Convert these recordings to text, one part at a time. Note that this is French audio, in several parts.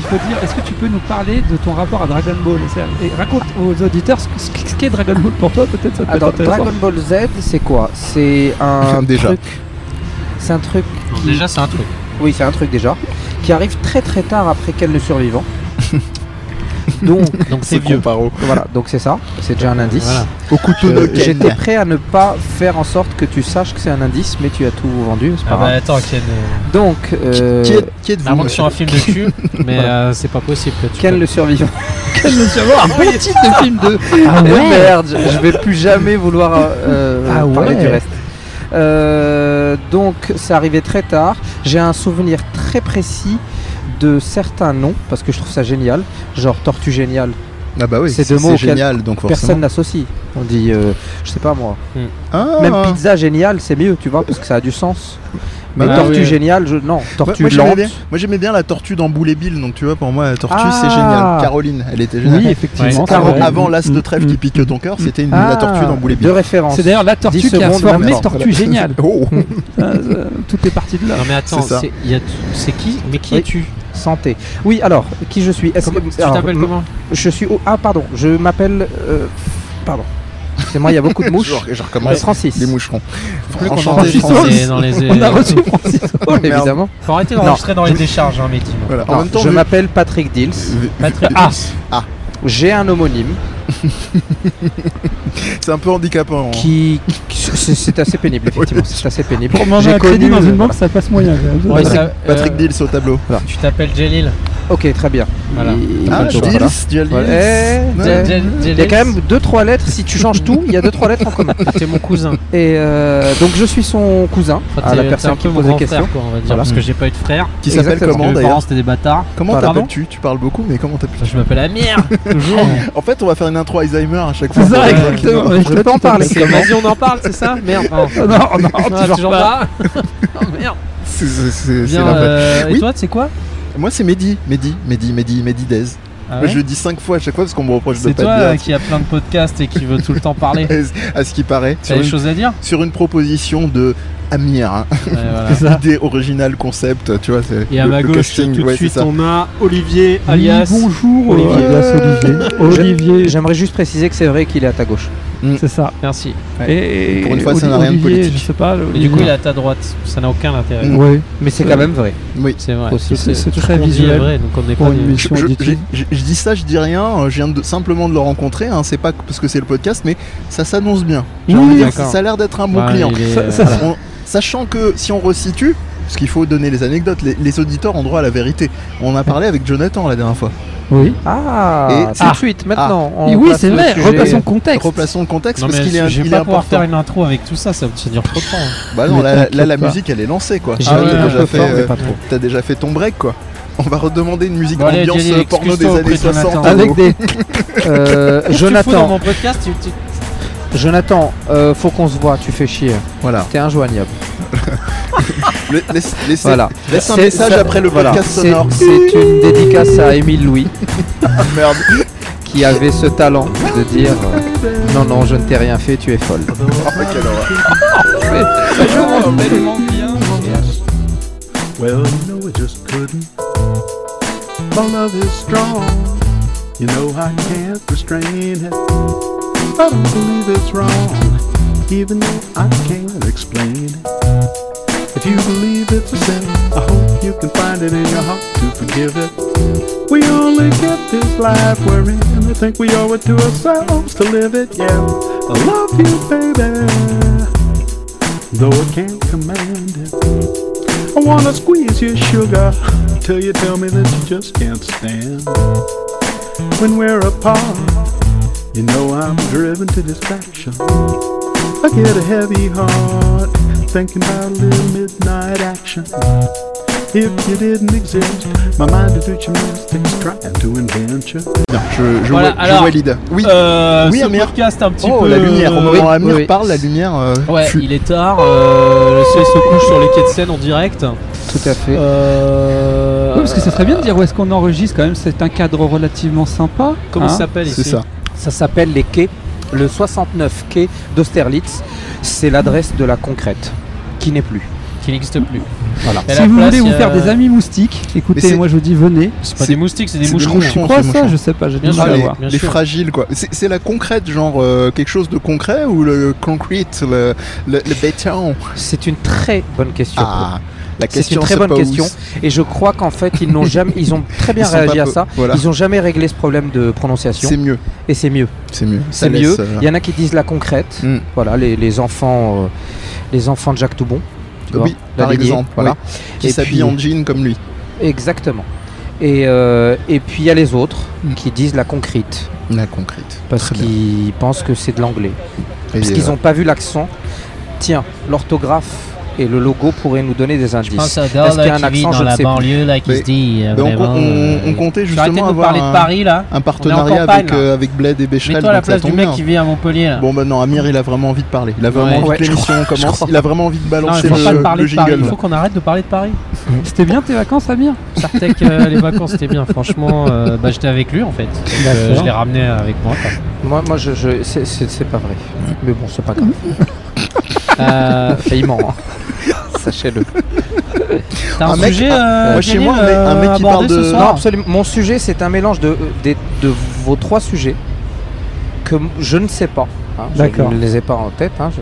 peut dire est-ce que tu peux nous parler de ton rapport à Dragon Ball C'est- Et raconte aux auditeurs ce que- ce qu'est Dragon Ball pour toi, peut-être ça peut Alors, être intéressant. Dragon Ball Z, c'est quoi C'est un Déjà. truc. C'est un truc. Donc qui- Déjà, c'est un truc. Oui, c'est un truc déjà. Qui arrive très très tard après qu'elle le survivant. donc Donc c'est vieux. Comparo. voilà, donc c'est ça. C'est déjà un indice. Voilà. Au couteau Euh, de Ken. J'étais prêt à ne pas faire en sorte que tu saches que c'est un indice, mais tu as tout vendu, c'est pas Ah bah grave. attends, Ken. euh, Donc, Qui- euh, Qui, êtes- qui êtes-vous À moins que ce soit un film de cul, mais euh, c'est pas possible que tu. Ken le survivant. Quel le savoir Un bon titre de film de. Ah merde, je vais plus jamais vouloir euh, Ah parler ouais. du reste. Euh, donc, c'est arrivé très tard. J'ai un souvenir très précis de certains noms, parce que je trouve ça génial. Genre Tortue Géniale, Ah bah oui, C'est c'est deux mots c'est auxquels génial, donc personne forcément. n'associe. On dit, euh, je sais pas moi, Ah, Même pizza géniale, c'est mieux, tu vois, parce que ça a du sens. Mais Ah tortue oui. géniale, je... non, bah, Moi, tortue moi, j'aimais lente. bien, moi, j'aimais bien la tortue dans Boule et Bill, donc tu vois pour moi la tortue Ah. c'est génial. Caroline, elle était géniale. Oui, effectivement. Ouais. c'est vrai. Caro- avant l'as de trêve Mm. qui pique ton cœur, c'était une la tortue dans Boule et mm. Ah, De Bill. référence. C'est d'ailleurs la 10 tortue qui a secondes, formé d'accord. Tortue Géniale. Euh, Oh. Ça, ça, Tout est parti de là. Non mais attends, C'est ça. c'est il y a- c'est qui Mais qui Oui. es-tu Santé. Oui, alors, qui je suis Est-ce Comment- Tu que... alors, t'appelles comment Je suis. oh, ah, pardon, je m'appelle. euh, Pardon. C'est moi, il y a beaucoup de mouches. Je, je recommence. Francis. Les moucherons. qu'on Enchanté, enregistre Francis. hein. des- dans les On a reçu Francis Oh, merde. évidemment. Faut arrêter d'enregistrer dans les décharges, hein, mais dis-moi. Voilà. En Non, même temps, je vu- m'appelle Patrick Dills. vu- Patrick vu- Ah J'ai un homonyme c'est un peu handicapant. hein. qui. qui- C'est c'est assez pénible, effectivement. C'est assez pénible. pour manger J'ai un crédit connu- euh, dans une banque, ça passe moyen. quand même. Ouais, ça- Patrick euh, Dills au tableau. Tu t'appelles Jalil. Ok, très bien. Voilà. Il- Ah, Voilà. Dills, Dills. Voilà. Eh, Non. Dills. Jalil. Ah, Il y a quand même 2-3 lettres, si tu changes tout, il y a 2-3 lettres en commun. T'es mon cousin. Et euh, donc je suis son cousin, Enfin, t'es- à Ah, la t'es un personne peu qui mon pose les grand questions. frère, quoi, on va dire, Voilà. parce que j'ai pas eu de frère. Qui s'appelle Exactement. Parce comment que mes parents d'ailleurs c'était des bâtards. Comment Pardon t'appelles-tu Tu parles beaucoup, mais comment t'appelles-tu Je m'appelle Amir. Toujours. En fait, on va faire une intro Alzheimer à chaque fois. C'est ça, Ouais. exactement. Ouais, Euh, Je peux t'en parler. C'est- Vas-y, on en parle, c'est ça Merde. Non, Ah Non, oh non, Ah, toujours toujours pas. pas. Oh, Merde. C'est- c'est- c'est- c'est Bien, la vraie. euh, Et Oui. toi, tu sais quoi Moi, c'est Mehdi. Mehdi, Mehdi, Mehdi, Mehdi Dez. Ah Moi, ouais Je le dis 5 fois à chaque fois parce qu'on me reproche de C'est pas toi le euh, dire. qui a plein de podcasts et qui veut tout le temps parler. À ce qui paraît, T'as sur des une, choses à dire sur une proposition de Amir, hein. Ouais, voilà. C'est ça. idée originale, concept, tu vois. c'est Ah. Et à le- ma le gauche, casting, tout de ouais, suite, c'est ça. on a Olivier alias. Oui, bonjour Olivier. Olivier. alias Olivier. Olivier, J'aimerais juste préciser que c'est vrai qu'il est à ta gauche. c'est ça. Merci. Et Pour une fois, ça n'a Oli- rien de Olivier, politique. Je sais pas. Et du coup, il est à ta droite. Ça n'a aucun intérêt. Mm. Oh, Oui, Mais c'est quand même vrai. Oui. C'est vrai. Aussi, c'est- c'est tout très ce qu'on dit visuel est vrai, donc on n'est pour pas une des- mission Je, je- auditive. je- je dis ça, je dis rien, euh, je viens de- simplement de le rencontrer, hein, c'est pas parce que c'est le podcast, mais ça s'annonce bien. J'ai Oui, envie de dire, d'accord. ça a l'air d'être un bon Ouais, client. il est, Ça- euh, ça- voilà. On- sachant que si on resitue, parce qu'il faut donner les anecdotes, les, les auditeurs ont droit à la vérité. On a parlé avec Jonathan la dernière fois. Oui. Ah, Et- tout de Ah. suite, maintenant. on Et oui, passe c'est au vrai. sujet. Repassons le contexte. Replaçons le contexte Non mais parce qu'il est, je il vais est pas pouvoir important. faire une intro avec tout ça, ça va ça dure trop de temps. Bah non, Mais là, là, la t'inquiète pas. musique elle est lancée quoi. J'ai T'as mis un déjà peu fait, fort, euh, mais pas trop. T'as déjà fait ton break quoi. On va redemander une musique Bon, allez, ambiance Thierry, euh, porno des excuse-toi années auprès de 60. Jonathan. Avec des. Euh, Tu fous dans Jonathan, mon podcast, tu, tu- Jonathan, euh, faut qu'on se voit, tu fais chier. Voilà. T'es injoignable. La- Laisse, laissez- Voilà. laisse un C'est- message ça- après le voilà. podcast C'est- sonore. C'est une dédicace à Émile Louis Ah, merde. qui avait ce talent de dire euh, Non, non, je ne t'ai rien fait, tu es folle. Ah, quelle horreur. Well, no, I just couldn't. My love is strong. You know I can't restrain it. I don't believe it's wrong, even though I can't explain it. If you believe it's a sin, I hope you can find it in your heart to forgive it. We only get this life we're in. I think we owe it to ourselves to live it. Yeah, I love you, baby. Though I can't command it. I wanna squeeze your sugar till you tell me that you just can't stand. When we're apart, you know I'm driven to distraction. I get a heavy heart thinking about a little midnight action. If you didn't exist, my mind would do gymnastics trying to invent you. Non, je, je, Voilà, je alors. valide. Oui. Euh, Oui, ce Amir. podcast un petit oh, peu. la lumière. Au euh, moment où Amir oui. parle, la lumière. euh, Ouais, fut- il est tard. euh, le soleil se couche sur les quais de Seine en direct. Tout à fait. Euh, Oui, parce que ça serait bien de dire où est-ce qu'on enregistre quand même. C'est un cadre relativement sympa. Comment ça hein. s'appelle ici C'est ça. Ça s'appelle les quais, le 69 quai d'Austerlitz. C'est l'adresse de la concrète, qui n'est plus. qui n'existe plus. Voilà. Mais à Si la vous place, voulez il vous y a- faire des amis moustiques, écoutez, c'est- moi je vous dis venez. C'est pas C'est- des moustiques, c'est des c'est des moucherons. moucherons. Tu pense, crois moi, ça je Je sais pas, j'ai du Bien mal sûr, à Ah, les, voir. bien les sûr. fragiles quoi. C'est c'est la concrète, genre euh, quelque chose de concret ou le concrete, le, le, le béton C'est une très bonne question. Ah, C'est la une question très bonne pas où question. c'est. Et je crois qu'en fait, ils n'ont jamais, ils ont très bien Ils sont réagi pas à peu- ça. Voilà, Ils n'ont jamais réglé ce problème de prononciation. c'est mieux. Et c'est mieux. C'est mieux. Ça C'est mieux. laisse, euh, Il y en a qui disent la concrète. Mm. Voilà, les, les enfants, euh, les enfants de Jacques Toubon. tu vois, oui, par l'araignée, exemple, voilà. Qui Et puis- s'habille en jean comme lui. oui, exactement. Et, euh, et puis il y a les autres Mm. qui disent la concrète La concrète. parce Très bien. qu'ils pensent que c'est de l'anglais. Et, Parce qu'ils euh, n'ont pas vu l'accent. Tiens, l'orthographe et le logo pourraient nous donner des Je pense indices. à Est-ce Dor qu'il y a Ah, là, un qui vit accent, je ne dans la sais plus. banlieue là, qui Mais- se dit. euh, donc on, vraiment, euh, on- on comptait je vais arrêter de justement nous avoir parler de un, Paris là. un partenariat campagne, avec, là. euh, avec Bled et Béchel. Mets-toi à la donc ça place du tombe mec bien. qui vit à Montpellier. là. Bon, maintenant, Amir, il a vraiment envie de parler. Il a Ouais, vraiment ouais, envie que je l'émission commence. crois. Il a vraiment envie de Non, balancer il faut pas le, de parler le de Paris. jingle. Il faut qu'on arrête de parler de Paris. C'était bien tes vacances, Amir Sartek, euh, les vacances, c'était bien. Franchement, euh, bah, j'étais avec lui en fait. Donc, euh, D'accord. je l'ai ramené avec moi. quoi. Moi, moi, je, je- c'est- c'est c'est pas vrai. Mais bon, c'est pas grave. Euh, Et il ment. hein. Sachez-le. T'as un, Un mec- sujet Ah, euh, moi, chez Daniel, moi, on est- un euh, mec qui parle abordé de- ce Non, soir absolument. Mon sujet, c'est un mélange de, euh, des- de, vos trois sujets que m- je ne sais pas. hein. D'accord. Je ne les ai pas en tête. hein, je-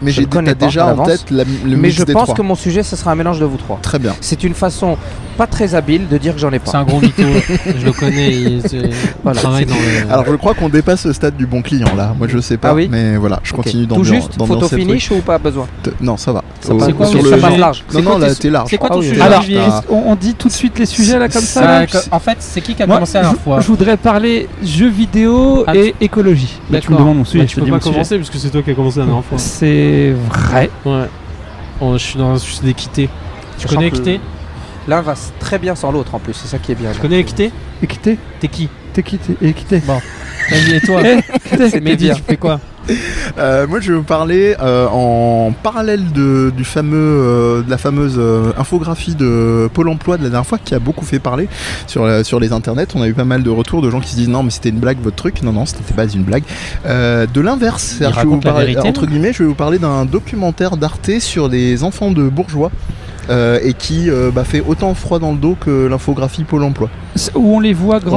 Mais Je j'ai le connais t'as pas, déjà en d'avance. tête la- le Mais mix je des pense trois. que mon sujet, ce sera un mélange de vous trois. Très bien. C'est une façon pas très habile de dire que j'en ai C'est pas. un gros mytho. je le connais. Il, c'est- il Voilà, travaille dans le. Alors je crois qu'on dépasse le stade du bon client là. Moi je sais pas, Ah oui mais voilà, je Ok. continue Tout d'ambian- juste, d'ambiancer photo le truc. finish ou pas besoin T- Non, ça va. Ça Au- passe- quoi, sur mais le- ça passe large. Non, non, là t'es large. C'est quoi Ah ton oui, sujet Alors, Olivier Ah. on, on dit tout de suite les sujets là comme ça. là Euh, que- En fait, c'est qui qui a Moi, commencé la je- dernière fois Je voudrais parler jeux vidéo Ah, et écologie. Bah, tu me D'accord. demandes mon sujet, Bah, je tu te peux dis pas mon sujet. commencer parce que c'est toi qui as commencé la dernière fois. C'est vrai. Ouais. Oh, je suis dans un souci d'équité. Tu Sachant connais que- Équité L'un va s- très bien sans l'autre en plus, c'est ça qui est bien. Tu connais Équité Équité, T'es qui t'es quitté, équité. Vas-y, et toi Eh, C'était Mehdi, bien. tu fais quoi Euh, moi je vais vous parler euh, en parallèle de, du fameux, euh, de la fameuse euh, infographie de Pôle Emploi de la dernière fois qui a beaucoup fait parler sur, la- sur les internets. On a eu pas mal de retours de gens qui se disent non mais c'était une blague votre truc. Non non c'était pas une blague. Euh, de l'inverse, c'est-à-dire que je vais vous raconte la parler- vérité, entre guillemets, je vais vous parler d'un documentaire d'Arte sur les enfants de bourgeois. euh, et qui euh, bah, fait autant froid dans le dos que l'infographie Pôle emploi. C'est- Où on les voit les suit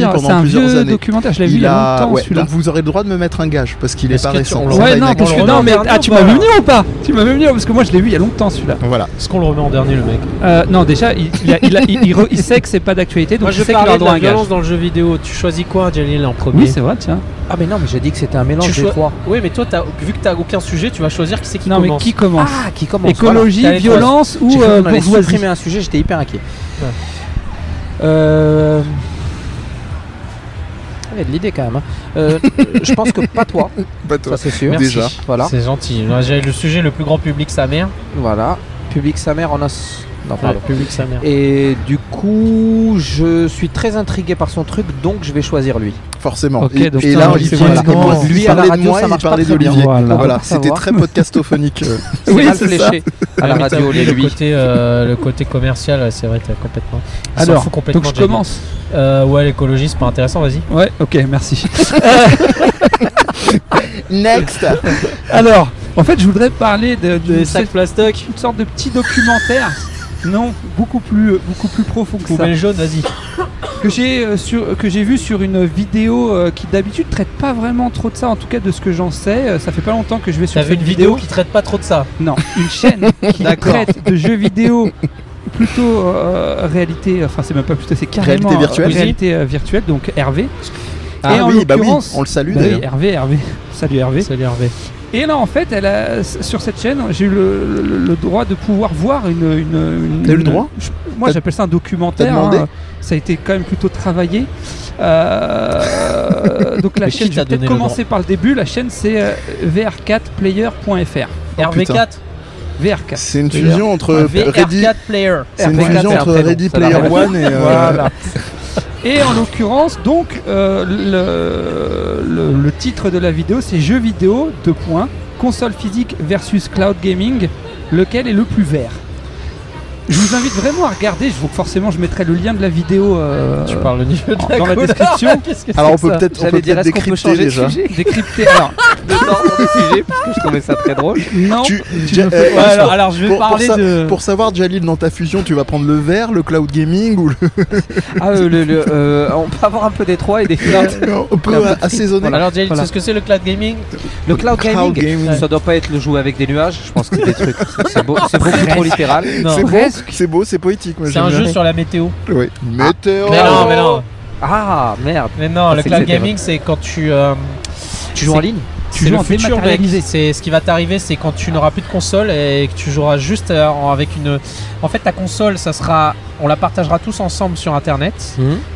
grandir, pendant c'est un plusieurs vieux années. documentaire, je l'ai vu il y a longtemps ouais, celui-là. donc vous aurez le droit de me mettre un gage parce qu'il est, Est-ce pas que tu- récent. on le C'est pas Ouais, une non, parce que actualité. on le non, mais remet en ah, tu m'as dernier, ou vu pas venir ou pas Tu m'as vu venir parce que moi je l'ai vu il y a longtemps celui-là. Voilà. Est-ce qu'on le remet en dernier le mec Euh, non, déjà, il, il a- il a- il- il re- il sait que c'est pas d'actualité, donc Moi je je sais qu'il a parle le de droit à la un gage. violence dans le jeu vidéo. Tu choisis quoi, Jalil, en premier Oui, c'est vrai, tiens. Ah mais non, mais j'ai dit que c'était un mélange Tu des choisis- trois. Oui, mais toi, t'as- vu que t'as aucun sujet, tu vas choisir qui c'est qui Non, mais commence. qui commence Ah, qui commence Écologie, T'allais choisir. violence J'ai ou cru euh, qu'on allait bourgeoisie supprimer un sujet, j'étais hyper inquiet. Ouais. Euh... Il y a de l'idée quand même. hein. Euh, je pense que pas toi, Pas toi. ça c'est sûr. Merci. Déjà. Voilà, C'est gentil. Moi, J'ai le sujet le plus grand public, sa mère. voilà. Public sa mère en os. Non, Ouais, pardon. public sa mère. Et du coup, je suis très intrigué par son truc, donc je vais choisir lui. Forcément. Ok, et, donc et ça, là, c'est Olivier, vraiment- il moi, Lui, à il la parlait de radio, moi, ça il marche pas parlait très bien. d'Olivier. Voilà. Voilà, Pour savoir. c'était très podcastophonique. euh. C'est Oui, mal c'est fléché à la Ah, mais t'as radio oublié les le lui. côté, euh, le côté commercial, ouais, c'est vrai, t'as complètement. il s'en Alors, fout complètement donc je de Jalil. commence. Euh, ouais, l'écologie, c'est pas intéressant, vas-y. Ouais, ok, merci. Next Alors, en fait, je voudrais parler de, de Des cette- sacs plastoc. une sorte de petit documentaire. Non, beaucoup plus, beaucoup plus profond que ça. Poubelle jaune, vas-y. Que j'ai euh, sur- que j'ai vu sur une vidéo euh, qui d'habitude traite pas vraiment trop de ça. En tout cas, de ce que j'en sais, Euh, ça fait pas longtemps que je vais sur T'as vu cette une vidéo qui traite pas trop de ça Non, une chaîne qui D'accord. traite de jeux vidéo plutôt euh, réalité. Enfin, c'est même pas plutôt, c'est carrément Réalité virtuelle. euh, réalité euh, virtuelle. Donc Hervé. Ah Et en oui, bah oui, l'occurrence- on le salue Bah oui, d'ailleurs. Hervé, Hervé. Salut Hervé. Salut Hervé. Et là, en fait, elle a, sur cette chaîne, j'ai eu le, le- le droit de pouvoir voir une. une, une- T'as eu le droit je- Moi, T'as- j'appelle ça un documentaire. hein. t'as demandé Ça a été quand même plutôt travaillé. Euh, donc la Mais qui chaîne, je t'a vais peut-être donné le commencer par le début. La chaîne, c'est euh, vr4player.fr. Oh, RV4 VR4. C'est une fusion entre Ready, VR4 Player. c'est une RP4, fusion c'est un entre prénom, Ready ça va. Player One et euh, Voilà. Et en l'occurrence, donc, euh, le, le- le titre de la vidéo, c'est Jeux vidéo, deux points, console physique versus cloud gaming, lequel est le plus vert Je vous invite vraiment à regarder. Je vous, forcément, je mettrai le lien de la vidéo euh, Tu parles au niveau de dans la couleur. description. Qu'est-ce que c'est Alors on que ça peut peut-être on peut J'allais dire, peut-être est-ce qu'on peut décrypter changer de déjà. sujet Décrypter. Alors, de temps dans le sujet parce que je trouvais ça très drôle. non. Tu- me Ja- fais- eh, Ouais, alors, alors, je vais pour- pour parler ça- de. Pour savoir, Jalil, dans ta fusion, tu vas prendre le vert, le cloud gaming ou le. Ah, euh, le- le, euh, on peut avoir un peu des trois et des quatre. on peut Voilà. assaisonner. Alors, Jay, Voilà. tu sais ce que c'est le cloud gaming Le cloud gaming, Cloud gaming. ça doit pas être le jouer avec des nuages. Je pense que c'est des trucs. C'est beau- c'est beaucoup trop littéral. Non. C'est beau, Presque. c'est beau, c'est poétique. moi, C'est j'aime un bien. jeu sur la météo. Oui. Météo. Mais non, mais non. Ah merde, Mais non, Ça, le c'est cloud que c'était gaming, Oh. c'est quand tu. euh, tu joues en ligne Tu c'est joues le en futur, mec. dématérialisé. C'est ce qui va t'arriver, c'est quand tu n'auras plus de console et que tu joueras juste euh, en- avec une. En fait, ta console, ça sera. On la partagera tous ensemble sur Internet.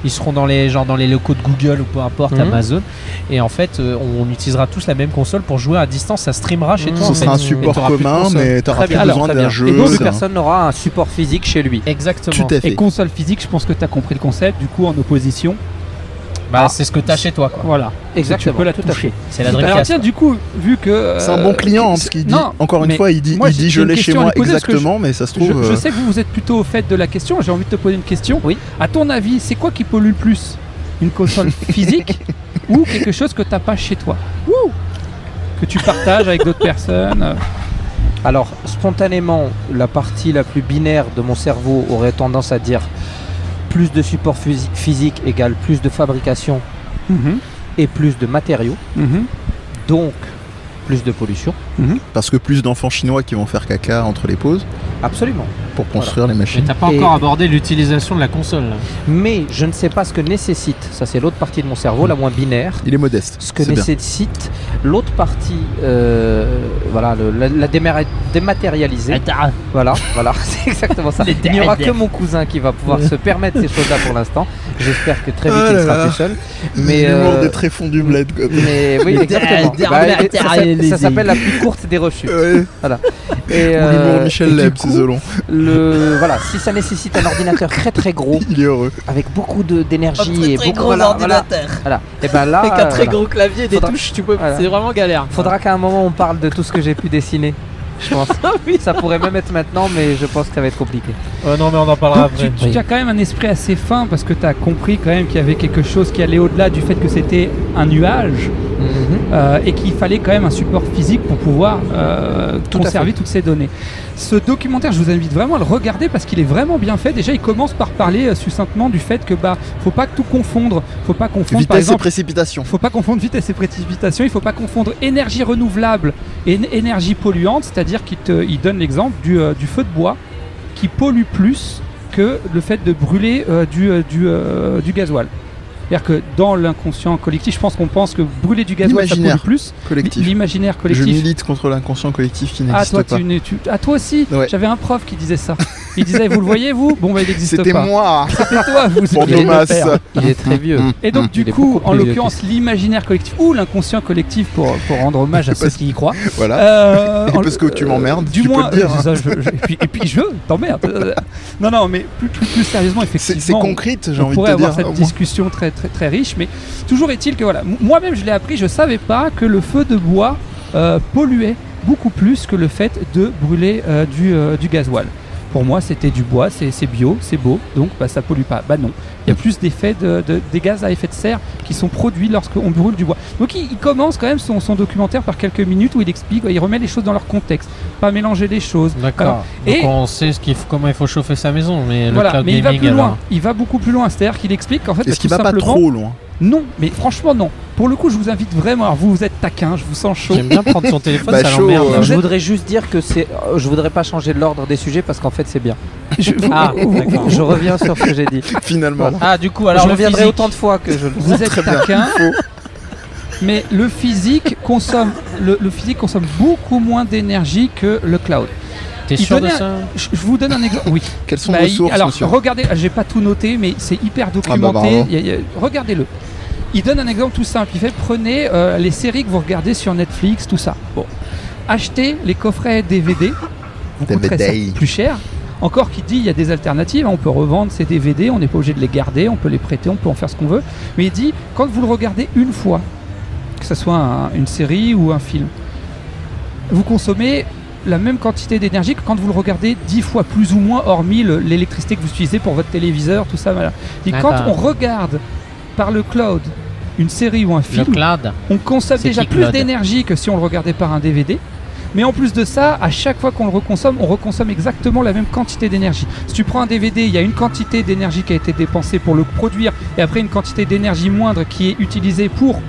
Ils seront dans les genre dans les locaux de Google ou peu importe Mhm. Amazon. Et en fait, euh, on utilisera tous la même console pour jouer à distance. Ça streamera chez Mhm. toi. Ce en fait. sera un Et support t'auras plus de commun, console. mais t'auras Très plus bien, besoin alors, très d'un bien. jeu. Et donc, c'est plus un- personne n'aura un support physique chez lui. Exactement. Tout à Et fait. console physique, je pense que t'as compris le concept. Du coup, en opposition, Bah, c'est ce que t'as chez toi. Quoi. voilà. Exactement. Tu peux la tout à fait. C'est la Alors Dreamcast. tiens, du coup, vu que euh, C'est un bon client, hein, parce qu'il dit, non, encore une mais fois, il dit, moi, il dit j'ai je une l'ai chez question à moi lui poser, parce que je- exactement, mais ça se trouve. Je, je euh, sais que vous vous êtes plutôt au fait de la question. J'ai envie de te poser une question. Oui. À ton avis, c'est quoi qui pollue le plus Une console physique ou quelque chose que t'as pas chez toi Ouh Que tu partages avec d'autres personnes euh, Alors, spontanément, la partie la plus binaire de mon cerveau aurait tendance à dire plus de support fusi- physique égale plus de fabrication Mm-hmm. mhm, et plus de matériaux, mhm. donc plus de pollution. Parce que plus d'enfants chinois qui vont faire caca entre les pauses Absolument. pour construire les Mais machines. t'as pas Et- encore abordé l'utilisation de la console. là. Mais je ne sais pas ce que nécessite, ça c'est l'autre partie de mon cerveau, la moins binaire, Il est modeste. ce que c'est bien. nécessite l'autre partie, euh, voilà, le- la, la déma- dématérialisée. Ah, Voilà, voilà, c'est exactement ça. Il n'y aura que mon cousin qui va pouvoir se permettre ces choses-là pour l'instant. J'espère que très vite Ah il là sera là. tout seul. Mais, L'humour euh, des tréfonds du bled. quoi. mais oui, exactement. Bah, et- ça s'appelle- ça s'appelle la plus courte des rechutes. Ouais, Et, ou euh, L'humour et Euh, Michel du Leb, coup, c'est selon. le voilà, si ça nécessite un ordinateur très très gros Il est heureux. avec beaucoup de- d'énergie et beaucoup voilà, voilà. Et ben là, euh, voilà. gros clavier, Faudra- touches, tu peux. voilà. vraiment galère. faudra qu'à un moment on parle de tout ce que j'ai pu dessiner. Je pense. Ça pourrait même être maintenant, mais je pense que ça va être compliqué. Euh, non, mais on en parlera Donc, tu, après. tu- tu as quand même un esprit assez fin parce que tu as compris quand même qu'il y avait quelque chose qui allait au-delà du fait que c'était un nuage Mhm. euh, et qu'il fallait quand même un support physique pour pouvoir euh, à conserver toutes ces données. Ce documentaire, je vous invite vraiment à le regarder parce qu'il est vraiment bien fait. Déjà, il commence par parler euh, succinctement du fait que bah faut pas tout confondre, faut pas confondre par Vitesse et exemple. précipitation. Faut pas confondre vitesse et précipitation, il faut pas confondre énergie renouvelable et n- énergie polluante, c'est-à-dire qu'il te- il donne l'exemple du, euh, du feu de bois qui pollue plus que le fait de brûler euh, du, euh, du, euh, du gasoil. C'est-à-dire que dans l'inconscient collectif, je pense qu'on pense que brûler du gasoil, ça pollue L'imaginaire plus. Collectif. L'imaginaire Je collectif. milite contre l'inconscient collectif qui Ah n'existe toi, pas. tu, ne- tu- ah, toi aussi Ouais. J'avais un prof qui disait ça. Il disait, vous le voyez, vous Bon, bah, il n'existe C'était pas. moi C'était toi, vous pour oubliez de le Thomas. faire. Il est très vieux. Mmh. Et Mmh. donc, du Hmm. Il est coup, beaucoup en plus vieux que l'occurrence, l'imaginaire collectif ou l'inconscient collectif, pour, pour rendre hommage à Parce- ceux qui y crois. Voilà. Euh, en- Ah. parce que tu m'emmerdes, Du tu peux moins, le dire, hein. euh, ça, je- je- et, puis, et puis je t'emmerde. Euh, non, non, mais plus, plus, plus sérieusement, C'est effectivement. c'est concrète, j'ai on envie de pourrait te avoir dire. cette au moins. discussion très très très riche, mais toujours est-il que voilà, m- moi-même je l'ai appris, je savais pas que le feu de bois euh, polluait beaucoup plus que le fait de brûler euh, du, euh, du gasoil. Pour moi, c'était du bois, c'est c'est bio, c'est beau, donc bah, ça pollue pas. Bah non, il y a plus d'effets de, de- des gaz à effet de serre qui sont produits lorsqu'on brûle du bois. Donc il, il commence quand même son, son documentaire par quelques minutes où il explique, il remet les choses dans leur contexte, pas mélanger les choses. D'accord. Et- Donc on sait ce qu'il faut- comment il faut chauffer sa maison, mais le Voilà, cloud mais il va gaming plus alors. loin, il va beaucoup plus loin, c'est-à-dire qu'il explique qu'en fait, bah, Est-ce tout qu'il va pas simplement, trop loin non, mais franchement non. Pour le coup, je vous invite vraiment. Alors vous, vous êtes taquin, je vous sens chaud. J'aime bien prendre son téléphone, Bah, ça chaud, l'emmerde. euh, Je voudrais juste dire que c'est. euh, Je voudrais pas changer l'ordre des sujets parce qu'en fait c'est bien. Je- vous, Ah, vous- d'accord. Je reviens sur ce que j'ai dit. Finalement. Voilà. Ah, du coup, alors je le reviendrai physique. autant de fois que je le. vous êtes taquin. Mais le physique consomme, le, le physique consomme beaucoup moins d'énergie que le cloud. T'es Il sûr de donnait ça Je, je vous donne un exemple. Oui. Quelles sont Bah, les il- sources alors monsieur regardez, ah, j'ai pas tout noté, mais c'est hyper Ah bah, documenté. bravo. Il y a- il y a- Regardez-le. Il donne un exemple tout simple. Il fait prenez euh, les séries que vous regardez sur Netflix, tout ça. Bon, achetez les coffrets DVD. Vous DVD. coûterez ça plus cher. Encore qui dit il y a des alternatives. hein. On peut revendre ces DVD. On n'est pas obligé de les garder. On peut les prêter. On peut en faire ce qu'on veut. Mais il dit quand vous le regardez une fois, que ce soit un- une série ou un film, vous consommez la même quantité d'énergie que quand vous le regardez 10 fois plus ou moins, hormis le- l'électricité que vous utilisez pour votre téléviseur, tout ça. Voilà. Et quand D'accord. on regarde par le cloud une série ou un Le film, cloud. on consomme C'est déjà qui, plus Claude d'énergie que si on le regardait par un DVD. Mais en plus de ça, à chaque fois qu'on le reconsomme, on reconsomme exactement la même quantité d'énergie. Si tu prends un DVD, il y a une quantité d'énergie qui a été dépensée pour le produire et après une quantité d'énergie moindre qui est utilisée pour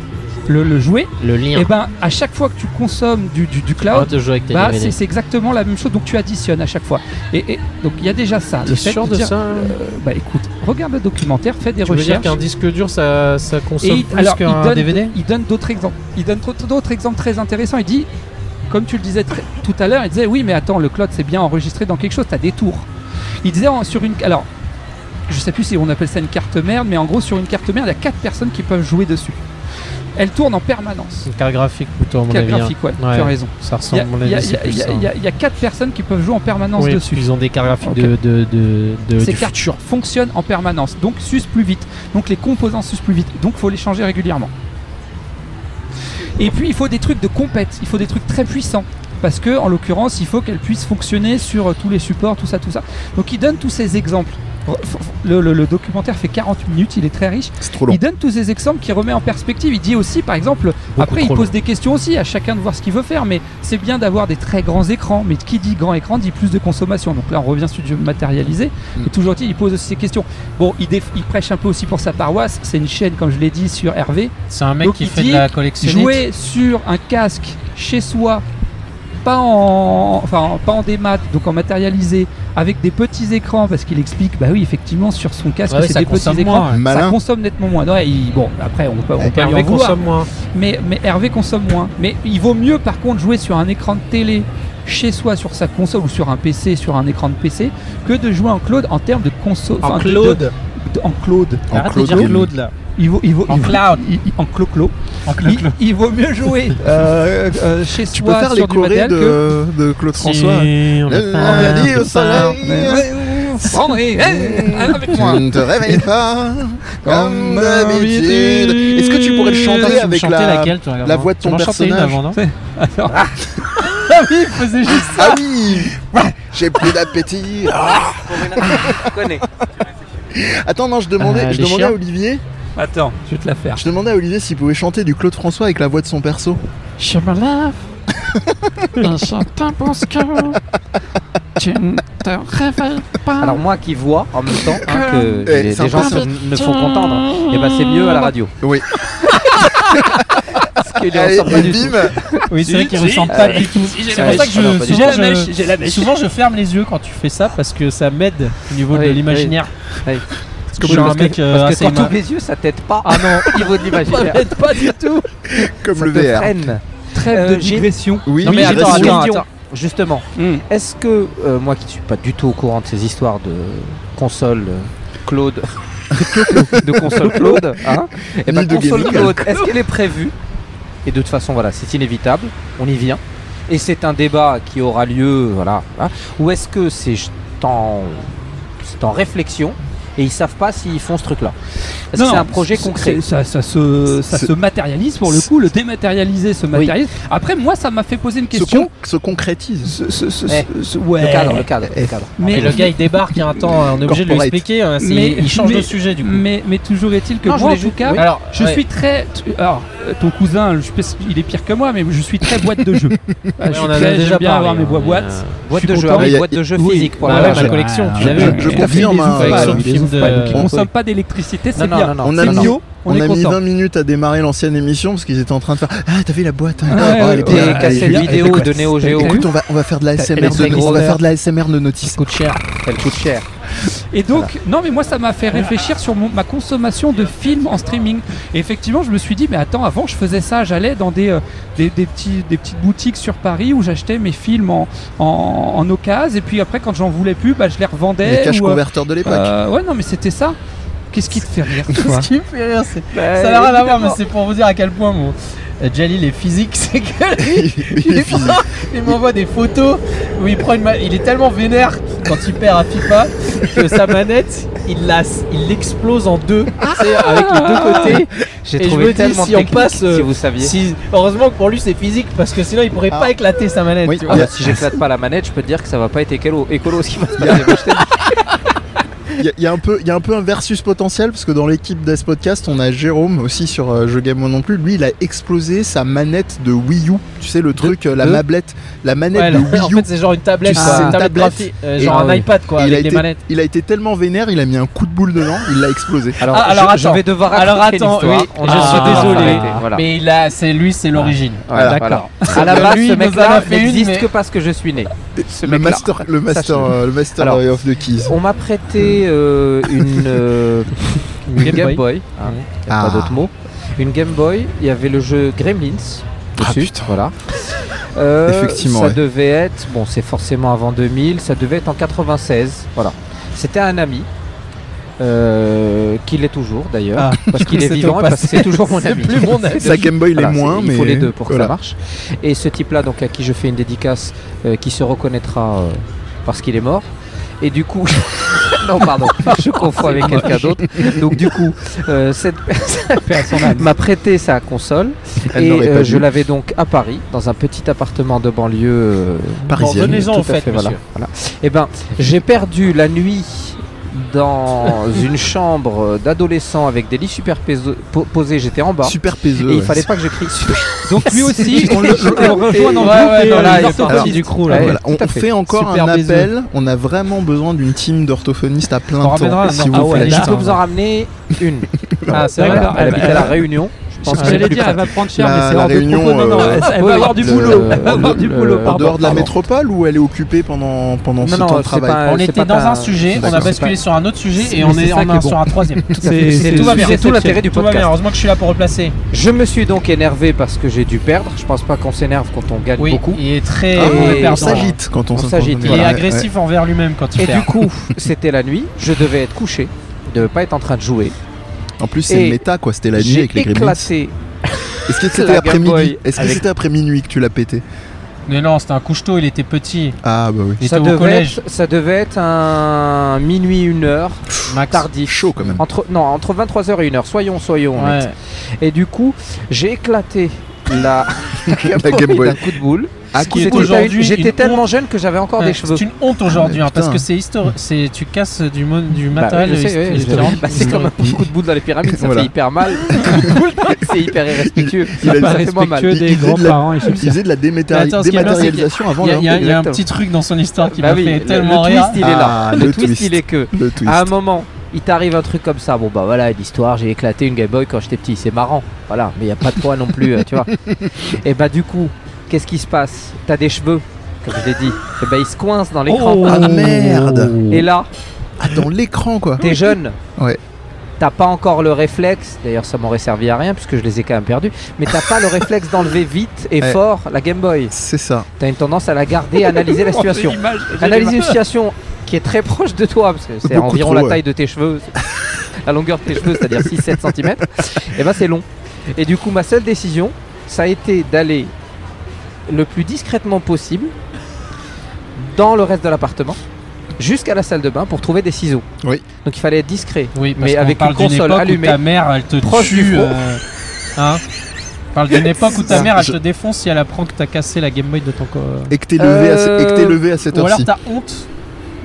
le, le jouer. Le lien. Et ben à chaque fois que tu consommes du, du- du Arrête cloud, de jouer avec tes bah, DVD. c'est c'est exactement la même chose. Donc tu additionnes à chaque fois. Et, et- donc il y a déjà ça. T'es sûr de dire, ça euh, bah écoute, regarde le documentaire, fais des Tu veux dire recherches. qu'un disque dur ça, ça Et consomme il, plus alors, il qu'un donne, DVD il donne d'autres exemples. Il donne d'autres- d'autres exemples très intéressants. Il dit, comme tu le disais très- tout à l'heure, il disait oui, mais attends, le cloud c'est bien enregistré dans quelque chose, t'as des tours. Il disait en- sur une, alors, je sais plus si on appelle ça une carte mère, mais en gros sur une carte mère, il y a quatre personnes qui peuvent jouer dessus. Elle tourne en permanence. C'est une carte graphique plutôt, à mon Carte avis. hein. graphique, ouais, Ouais. tu as raison. Ça Il y ressemble, a- à mon il y a- avis, il y c'est a- plus il y a- ça. il y a- il y a quatre personnes qui peuvent jouer en permanence Oui, parce dessus. qu'ils ont des cartes graphiques Ok. de, de, de, de- Ces du cartes futur. fonctionnent en permanence, donc s'usent plus vite. Donc les composants s'usent plus vite, donc faut les changer régulièrement. Et puis il faut des trucs de compète, il faut des trucs très puissants. Parce que en l'occurrence, il faut qu'elle puisse fonctionner sur euh, tous les supports, tout ça, tout ça. Donc il donne tous ces exemples. Re- f- f- Le, le- le documentaire fait 40 minutes, il est très riche. C'est trop long. Il donne tous ces exemples qui remet en perspective. Il dit aussi, par exemple, après il trop pose des questions aussi à chacun de voir ce qu'il veut faire, mais c'est bien d'avoir des très grands écrans. Mais qui dit grand écran dit plus de consommation. Donc là, on revient sur du matérialisé. Mm. Hmm. Et toujours dit, il pose aussi ces questions. Bon, il, déf- il prêche un peu aussi pour sa paroisse. C'est une chaîne, comme je l'ai dit, sur Hervé. C'est un mec Donc, qui il fait dit de la collection. Jouer sur un casque chez soi, pas en, enfin, pas en démat, donc en matérialisé, avec des petits écrans, parce qu'il explique, bah oui, effectivement, sur son casque, Ouais, ouais, c'est ça des petits consomme écrans. moins, ouais. Ça Malin. consomme nettement moins. Ouais, il- bon, après, on Eh, peut, on peut lui en Hervé vouloir. consomme moins. Mais, mais Hervé consomme moins. Mais il vaut mieux, par contre, jouer sur un écran de télé chez soi, sur sa console ou sur un PC, sur un écran de PC, que de jouer en cloud en termes de console. En enfin, de- cloud. de- en cloud. En Arrête de dire cloud. cloud là. Il vaut, il vaut, En il vaut- cloud. il- il- en clo-clo. En Il, il vaut mieux jouer euh, euh, chez Tu peux soi faire les sur du chorés matériel que. de, de Claude François. Si, on a Euh, pas- on a dit on au a soleil. André, hey, ah, avec moi. Tu ne te réveilles pas comme d'habitude. Est-ce que tu pourrais le chanter avec la, laquelle, toi, la voix de Tu ton m'en chantais une personnage avant, non Ah oui, il faisait juste ça. Ah oui J'ai plus d'appétit. Attends, non, je demandais, Euh, les je demandais chiens. à Olivier, Attends, je vais te la faire. je demandais à Olivier s'il pouvait chanter du Claude François avec la voix de son perso. Je me lève. Un certain bosco. Tu ne te réveilles pas. Alors moi qui vois en même temps hein, que Eh, les, c'est des gens impressionnant. se- ne font qu'entendre, et bah c'est mieux à la radio. Oui. Parce qu'il en Allez, sort pas et du tout. bim Oui, c'est vrai qu'il ressent Euh, pas du tout. Ah, C'est pour ça que Ah non, pas du je, tout. souvent, J'ai la mèche, je, j'ai la mèche. souvent, je ferme les yeux quand tu fais ça parce que ça m'aide au niveau Oui, de l'imaginaire. oui, oui. Parce que je suis parce un que- mec euh, Parce que assez quand ima- t'ouvres les yeux, ça t'aide pas. Ah non, au niveau de l'imaginaire. pas du tout. Comme Ça le te VR. freine. Trêve de Euh, j'ai- digression. Oui, Non, mais oui, attends, reste- attends, Question, attends. Justement, Hmm. est-ce que euh, moi qui ne suis pas du tout au courant de ces histoires de console euh, Claude, de console Claude, hein, et Ni de console gaming. Claude, est-ce qu'elle est prévue Et de toute façon, voilà, c'est inévitable, on y vient, et c'est un débat qui aura lieu, voilà, hein, ou est-ce que c'est j- en, c'est en réflexion et ils savent pas s'ils font ce truc-là Est-ce que Non, c'est un non, projet c'est- concret c'est- Ça, ça se, ça C'est- se matérialise pour le coup, le dématérialiser se matérialise. Après, moi, ça m'a fait poser une se, question. con- se concrétise. Ce- ce- ce- Eh, ce- ouais. Le cadre, le cadre, le cadre. Mais, Et le gars il débarque, il y a un temps, on est obligé de lui Corporate. expliquer, euh, c'est- Mais- il change de mais- sujet du coup. mais, mais toujours est-il que Non, je moi, en voulais tout juste- cas, euh, oui. Alors, je ouais. suis très. tu- Alors, euh, ton cousin, je sais- il est pire que moi, mais je suis très boîte de jeu. Ah, je Ouais, suis on en a très- j'aime déjà bien parlé, avoir mes hein, bois- mais, boîtes. Boîte suis de jeu, content. ah oui, Il y a- boîte de jeu oui. physique. pour Bah la ouais, vache. ma collection, tu Je- l'avais. je T'as fait confirme. des hein, oufs avec euh, le des film oufs, de- pas- qui Non, consomme pas d'électricité, c'est Non, non, bien. non, non. On a C'est mis- bio, on, On, est a mis content. 20 minutes à démarrer l'ancienne émission parce qu'ils étaient en train de faire Ah, t'as vu la boîte hein Ouais, Oh, ouais, elle est ouais, bien, Des ouais, elle est cassette cassettes bien. bien. vidéo Écoute, de Neo Geo. écoute, Écoute, on va, on va faire de la SMR Electric de, on va Monster. faire de la SMR de notice. Ça coûte cher. Elle coûte cher. Et donc, non, mais moi, ça m'a fait réfléchir sur mon- ma consommation de films en streaming. Et effectivement, je me suis dit, mais attends, avant, je faisais ça. J'allais dans des, euh, des, des petits, des petites boutiques sur Paris où j'achetais mes films en, en, en occasion. Et puis après, quand j'en voulais plus, bah, je les revendais. Les caches ou, euh, converteurs de l'époque. euh, ouais, non, mais c'était ça. Qu'est-ce qui te fait rire, toi Ce qui me fait rire, c'est- Bah, ça Euh, n'a rien à voir, mais c'est pour vous dire à quel point mon euh, Jalil est physique, c'est que lui, Il est il, prend- il m'envoie des photos où il prend une ma- il est tellement vénère quand il perd à FIFA, que sa manette, il la- il l'explose en deux, tu sais, avec les deux côtés. J'ai Et je trouvé me dis, tellement si de on techniques, passe, euh, si vous saviez. Si- heureusement que pour lui c'est physique parce que sinon il pourrait Ah. pas éclater sa manette. Oui. tu vois. Ah Il y bah, a- si j'éclate pas la manette, je peux te dire que ça va pas être écolo, écolo ce qui va se passer. Il y, a- il y a un peu- il y a un peu un versus potentiel parce que dans l'équipe d'As Podcast, on a Jérôme aussi sur euh, Je Game Moi Non Plus. Lui, il a explosé sa manette de Wii U. Tu sais, le truc, euh, la de- mablette. La manette Ouais, de alors, en Wii U. fait c'est genre une tablette, Tu euh, sais, une une tablette tablette. graphique, euh, Et- genre ah un oui. iPad quoi, il, a avec des été, manettes. il a été tellement vénère, il a mis un coup de boule dedans, il l'a explosé. Alors, Ah, alors je, je attends. vais devoir Alors, raconter attends, l'histoire. oui, On je va suis devoir désolé. Ah, s'arrêter, voilà. Mais là c'est lui, c'est l'origine. Voilà, D'accord. voilà. À la bien. base, Lui, ce il nous en mec-là a fait une, n'existe mais- que parce que je suis né. Ce Le mec-là. master, le master, Sachez-le. euh, le master Alors, euh, of the keys. On m'a prêté euh, une, euh, une Game, Game Boy. Boy. hein, y a Ah. Pas d'autre mot. Une Game Boy. Il y avait le jeu Gremlins. Ah, dessus, putain. Voilà. Euh, Effectivement, Ça ouais. devait être. Bon, c'est forcément avant 2000. Ça devait être en 96. Voilà. C'était un ami. euh, qui l'est toujours d'ailleurs Ah, parce qu'il est c'était au vivant et passé. parce que c'est toujours mon ami plus mon ami. Sa Game Boy, il Voilà, est moins, c'est- mais. il faut les deux pour que voilà. ça marche. Et ce type-là, donc à qui je fais une dédicace, euh, qui se reconnaîtra euh, parce qu'il est mort. Et du coup, non pardon, je confonds avec quelqu'un d'autre. Donc du coup, euh, cette personne m'a prêté sa console Elle et n'aurait euh, pas je dû. l'avais donc à Paris, dans un petit appartement de banlieue euh, Parisienne. venez-en. Maison, tout en à fait, voilà. monsieur. Voilà. Eh ben, j'ai perdu la nuit dans une chambre d'adolescent avec des lits superposés. J'étais en bas. Super paiseux. Et il ouais. fallait pas que j'écris Donc lui aussi, on le, on le rejoint dans Ouais, le groupe ouais, dans et la- les dans orthophonistes. partie du crew là. Voilà, on tout à on fait. fait encore Super un baiseux. appel. On a vraiment besoin d'une team d'orthophonistes à plein On ramènera un temps. Si vous orthophonistes. voulez. Je peux vous en ramener une. Ah, c'est D'accord. vrai. Voilà, Elle bah, habite à la Réunion. Je Ah, pense que J'allais c'est dire, elle va prendre cher, La- mais c'est la hors de réunion, propos. Non, non, euh, elle va oui, avoir du le- boulot. Elle va avoir le- du boulot, en Ah, En pardon. dehors de la pardon. métropole ou elle est occupée pendant, pendant ce Non, non, temps de c'est travail Ah, pas- On Euh, c'est était dans pas un sujet, on a D'accord. basculé sur un autre sujet et mais on c'est est ça on qui est est sur un troisième. C'est- c'est- tout va bien. c'est tout l'intérêt du Tout va bien, podcast. Heureusement que je suis là pour replacer. Je me suis donc énervé parce que j'ai dû perdre. Je pense pas qu'on s'énerve quand on gagne Oui, beaucoup. il est très Ah, Et- mauvais on perdant. s'agite quand on, On se- s'agite. Il est voilà, ouais, agressif envers lui-même quand il Et du perd. coup, c'était la nuit. Je devais être couché, de pas être en train de jouer. ouais. En plus, c'est Et méta quoi. C'était la nuit J'ai avec les Gremlins. éclaté. Est-ce que la c'était Game après midi Boy Est-ce que avec- c'était après minuit que tu l'as pété Mais non, c'était un couche-tôt, il était petit. Ah bah oui. Il était Ça au devait, collège. être, ça devait être un minuit, une heure, Max. tardif. Chaud quand même. Entre, non, entre 23h et 1h, soyons, soyons honnêtes. Ouais. Et du coup, j'ai éclaté la, La Game Boy. d'un coup de boule. Ce qui est J'étais- aujourd'hui J'étais une tellement jeune que j'avais encore Ouais, des cheveux. Mm. C'est une honte aujourd'hui Ah, hein, parce putain. que c'est historique. C'est tu casses du, mon- du Bah, matériel. je sais, hist- oui, je- historique. bah, c'est comme un coup de boule dans les pyramides, ça Voilà. fait hyper mal. Un coup de boule, c'est hyper irrespectueux. il a ça dit- fait moi mal. Il- respectueux il des faisait de la- grands-parents et Il faisait de la dématéri- Mais attends, ce qui est bien, c'est dématérialisation avant Il y a, il y a- il y a un Exactement. petit truc dans son histoire qui Bah m'a oui, fait le- le tellement rire. twist, il est là. Ah, le, le twist, twist. il est que Le twist. Ah, à un moment, il t'arrive un truc comme ça. Bon bah voilà, l'histoire, j'ai éclaté une Game Boy quand j'étais petit, c'est marrant. Voilà, mais il y a pas de poids non plus, euh, tu vois. Et bah du coup, qu'est-ce qui se passe T'as des cheveux, comme je l'ai dit. Et bah ils se coincent dans l'écran. Ah merde Et là, Ah dans l'écran quoi t'es jeune. Ouais. T'as pas encore le réflexe, d'ailleurs ça m'aurait servi à rien puisque je les ai quand même perdus, mais t'as pas le réflexe d'enlever vite et Ouais. fort la Game Boy. C'est ça. T'as une tendance à la garder, à analyser la Oh, situation. Analyser une situation qui est très proche de toi, parce que c'est Beaucoup environ trop, la ouais. taille de tes cheveux, la longueur de tes cheveux, c'est-à-dire 6-7 cm, et ben c'est long. Et du coup, ma seule décision, ça a été d'aller le plus discrètement possible dans le reste de l'appartement jusqu'à la salle de bain pour trouver des ciseaux. Oui. Donc il fallait être discret. Oui, parce Mais qu'on avec parle une d'une console époque où allumée, Ta mère, elle te proche du tue. four. euh, hein On parle d'une époque où ta Ça, mère, elle je- te défonce si elle apprend que t'as cassé la Game Boy de ton corps. Et que t'es levé, à ce- Euh, et que t'es levé à cette Ou alors heure-ci. t'as honte.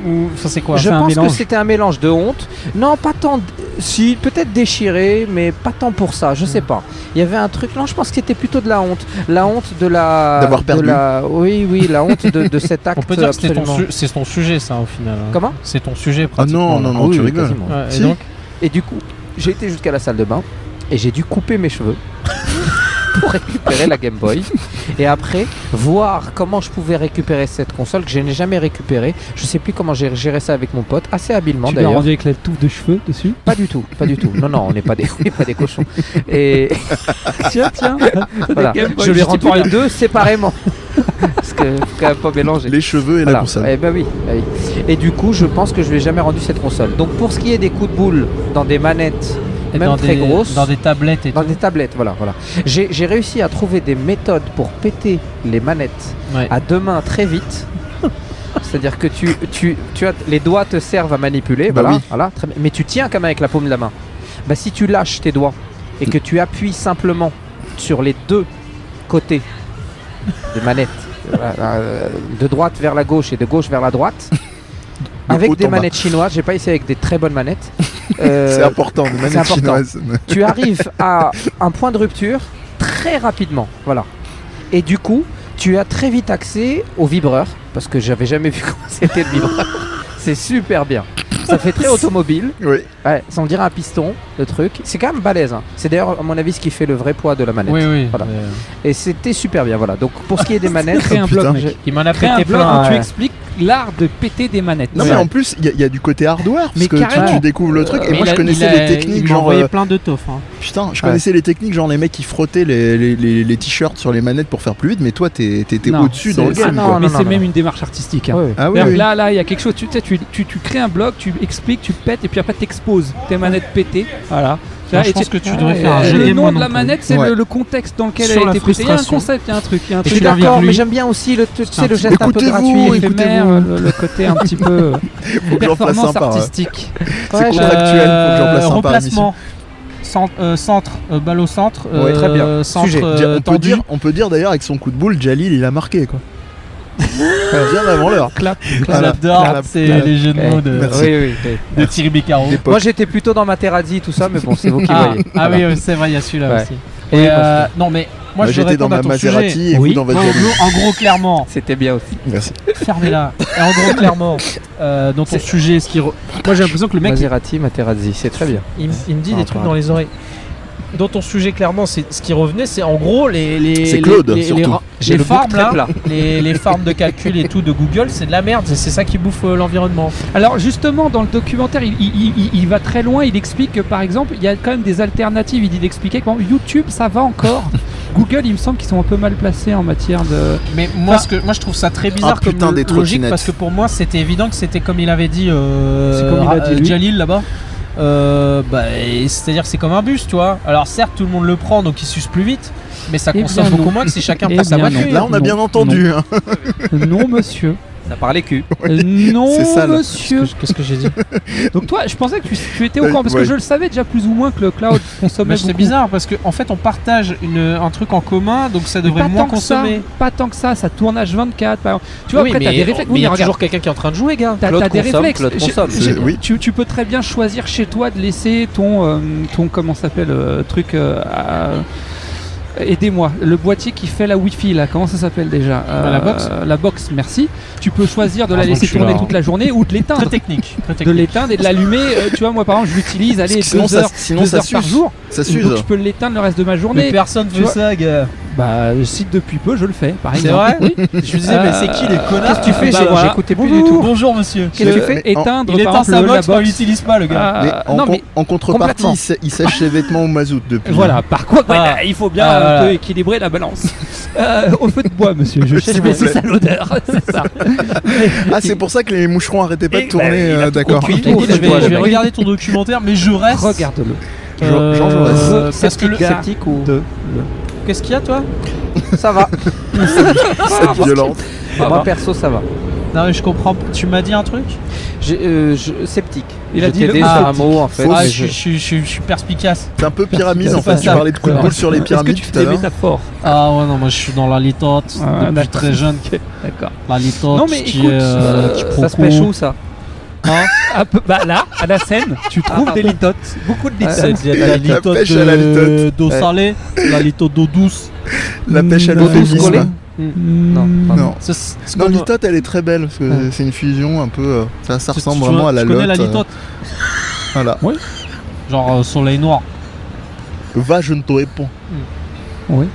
Ou enfin c'est quoi Je C'est un pense que mélange. c'était un mélange de honte. Non, pas tant. d- Si, peut-être déchiré, mais pas tant pour ça, je Hmm. sais pas. Il y avait un truc. Non, je pense que c'était plutôt de la honte. La honte de la. D'avoir de perdu. la- Oui, oui, la honte de, de cet acte. On peut dire que c'est ton, absolument. su- c'est ton sujet, ça, au final. hein. Comment C'est ton sujet, Ah non, non, Ah non, oui, tu oui, rigoles. quasiment. Ouais, et Si. donc, Et du coup, j'ai été jusqu'à la salle de bain et j'ai dû couper mes cheveux pour récupérer la Game Boy et après voir comment je pouvais récupérer cette console que je n'ai jamais récupérée. Je sais plus comment j'ai géré ça avec mon pote, assez habilement Tu l'as d'ailleurs. rendu avec la touffe de cheveux dessus Pas du tout, pas du tout. Non, non, on n'est pas des, on n'est pas des cochons. Et Tiens, tiens voilà, Game Boy, je lui ai je t'ai rendu les deux séparément. Parce que faut quand même pas mélanger. Les cheveux et la Voilà. console. Eh ben oui, oui. Et du coup, je pense que je lui ai jamais rendu cette console. Donc pour ce qui est des coups de boule dans des manettes, et même dans très des, grosses, Dans des tablettes et dans tout. des tablettes, voilà, voilà. J'ai j'ai réussi à trouver des méthodes pour péter les manettes Ouais. à deux mains très vite. C'est-à-dire que tu, tu, tu as, les doigts te servent à manipuler, Bah voilà, oui. voilà, très bien. mais tu tiens quand même avec la paume de la main. Bah, si tu lâches tes doigts et que tu appuies simplement sur les deux côtés de manette, voilà, euh, de droite vers la gauche et de gauche vers la droite, haut avec des en bas. manettes chinoises, j'ai pas essayé avec des très bonnes manettes, euh, C'est important, les manettes important. chinoises. tu arrives à un point de rupture très rapidement. Voilà. Et du coup, tu as très vite accès au vibreur, parce que j'avais jamais vu comment c'était le vibreur. C'est super bien. Ça fait très automobile, Oui. ouais, ça on dirait un piston, le truc. C'est quand même balèze. hein. C'est d'ailleurs, à mon avis, ce qui fait le vrai poids de la manette. Oui, oui. Voilà. mais- euh, Et c'était super bien, voilà. Donc, pour ce qui est des manettes, Oh, Crée un putain. blog, mec. Il m'en a Crée un pété blog plein. où tu ouais. expliques l'art de péter des manettes. Non, mais en plus, il y a- il y, a du côté hardware, parce Mais que tu- tu, carrément. découvres le truc. Et Mais moi, il je a- connaissais il a- les techniques, il m'a genre. envoyé euh, plein de toffes. hein. Putain, je connaissais les techniques, genre les mecs qui frottaient les, les, les- les t-shirts sur les manettes pour faire plus vite, mais toi, t'es- t'étais Non, au-dessus dans le c'est- game, ah, non, quoi. mais non, c'est non, même une démarche artistique. hein. Ouais, ouais. Ah oui, C'est-à-dire oui. que Là, là, il y a quelque chose. Tu, tu sais, tu, tu, tu crées un blog, tu expliques, tu pètes, et puis après, t'exposes tes manettes pétées. Voilà. Moi, Et Ah, je pense tu- que tu devrais Et faire un jeu le et moi nom de non la plus. manette, c'est Ouais. le, le contexte dans lequel Sur elle a la été pétée. Il y a un frustration. concept, il y a un truc. Il y a un Je truc suis l'as envie de d'accord, lui. mais j'aime bien aussi le, tu sais, un le petit- geste un peu Écoutez-vous, gratuit. écoutez-vous. éphémère, euh, le, le côté un petit peu euh, Faut que j'en fasse performance sympa, ouais. artistique. C'est contractuel, faut que j'en place Euh, un par Remplacement. Centre, euh, centre euh, balle au centre, euh, Ouais, très bien. centre Sujet. euh, mission. on, peut tendu. dire, on peut dire d'ailleurs, avec son coup de boule, Jalil, il a marqué, quoi. Bien avant l'heure. Clap. Voilà. J'adore, Clap, c'est clap. les jeux de Eh, mots de, merci. Oui, oui, oui. de Thierry Beccaro. L'époque. Moi, j'étais plutôt dans Materazzi, tout ça, mais bon, c'est vous qui Ah, voyez. ah Voilà. oui, oui, c'est vrai, il y a celui-là Ouais. aussi. Oui, Et, moi, euh, non, mais moi, Bah, je j'étais réponds dans à ma ton Maserati sujet. et vous Oui. dans votre en, Jalil. gros, en gros, clairement, C'était bien aussi. Merci. fermez-la. Et en gros, clairement, euh, dans ton sujet, ce qui. re- Moi, j'ai l'impression que le mec, Maserati, Materazzi, c'est très bien. il, il me dit Ah, des trucs pardon. dans les oreilles. Dans ton sujet, clairement, c'est ce qui revenait, c'est en gros les. les C'est les- Claude, les, les, surtout. ra- J'ai les le formes, bouc très là, plat. les, les formes de calcul et tout de Google, c'est de la merde, et c'est ça qui bouffe euh, l'environnement. Alors justement, dans le documentaire, il, il- il- il va très loin. Il explique que par exemple, il y a quand même des alternatives. Il dit d'expliquer que par exemple, YouTube, ça va encore. Google, il me semble qu'ils sont un peu mal placés en matière de. Mais moi, Enfin, ce que, moi, je trouve ça très bizarre ah, comme putain, lo- des logique trottinettes. parce que pour moi, c'était évident que c'était comme il avait dit, euh, C'est comme il a dit, euh, lui. Jalil là-bas. Euh, bah, et c'est-à-dire que c'est comme un bus, tu vois. Alors certes, tout le monde le prend, donc il suce plus vite, mais ça Eh consomme bien, non. beaucoup moins que si chacun Eh prend sa bien, voiture. non. Là, on a Non, bien entendu. hein. Non, monsieur. Ça parlait cul. Euh, non, C'est ça, là. monsieur. Qu'est-ce que j'ai dit Donc toi, je pensais que tu, tu étais au Ouais, courant parce ouais. que je le savais déjà plus ou moins que le cloud consommait Mais C'est beaucoup. bizarre parce qu'en en fait, on partage une, un truc en commun, donc ça Mais devrait pas moins tant que ça, consommer. pas tant que ça, ça tourne H24 par exemple. Tu vois, après t'as des réflexes. Oui, il y a regarde, toujours quelqu'un qui est en train de jouer, gars. T'as Claude t'as des consomme, réflexes. Claude J'ai- consomme. j'ai- C'est- oui. tu, tu peux très bien choisir chez toi de laisser ton, euh, ton comment ça s'appelle, euh, truc. euh, à- Aidez-moi, le boîtier qui fait la Wi-Fi là, comment ça s'appelle déjà Euh, Bah, la box La box, merci. Tu peux choisir de la Ah, moi, laisser je suis tourner là, hein. toute la journée ou de l'éteindre. Très technique. Très De technique. l'éteindre et de l'allumer. Euh, tu vois, moi par exemple, je l'utilise, allez, Parce que sinon, deux ça, heures, sinon, deux ça heures par s'use. jour. Ça s'use. Donc je peux l'éteindre le reste de ma Mais journée. personne Tu fait vois- ça, gars. Bah, je cite depuis peu, je le fais, par C'est exemple. vrai Je me disais, mais c'est qui Ah les connards Tu fais, bah, j'ai- voilà. j'écoutais plus du Bonjour. tout. Bonjour, monsieur. Qu'est-ce que tu Mais- fais mais en- Éteindre Il par éteint exemple, sa le- la box, mais on box. l'utilise pas, le gars. Mais Ah, en, non, con- mais en contrepartie, complètement. il, sè- il sèche ses vêtements au mazout depuis. Voilà, par contre, ouais, Ah. bah, il faut bien Ah, un voilà. peu équilibrer la balance. Euh, au feu de bois, monsieur, je S'il sais vous mais c'est plaît. ça l'odeur, c'est ça. Ah, c'est pour ça que les moucherons arrêtaient pas Et- de tourner, bah, il a euh, tout d'accord. compris. Écoute, je vais, Ouais, je vais ouais. regarder ton documentaire, mais je reste. Regarde-le. euh, Jean- Jean Jaurès. parce que le- Gars. Sceptique ou. De- Qu'est-ce qu'il y a, toi Ça va. Cette violente. Ah, Moi, bah. perso, ça va. Non, mais je comprends. Tu m'as dit un truc J'ai- euh, je- Sceptique. Il a J'étais dit le- déjà Ah, un mot, en fait. Fausse. Ah, mais je, je- je- je suis perspicace. C'est un peu pyramide en C'est pas fait. Tu ça. parlais de coup de Ouais. boule sur les Est-ce que pyramides tu fais tout à des l'heure. métaphores Ah ouais, non, moi je suis dans la litote Ah, depuis d'accord. très jeune. D'accord. La litote Non, mais qui écoute, est, euh, euh, qui Ça se procou- pêche où, ça Un peu- bah, là, à la scène, tu trouves Ah, des litotes, beaucoup de Ça, litotes. il y a de la La litote pêche à la de- litote. d'eau Ouais. salée, la litote d'eau douce. La pêche à Non, se coller. l'euphémisme. Non, pardon. Non. C'est- c'est Non, comme- Litote, elle est très belle parce que Ouais. c'est une fusion un peu. euh, Ça, ça tu- ressemble tu- vraiment tu à la connais la lotte. euh, litote Voilà. Genre euh, soleil noir. Va, je ne te réponds. Oui.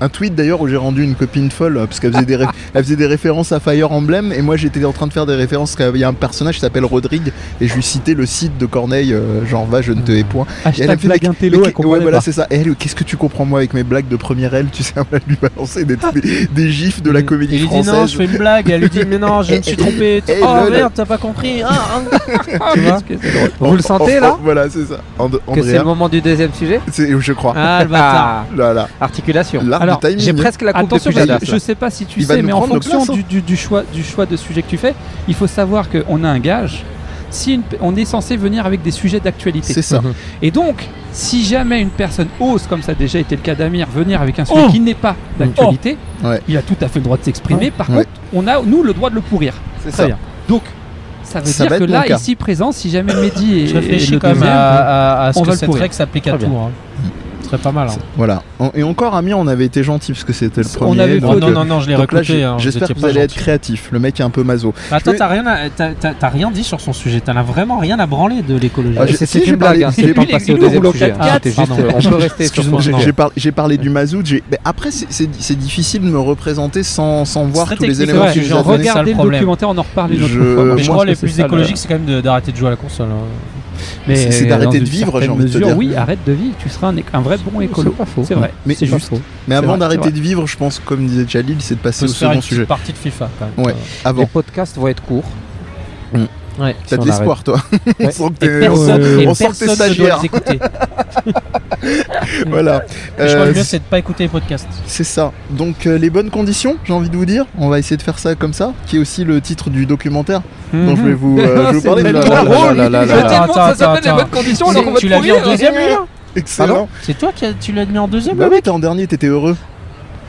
Un tweet d'ailleurs où j'ai rendu une copine folle euh, parce qu'elle faisait, des ré- elle faisait des références à Fire Emblem et moi j'étais en train de faire des références. Il y a un personnage qui s'appelle Rodrigue et je lui citais le site de Corneille, euh, genre va, je ne te réponds. Et elle a Hashtag fait blague des- intello, mais elle qu'est- ouais, comprenait voilà, pas. c'est ça. Et elle, qu'est-ce que tu comprends moi avec mes blagues de première L Tu sais, on va lui balancer des, des, des gifs de la Mm. Il comédie lui dit non, française. je fais une blague. Elle lui dit mais non, je me suis trompé. Eh, oh lol. merde, t'as pas compris. Ah, ah. Ah, tu vois. qu'est-ce que c'est drôle. Vous le sentez, Oh, là oh, Voilà, c'est ça. And- Que c'est le Andrea, moment du deuxième sujet c'est- je crois. Ah, le bâtard. Là, là. Articulation. L'art Alors, du timing. hein. J'ai presque la coupe Attention, de Pujada. parce que je sais pas si tu Il va sais, nous mais en prendre le fonction classe, hein. du, du- du choix, du choix de sujet que tu fais, il faut savoir qu'on a un gage. Si une- on est censé venir avec des sujets d'actualité. C'est ça. Et donc, si jamais une personne ose, comme ça a déjà été le cas d'Amir, venir avec un sujet Oh. qui n'est pas d'actualité, Oh. Ouais. il a tout à fait le droit de s'exprimer. Par Ouais. contre, on a, nous, le droit de le pourrir. C'est Très ça. bien. Donc, ça veut Ça dire va que être là, mon cas. ici présent, si jamais Mehdi est. Je est réfléchis le quand même deuxième, à, à- à ce on que va le cette pourrir. règle s'applique à Très tout. Hein. Ce serait pas mal. hein. Voilà. En- Et encore, Ami, on avait été gentil parce que c'était le On premier. avait fait- Oh donc, non, euh, non, non, je l'ai donc là, recruté. j'ai- hein, vous j'espère étiez que vous pas allez être gentils. créatif. Le mec est un peu maso. Bah, Je Toi, vais- t'as rien, à- t'as- t'as- t'as rien dit sur son sujet. T'as là vraiment rien à branler de l'écologie. Ah, j'ai- C'est si, c'est j'ai une parlé- blague, hein, c'est j'ai pas parlé- passé au j'ai deuxième parlé- sujet. hein, c'était pardon. juste, euh, On peut rester sur Excuse-moi, son j'ai- sujet. j'ai parlé, j'ai parlé du mazout. j'ai- mais après, c'est- c'est c'est difficile de me représenter sans, sans voir très tous les technique, C'est éléments vrai, que vous sujet. avez donnés. C'est ça, le regardez le problème. documentaire, on en reparle une autre Je- fois. moi, Mais je Euh, pense crois que les c'est plus ça, le- écologiques, c'est quand même de- d'arrêter de jouer à la console. hein. Mais C'est- c'est euh, d'arrêter dans de une vivre, j'ai certaine envie de te mesure, dire. Oui, arrête de vivre, tu seras un, un vrai bon écolo. pas faux. C'est vrai, Mais- c'est c'est pas juste. Mais vrai, avant c'est d'arrêter vrai. de vivre, je pense, comme disait Jalil, c'est de passer Faut au se faire second une sujet. petite partie de FIFA quand même. Ouais. Euh, Les Avant. podcasts vont être courts. Mm. Ouais, si T'as on de l'espoir, toi. on sent que Et t'es- personne- euh, on- et on sent que t'es personne ne doit stagiaire. les écouter. Voilà. Je crois que Euh, le mieux, c'est de pas écouter les podcasts. C'est ça. Donc euh, les bonnes conditions, j'ai envie de vous dire. On va essayer de faire ça comme ça, qui est aussi le titre du documentaire dont je vais vous, euh, je Mhm. vais vous C'est parler. tellement Là, là, là, drôle. là, là, là, là. Attends, tellement que ça attends, s'appelle les attends. bonnes conditions, alors qu'on va Tu l'as te mis en pourrir. deuxième lieu Excellent. C'est toi qui as- tu l'as mis en deuxième Bah oui, t'es en dernier, t'étais heureux.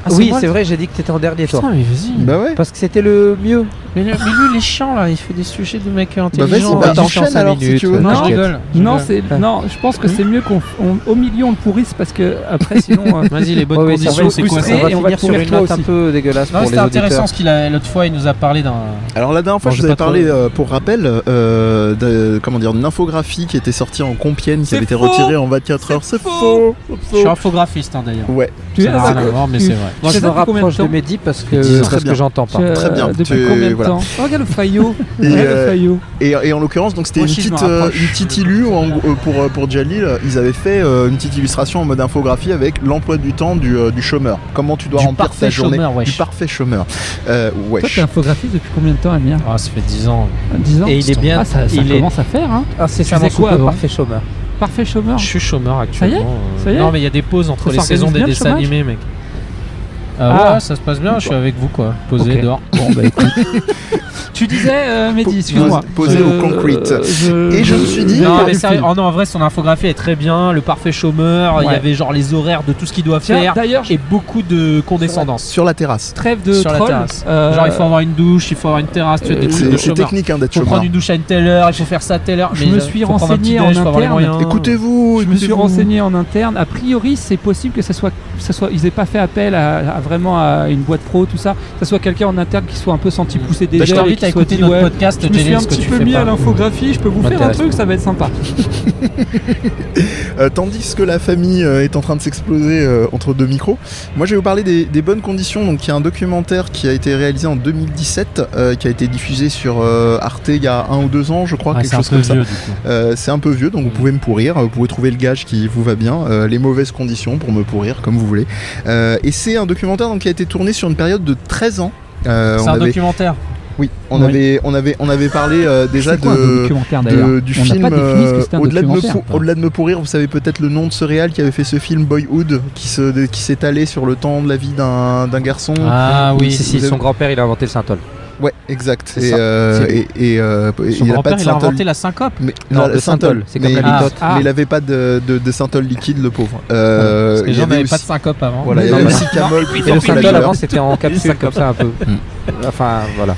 Ah, Oui, c'est vrai, j'ai dit que t'étais en dernier, toi. Putain, mais vas-y. Bah ouais. Parce que c'était le mieux. Mais, le- mais lui, il est chiant là, il fait des sujets de mec Bah vas-y, intelligent. bah, attends, enchaîne cinq alors si minutes, tu veux. euh, non, je t'inquiète. rigole. je Non, rigole. c'est non. Je pense que c'est mieux qu'on on- au milieu on le pourrisse parce que après sinon euh, Vas-y, les bonnes Ouais, ouais, ça conditions, va c'est être quoi frustré. ça On Et on va va finir sur courir une toi note un aussi. peu dégueulasse Non, pour c'était les auditeurs. intéressant ce qu'il a l'autre fois, il nous a parlé d'un. Alors la dernière fois, Non, je vous j'ai avais pas parlé, euh, pour rappel, euh, de, comment dire, d'une infographie qui était sortie en Compiègne, qui C'est avait été faux retirée en 24 heures. C'est faux. faux. Je suis infographiste hein, d'ailleurs. Ouais, Tu Ça es n'a rien à voir, mais c'est vrai. Moi, Je je sais me pas depuis combien de rapproche de temps. Mehdi parce Très que parce bien. que j'entends pas. Je- Très bien, euh, Depuis tu- combien de voilà. temps Oh, Regarde le faillot. Et, Regarde le euh, faillot. et, et en l'occurrence, donc c'était Moi une aussi, je petite, me euh, rapproche. une petite illu en- euh, pour euh, pour Jalil, euh, ils avaient fait euh, une petite illustration en mode infographie avec l'emploi du temps du, euh, du chômeur. Comment tu dois Du remplir parfait ta journée chômeur, du wesh. parfait chômeur. Euh, Toi, wesh. t'es infographiste depuis combien de temps, Amir Ah, ça fait 10 ans. 10 ans Et il est bien- Ah, ça, ça il est- commence à faire, hein Incessamment faisais sous quoi peu, avant parfait chômeur. Parfait chômeur. Je suis chômeur y est actuellement. euh, Ah. Ça y est non, mais il y a des pauses entre Ça les saisons s'organise des bien, le dessins chômage animés, mec. Euh, Ah. Ouais, ça se passe bien, je suis avec vous quoi. Posé Ok. dehors. Bon, bah écoute. tu disais, euh, Mehdi, Po- excuse-moi. posé Je- au concrete. euh, Et je me suis dit- Non, j'avais mais perdu sérieux, le fil. oh non, en vrai, son infographie est très bien. Le parfait chômeur, il Ouais. y avait genre les horaires de tout ce qu'il doit Tiens, faire D'ailleurs, et beaucoup de condescendance. Sur la terrasse. trêve de Sur la troll. terrasse. euh, Genre, il faut avoir une douche, il faut avoir une terrasse, tu vois, des euh, trucs C'est de c'est chômeur. technique hein, d'être Il faut chômeur. prendre une douche à une telle heure, il faut faire ça à telle heure. Je mais me euh, suis faut prendre un petit renseigné en déj, faut avoir les interne. moyens. Écoutez-vous, Je me suis écoutez-vous. renseigné en interne. A priori, c'est possible que ça soit, ça soit, ils aient pas fait appel à, à vraiment à une boîte pro, tout ça. Que ça soit quelqu'un en interne qui soit un peu senti pousser des Bah, je ailes et t'invite qui à soit écouter dit, notre ouais, podcast Je me suis Jalen, un ce que petit tu peu fais mis pas. à l'infographie. Je peux vous faire un M'intéresse truc, ça va être sympa. Euh, tandis que la famille euh, est en train de s'exploser euh, entre deux micros, moi je vais vous parler des, des bonnes conditions. Donc il y a un documentaire qui a été réalisé en 2017, euh, qui a été diffusé sur euh, Arte il y a un ou deux ans, je crois, Ouais, quelque Ah, c'est un chose comme peu ça. vieux, du coup. Euh, c'est un peu vieux, donc vous pouvez me pourrir, vous pouvez trouver le gage qui vous va bien, euh, les mauvaises conditions pour me pourrir, comme vous voulez. Euh, et c'est un documentaire donc, qui a été tourné sur une période de 13 ans. Euh, C'est on un avait, documentaire. oui, on Oui. avait, on avait, on avait parlé euh, déjà C'est quoi un de, documentaire de- d'ailleurs du On film n'a pas défini ce que euh, c'était un au-delà de, me documentaire. pour- au-delà de me pourrir vous savez peut-être le nom de ce réal qui avait fait ce film Boyhood qui se de- qui s'étalait sur le temps de la vie d'un d'un garçon Ah oui, Si, si, vous avez- son grand-père il a inventé le synthol. ouais exact C'est et ça. euh, C'est et, et, euh, et Son il a pas grand-père, de il a synthol inventé la syncope. mais Non, la- le la synthol, c'est comme mais- la Ah, litote. Ah. mais il avait pas de, de, de synthol liquide le pauvre Euh, Parce que les il y gens avait n'avaient pas de aussi- syncope avant. voilà il y Non, avait mais- aussi Camol Et le Fort Soleil synthol Leader. avant c'était en capsule comme ça un peu. Enfin voilà.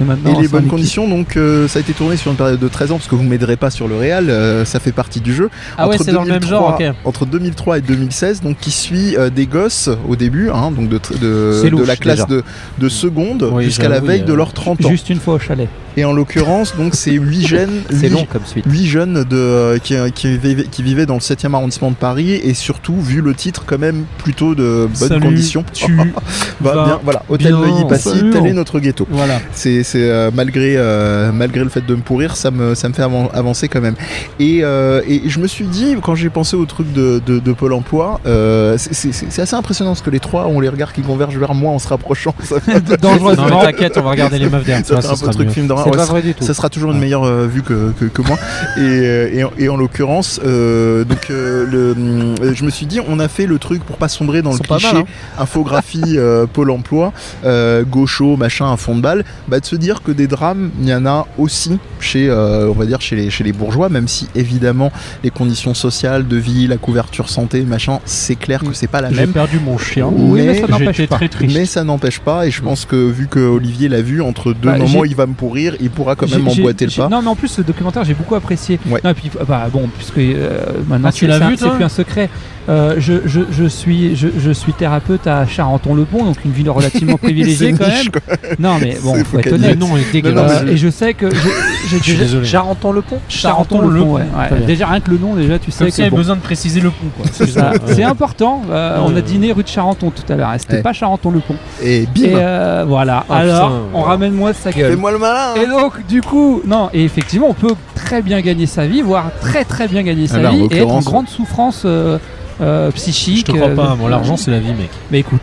Et maintenant, Et on les s'en bonnes équipe. conditions, donc euh, ça a été tourné sur une période de 13 ans parce que vous ne m'aiderez pas sur le réal, euh, ça fait partie du jeu. Ah ouais, entre c'est dans le même 2003 genre, ok. Entre 2003 et 2016, donc qui suit euh, des gosses au début, hein, donc de, tr- de, C'est de louche, la classe déjà. de, de seconde Oui, jusqu'à la j'avoue, veille euh, de leurs 30 ans. Juste une fois au chalet. Et en l'occurrence, donc c'est 8 jeunes, C'est huit- long comme suite. huit jeunes de, euh, qui, qui, vivaient, qui vivaient dans le 7e arrondissement de Paris et surtout, vu le titre, quand même plutôt de bonnes Salut, conditions. tu Bah, vas bien, voilà, hôtel bien, Neuilly-Passy, salut. tel est notre ghetto. Voilà. C'est c'est, euh, malgré euh, malgré le fait de me pourrir, ça me ça me fait avan- avancer quand même. Et, euh, et je me suis dit quand j'ai pensé au truc de, de, de Pôle Emploi, euh, c'est- c'est c'est- c'est assez impressionnant parce que les trois ont les regards qui convergent vers moi en se rapprochant. Ça fait- Dangereusement. Non mais t'inquiète, on va regarder les meufs derrière. ça toi, fait ce un peu sera truc mieux. film d'horreur. ouais, pas ça- vrai du tout. ça sera toujours une meilleure euh, vue que, que, que moi. Et, euh, et en- et en l'occurrence, euh, donc euh, le, hum, euh, je me suis dit, on a fait le truc pour pas sombrer dans le Ils sont pas cliché mal, hein. infographie euh, pôle emploi, euh, gaucho, machin, un fond de balle. Bah, de se dire que des drames, il y en a aussi chez, euh, on va dire chez les, chez les bourgeois, même si évidemment les conditions sociales de vie, la couverture santé, machin, c'est clair que c'est pas la J'ai même. perdu mon chien. Oui, mais ça J'étais n'empêche pas. très triste. Mais ça n'empêche pas, et je pense que vu que Olivier l'a vu, entre deux Bah, moments, j'ai- il va me pourrir, il pourra quand même J'ai- j'ai- emboîter le j'ai- pas. Non, mais en plus, ce documentaire, j'ai beaucoup apprécié. Ouais. Non, et puis, bah, bon, puisque euh, maintenant, Ah, tu c'est- l'as c'est un- vu, c'est toi plus un secret. Euh, je, je, je suis, je, je suis thérapeute à Charenton-le-Pont, donc une ville relativement privilégiée C'est quand niche, même. Non, mais bon, C'est- faut faut être qu'elle honnête. non, il est Non, non, dégueulasse. mais Euh, je- Et je sais que j'ai- j'ai Je suis déjà- désolé. Charenton le pont Charenton-le-Pont. ouais, ouais. Très bien. Déjà, rien que le nom, déjà, tu sais Comme s'il y que avait bon, besoin de préciser le pont, quoi. ça- Excuse-moi. c'est important. Euh, On a Euh. dîné rue de Charenton tout à l'heure. hein. C'était Ouais. pas Charenton-le-Pont. Et Et bim euh, voilà. Ah, Alors, putain, on ouais. ramène-moi sa gueule. Fais-moi le malin hein. Et donc, du coup, non, et effectivement, on peut très bien gagner sa vie, voire très très bien gagner sa Ah, là, en vie, et être en l'occurrence, grande souffrance euh, euh, psychique. Je te crois euh, pas, bon, l'argent c'est la vie, mec. Mais écoute,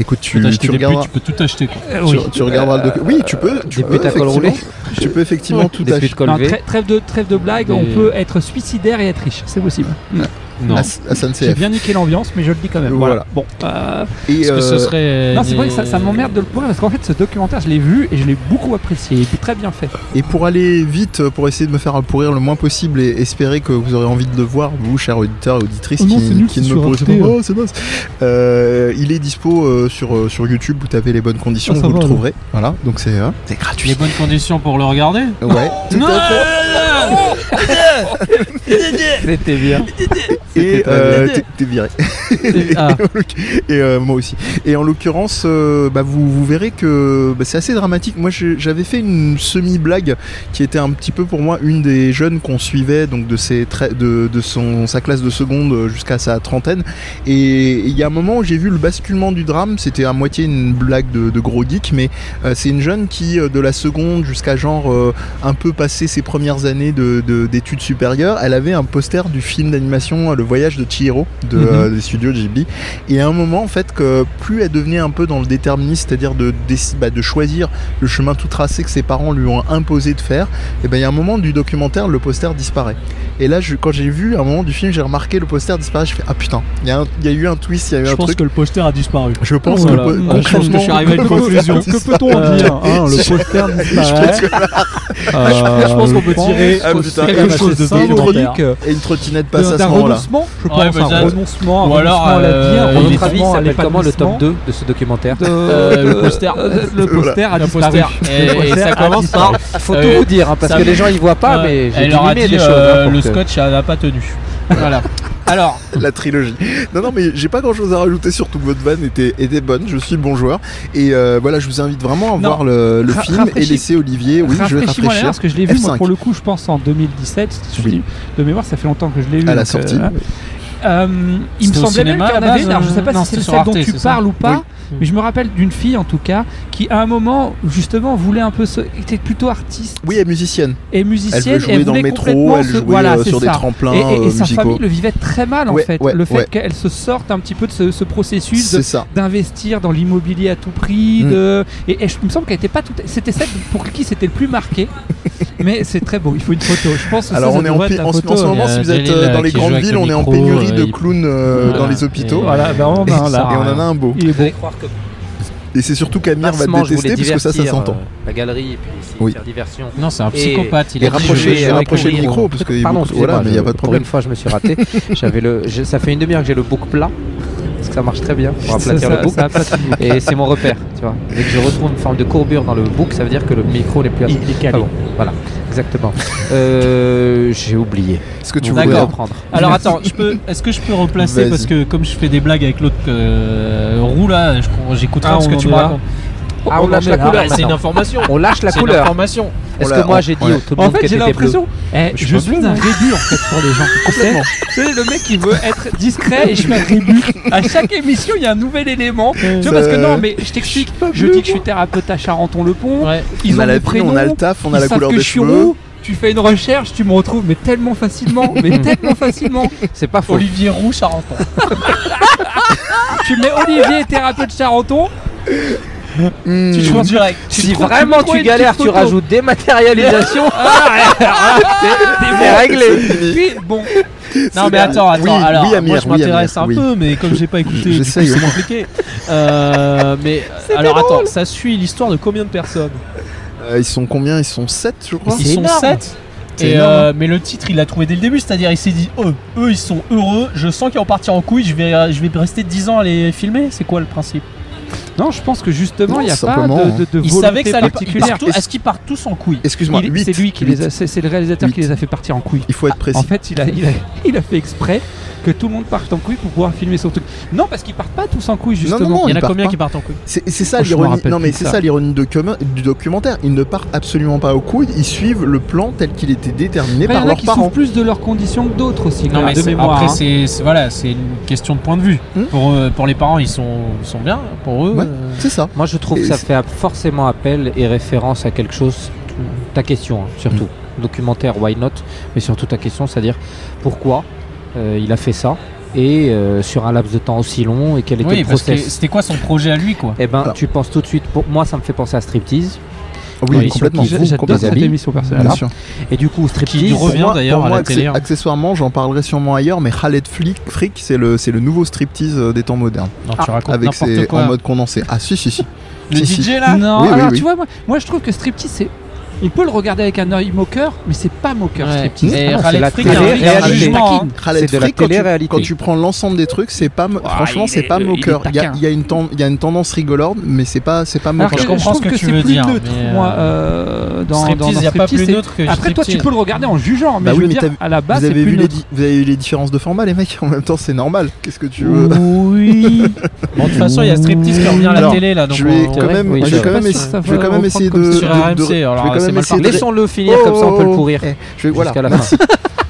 Écoute, tu, Tu peux tu t'acheter des putes, regarderas. tu peux tout acheter, quoi. euh, Tu, oui. tu regarderas le docu- Oui, tu peux. Tu Des peux putes à col effectivement- roulé. Tu peux effectivement tout Des acheter. putes col Non, levées. trêve- trêve de trêve de blague, on Des- peut être suicidaire et être riche, c'est possible. Non. à S- J'ai à SNCF. bien niqué l'ambiance, mais je le dis quand même. Voilà. Voilà. Bon. euh, Et Est-ce que ce euh, serait. euh, non, c'est vrai que ça, ça m'emmerde de le point parce qu'en fait, ce documentaire, je l'ai vu et je l'ai beaucoup apprécié. Il est très bien fait. Et pour aller vite, euh, pour essayer de me faire pourrir le moins possible et espérer que vous aurez envie de le voir, vous, chers auditeurs et auditrices, Oh non, qui, c'est nul, qui c'est ne me sur pourrissez Arte, pas, hein. Oh, c'est mince. Euh, il est dispo euh, sur, euh, sur YouTube, vous tapez les bonnes conditions, Ah, ça va, vous le alors. trouverez. Voilà, donc c'est euh, c'est Les gratuit. bonnes conditions pour le regarder Ouais, tout Non à fait. C'était bien. très Et euh, t'es- t'es viré. Ah. et euh, moi aussi. Et en l'occurrence, euh, bah, vous, vous verrez que bah, c'est assez dramatique. Moi, je- j'avais fait une semi-blague qui était un petit peu pour moi une des jeunes qu'on suivait, donc de, ses trai- de, de son, sa classe de seconde jusqu'à sa trentaine. Et il y a un moment où j'ai vu le basculement du drame. C'était à moitié une blague de, de gros geek, mais euh, c'est une jeune qui, euh, de la seconde jusqu'à genre euh, un peu passé ses premières années de- de- d'études supérieures, elle avait un poster du film d'animation euh, Le Voyage de Chihiro de, euh, des studios Ghibli. Et à un moment, en fait, que plus elle devenait un peu dans le déterminisme, c'est-à-dire de, déci- bah, de choisir le chemin tout tracé que ses parents lui ont imposé de faire, et ben il y a un moment du documentaire, le poster disparaît. Et là, je, quand j'ai vu à un moment du film, j'ai remarqué le poster disparaît, je fais ah putain, il y, a un- il y a eu un twist, il y a eu un truc. que le poster a disparu. Je pense Voilà. que le po- Ah, je pense que je suis arrivé à une le poster conclusion. disparaît. Que peut-on Euh, en dire hein, Le poster disparaît. Euh, Je pense qu'on peut tirer Ah, putain, quelque et- chose de et- symbolique. Et une trottinette passe D'un à ce d'un moment-là. renoncement, je Ouais, pense, bah, un ça- renoncement, un ou alors, renoncement à la vie, euh, un à À votre renoncement avis, il à s'appelle comment le top l'épanouissement. 2 de ce documentaire de- Euh, le poster. Euh, le poster a Le disparu. poster. Et, et ça commence par. Faut Euh, tout vous dire, hein, parce ça- que les gens ils voient pas, euh, mais j'ai elle leur a diminué dit des choses. euh, hein, pour le que- scotch elle n'a pas tenu. Voilà. Alors, la trilogie. Non, non, mais j'ai pas grand chose à rajouter, surtout que votre van était, était bonne. Je suis bon joueur. Et euh, voilà, je vous invite vraiment à Non. voir le, le Ra- film et rafraîchis- laisser Olivier. Oui, je vais Rafraîchis-moi la rafraîchir. parce que je l'ai vu moi, F5. pour le coup, je pense en 2017. Je Oui. dis- De mémoire, ça fait longtemps que je l'ai vu. À la donc, sortie. euh, euh, il me C'était au semblait même cinéma, qu'il y en à la avait base, euh, une, alors je sais pas si non, c'est c'était sur celle dont Arte, tu c'est ça Mm. parles ou pas, Oui. mais je me rappelle d'une fille en tout cas qui à un moment justement voulait un peu se... était plutôt artiste Oui, elle est musicienne. et Elle musicienne veut et jouer dans le voulait métro, complètement elle se- jouait voilà, euh, c'est sur des ça. tremplins et, et- et euh, sa famille musicaux. le vivait très mal en Ouais, fait, ouais, le fait ouais. qu'elle se sorte un petit peu de ce, ce processus de- C'est ça. d'investir dans l'immobilier à tout prix. Mm. De... Et, et je- il me semble qu'elle était pas tout. C'était celle pour qui c'était le plus marqué. Mais c'est très beau. Il faut une photo. Je pense. que Alors ça, ça on est en, devrait pé- être la en ce- en photo. hein. ce moment, Il y a si vous êtes Jalil, euh, là, dans les qui joue grandes avec villes, le on est en micro, pénurie euh, de il- clowns euh, Voilà. dans les hôpitaux. Et- Voilà, ben on en Et, a un là. et on en a un beau. Il est beau. Et c'est surtout qu'Amir va Bassement, je voulais détester parce que ça, ça divertir, s'entend. euh, La galerie, et puis essayer Oui. de faire diversion. Non, c'est un Et- psychopathe. Il et a dit, je rapprochez- vais, et euh, rapprochez le courir. micro, parce que- Pardon, excusez-moi, voilà, mais y a je- pas de pour problème. une fois, je me suis raté. J'avais le, j'ai- ça fait une demi-heure que j'ai le bouc plat. Parce que ça marche très bien pour Ça, aplatir ça- le bouc. ça aplatit le bouc. Et c'est mon repère, tu vois. Dès que je retrouve une forme de courbure dans le bouc, ça veut dire que le micro n'est plus à Il est calé. Ah bon, voilà, exactement. Euh, j'ai oublié. Ce que tu Vous voulais. pouvez D'accord. reprendre. Alors attends, je peux, est-ce que je peux replacer Vas-y. parce que comme je fais des blagues avec l'autre euh, roue là, je- j'écoute rien Ah, ce on que en tu est me là. racontes. Ah, on lâche la Ah, couleur C'est une maintenant. information. On lâche la C'est une couleur. information. Est-ce On que la- moi j'ai dit on la- au tout le En monde fait, qu'elle j'ai était bleue l'impression. Eh, Je suis je pas suis bleu, un rébut en fait pour les gens. Complètement. C'est le mec qui veut être discret et je suis un rébut. À chaque émission, il y a un nouvel élément. Tu vois, parce que non, mais je t'explique. Je dis que je suis thérapeute à Charenton-le-Pont. Ouais. Ils ont on mon a la vie, on a prénom. le taf, on Ils a la savent couleur que des je suis cheveux. roux, Tu fais une recherche, tu me retrouves, mais tellement facilement, mais tellement facilement. C'est pas faux. Olivier Roux Charenton. Tu mets Olivier, thérapeute Charenton. Tu joues en Hmm. direct. Si vraiment trouves tu une galères, petite tu photo. rajoutes dématérialisation. Ah, C'est réglé. Oui, bon. Non mais la- attends, attends. oui, alors, oui, moi Amir, je oui, m'intéresse Amir, un oui. peu, mais comme j'ai pas écouté, du coup, J'essaye, c'est au moins. compliqué. Euh, mais alors attends, ça suit l'histoire de combien de personnes Euh, ils sont combien Ils sont 7, je crois. Ils sont énorme. 7 C'est et euh, mais le titre il l'a trouvé dès le début, c'est-à-dire il s'est dit eux, eux ils sont heureux, je sens qu'ils vont partir en couille, je vais, euh, je vais rester 10 ans à les filmer, c'est quoi le principe Non, je pense que justement, Non, il n'y a pas simplement, de, de, de Ils volonté savaient que ça allait pas- ils particulière. partent tous- Est-ce qu'ils partent tous en couille Excuse-moi, Il- 8. C'est lui qui les a, c'est c'est le réalisateur qui Huit. les a fait partir en couille. Il faut être précis. En fait, il a, il, a, il a fait exprès que tout le monde parte en couille pour pouvoir filmer son truc. Non, parce qu'ils partent pas tous en couille, justement. non, non, Il y en ils a partent combien pas. qui partent en couille C'est c'est ça Oh, je me l'ironie. rappelle Non mais plus c'est ça. ça l'ironie de com- du documentaire. Ils ne partent absolument pas au couilles. Ils suivent le plan tel qu'il était Après, il déterminé y par en a leurs qui souffrent parents. plus de leurs conditions que d'autres aussi, quand Non, même, mais de c'est- mémoire. après, hein. c'est c'est- voilà, c'est une question de point de vue. Hmm. Pour, eux- pour les parents, ils sont, ils sont bien. Pour eux, Ouais. euh, C'est ça. Moi, je trouve que Et ça c'est- fait forcément appel et référence à quelque chose. Ta question, hein, surtout. Mm. Documentaire, why not Mais surtout ta question, c'est-à-dire pourquoi euh, il a fait ça et euh, sur un laps de temps aussi long et quel était oui, le parce que process. c'était quoi son projet à lui, quoi Eh ben, Alors. tu penses tout de suite. Pour moi, ça me fait penser à striptease. Ah Oui, Ouais, ils complètement. sont- J'a- vous, J'adore complètement. cette émission personnelle. hein. Bien Voilà. sûr. Et du coup, striptease. revient Pour moi- d'ailleurs pour à moi, la télé, hein. Accessoirement, j'en parlerai sûrement ailleurs, mais Khaled Flick, Frick, c'est le, c'est le nouveau striptease euh, des temps modernes. Non, tu racontes Avec ses, n'importe quoi. en mode condensé. Ah si, si, si. Le Si, si. DJ là Non, Oui, oui, alors oui. Ah, tu vois, moi, moi je trouve que striptease, c'est. On peut le regarder avec un œil moqueur, mais c'est pas moqueur, Ouais. striptease. Et Ah non, Ralph c'est la Frick, télé- il y a un réalité. jugement, Taquine. Khaled C'est de la Flick, quand tu, télé-réalité. quand tu prends l'ensemble des trucs, c'est pas, mo- franchement, c'est pas moqueur. Il y, a- il y a une ten- il y a une tendance rigolorde, mais c'est pas, c'est pas Alors moqueur. que je comprends trouve ce que que tu c'est veux plus dire, neutre, mais, euh, moi, euh, dans, dans, Striptease, dans il n'y a pas striptease, plus c'est- neutre que Après, toi, tu striptease. peux le regarder en jugeant, mais Bah je oui, veux mais dire, t'as vu- à la base, vous c'est avez, plus vu les neutre. di- vous avez vu les différences de format, les mecs En même temps, c'est normal. Qu'est-ce que tu veux Oui. Bon, de toute façon, il y a striptease qui revient à la Alors, télé là. Donc euh, Je vais on- quand même, oui, je c'est vais quand vrai. même, Je suis pas sûr essa- que je vais ça quand va même essayer de, reprendre Euh, de- sur RMC, de- je vais alors, euh, quand c'est même mal essayer de- Laissons-le finir, comme ça on peut le pourrir. Eh, je vais- voilà. Jusqu'à la fin.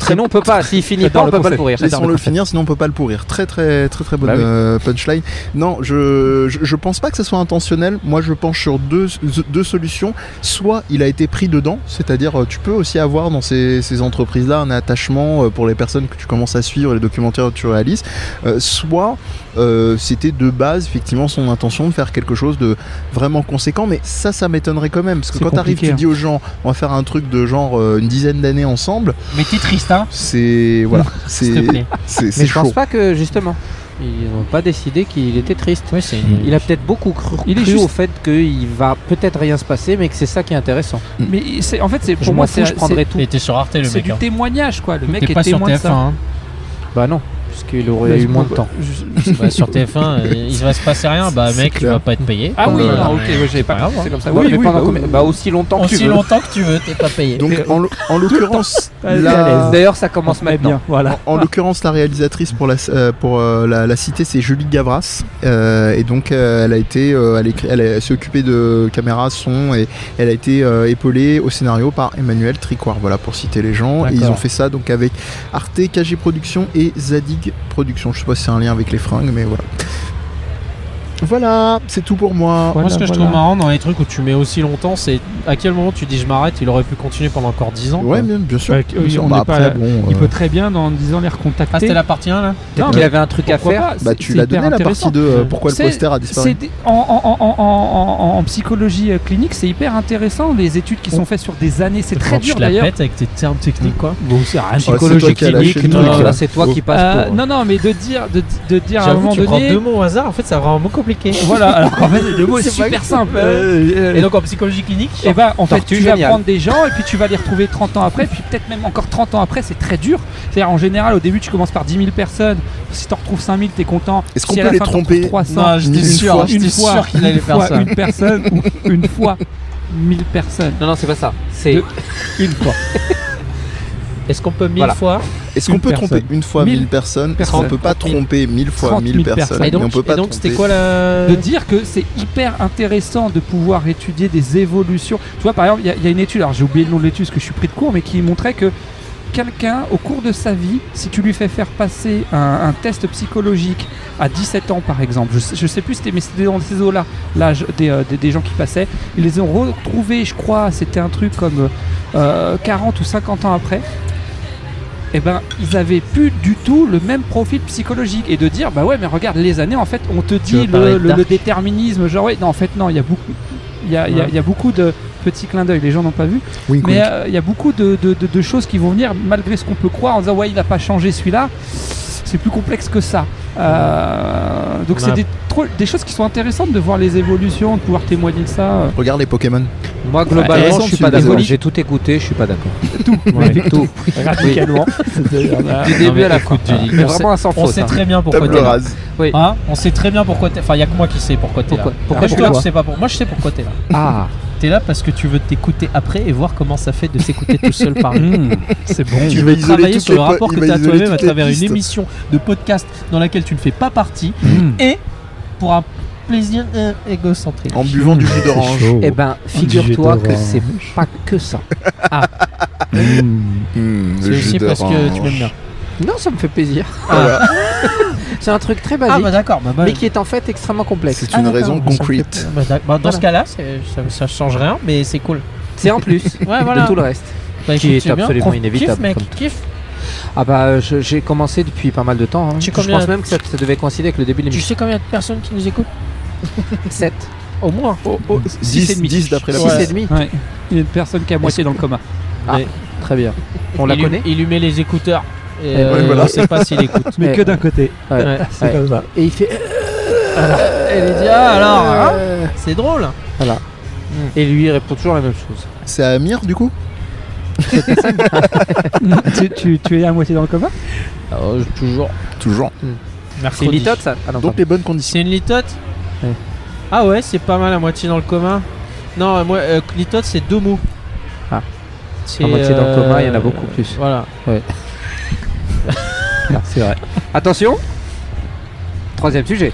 Sinon, on peut pas. S'il finit pas, J'adore on le peut pas le concept. pourrir. Laissons-le finir, sinon on peut pas le pourrir. Très très très très bonne Bah oui. euh, punchline. Non, je, je je pense pas que ce soit intentionnel. Moi, je penche sur deux deux solutions. Soit il a été pris dedans, c'est-à-dire euh, tu peux aussi avoir dans ces, ces entreprises-là un attachement euh, pour les personnes que tu commences à suivre, les documentaires que tu réalises. Euh, soit euh, c'était de base effectivement son intention de faire quelque chose de vraiment conséquent, mais ça, ça m'étonnerait quand même parce que C'est quand t'arrives, compliqué, tu hein. dis aux gens, on va faire un truc de genre euh, une dizaine d'années ensemble. Mais t'es triste, hein C'est voilà, S'il te plaît. c'est c'est Mais c'est je pense chaud. pas que, justement, ils n'ont pas décidé qu'il était triste. Oui, c'est Il a peut-être beaucoup cru, Il est cru juste- au fait qu'il va peut-être rien se passer, mais que c'est ça qui est intéressant. Mais c'est- en fait, c'est- je pour moi, m'en fous, c'est je prendrai tout. Il était sur Arte le c'est mec. du hein. témoignage, quoi. Le mec T'es est pas sur témoin de TF1. ça. hein. Bah non, parce qu'il aurait eu moins de temps. Bah, sur TF1, euh, il va se passer rien. Bah, C'est mec, tu clair. vas pas être payé. Ah oui, Euh, non, ok, ouais, j'avais pas pas grave, hein. compris, c'est comme ça. Ouais, Oui, mais oui, pendant bah combien- oui. bah aussi longtemps que Aussi tu veux. longtemps que tu veux, t'es pas payé. Donc en, l'o- en l'occurrence Allez, la, D'ailleurs, ça commence Mais maintenant. bien, voilà. en l'occurrence la réalisatrice pour la euh, pour euh, la, la cité c'est Julie Gavras Euh, et donc euh, elle a été euh, elle, écrit- elle, a- elle s'est occupée de caméra son et elle a été euh, épaulée au scénario par Emmanuel Tricoire voilà pour citer les gens et ils D'accord. ont fait ça donc avec Arte KG Productions et Zadig Productions je sais pas si c'est un lien avec les fringues mais voilà voilà c'est tout pour moi Moi, ce que Voilà, je voilà. trouve marrant dans les trucs où tu mets aussi longtemps, c'est à quel moment tu dis je m'arrête, il aurait pu continuer pendant encore 10 ans. ouais quoi. bien, bien sûr, Ouais, Bien sûr. on Bah, n'est pas après, là- bon, Il euh, peut très bien, dans 10 ans, les Ah, recontacter. c'était la partie 1 là Non, Peut-être qu'il mais avait un truc à pourquoi faire. pas, Bah c'est- tu c'est l'as hyper donné la partie intéressant. de euh, pourquoi le C'est- poster a disparu. C'est des- en, en- en- en- en- en psychologie euh, clinique, c'est hyper intéressant les études qui sont faites sur des années. C'est très Oh. Tu dur la d'ailleurs. pètes avec tes termes techniques quoi. Bon, c'est rien. toi Psychologie qui as lâché clinique, le non, truc, là, là. c'est toi qui passes Euh, pour. non, non, mais de dire, de, de dire à un J'avoue, moment tu prends donné. deux mots au hasard, en fait, ça rend un mot compliqué. Voilà, alors en fait, le mot est super bah, simple. euh, Et donc en psychologie clinique, Et ben en fait, Tortue tu vas géniale. prendre des gens et puis tu vas les retrouver 30 ans après, puis peut-être même encore 30 ans après, c'est très dur. C'est-à-dire en général, au début, tu commences par 10 000 personnes. Si t'en retrouves 5 000, t'es content. Est-ce Si qu'on à peut la les fin, t'en retrouves tromper 300, Non, j'étais une sûr, fois, j'étais une fois, sûr qu'il allait une faire fois, ça. Une personne ou une fois 1000 personnes. Non, non, c'est pas ça. C'est Deux. Une fois. est-ce qu'on peut mille Voilà. fois Est-ce qu'on Une peut tromper personne. une fois Mille 1000 personnes Est-ce qu'on personnes. peut pas Trente mille. tromper 1000 fois Trente 1000 mille personnes personnes. Et mais on donc, peut et pas donc c'était tromper. quoi la. de dire que c'est hyper intéressant de pouvoir étudier des évolutions. Tu vois, par exemple, il y a- il y, a une étude, alors j'ai oublié le nom de l'étude parce que je suis pris de court, mais qui montrait que quelqu'un, au cours de sa vie, si tu lui fais faire passer un, un test psychologique à 17 ans, par exemple, je sais, je sais plus, c'était, mais c'était dans ces eaux-là, l'âge des, euh, des, des gens qui passaient, ils les ont retrouvés, je crois, c'était un truc comme euh, 40 ou 50 ans après. eh ben, ils avaient plus du tout le même profil psychologique et de dire bah ouais mais regarde les années en fait on te dit veux parler le, de le- Dark le déterminisme genre ouais non en fait non il y a beaucoup il y a, il y a- il y a beaucoup de petits clins d'œil les gens n'ont pas vu Oui, mais euh, il y a beaucoup de, de- de- de choses qui vont venir malgré ce qu'on peut croire en disant ouais il n'a pas changé celui-là c'est plus complexe que ça Euh, donc On c'est a- des, trop- des choses qui sont intéressantes de voir les évolutions de pouvoir témoigner de ça euh. Regarde les Pokémon. Moi, elles globalement, sont je suis pas dessus, d'accord. désolé. J'ai tout écouté, je suis pas d'accord. Tout. radicalement Ah, Du début à la fin. écoute, Julie, Il y a on vraiment un sans On faute. sait hein. très bien pourquoi Table t'es là. rase. Hein on sait très bien pourquoi t'es. Enfin, il y a que moi qui sais pourquoi t'es là. Pourquoi- Pourquoi, je suis là, pourquoi je sais pas pour- Moi, je sais pourquoi t'es là. Ah, T'es là parce que tu veux t'écouter après et voir comment ça fait de s'écouter tout seul par C'est bon. Tu Tu vas veux Mmh. isoler travailler toutes sur le les po- rapport il que va t'as à isoler toi-même à toutes les travers une pistes. émission de podcast dans laquelle tu ne fais pas partie Mmh. et pour un plaisir euh, égocentrique. En buvant du jus d'orange. chaud. eh ben, figure-toi que c'est pas que ça. Mm. Mmh, C'est le jus aussi parce que tu m'aimes bien. Non, ça me fait plaisir. C'est un truc très Ah, basique, bah d'accord. Bah, bah, mais qui est en fait extrêmement complexe. C'est une raison concrète. bah, d'ac- bah, dans ce cas-là, c'est- ça, ça change rien, mais c'est cool. C'est en plus Ouais, de tout le reste. Bah, Qui écoute, est c'est bien. absolument Prof- inévitable, Kiffe, mec, comme- kiffe. Ah bah, euh, je- j'ai commencé depuis pas mal de temps. hein. Tu Je combien- pense même que ça, ça devait coïncider avec le début de Tu l'émission. sais combien de personnes qui nous écoutent 7, Au moins. Six et 10, demi. 10 d'après la Ouais. 6 police. et demi. Ouais. il y a une personne qui est à moitié dans le coma Très bien. On la il, lui- connaît Il lui met les écouteurs. Et Ouais, euh, voilà. on sait pas s'il écoute. Mais Eh. Ouais. que d'un côté. Ouais. Ouais. C'est Ouais. comme ça. Et il fait. Elle lui dit Ah alors, hein, c'est drôle. Hmm. Et lui il répond toujours la même chose. C'est à Amir du coup tu, tu- tu es à moitié dans le coma toujours. Toujours. C'est une Mercredi. litote ça Ah non, Donc les bonnes conditions. C'est une litote Ouais. Ah ouais, c'est pas mal à moitié dans le commun. Non, euh, moi, euh, litote, c'est deux mots. Ah. C'est, euh, À moitié dans le commun, il y en a beaucoup plus. Voilà. pardon. c'est vrai. Attention Troisième sujet.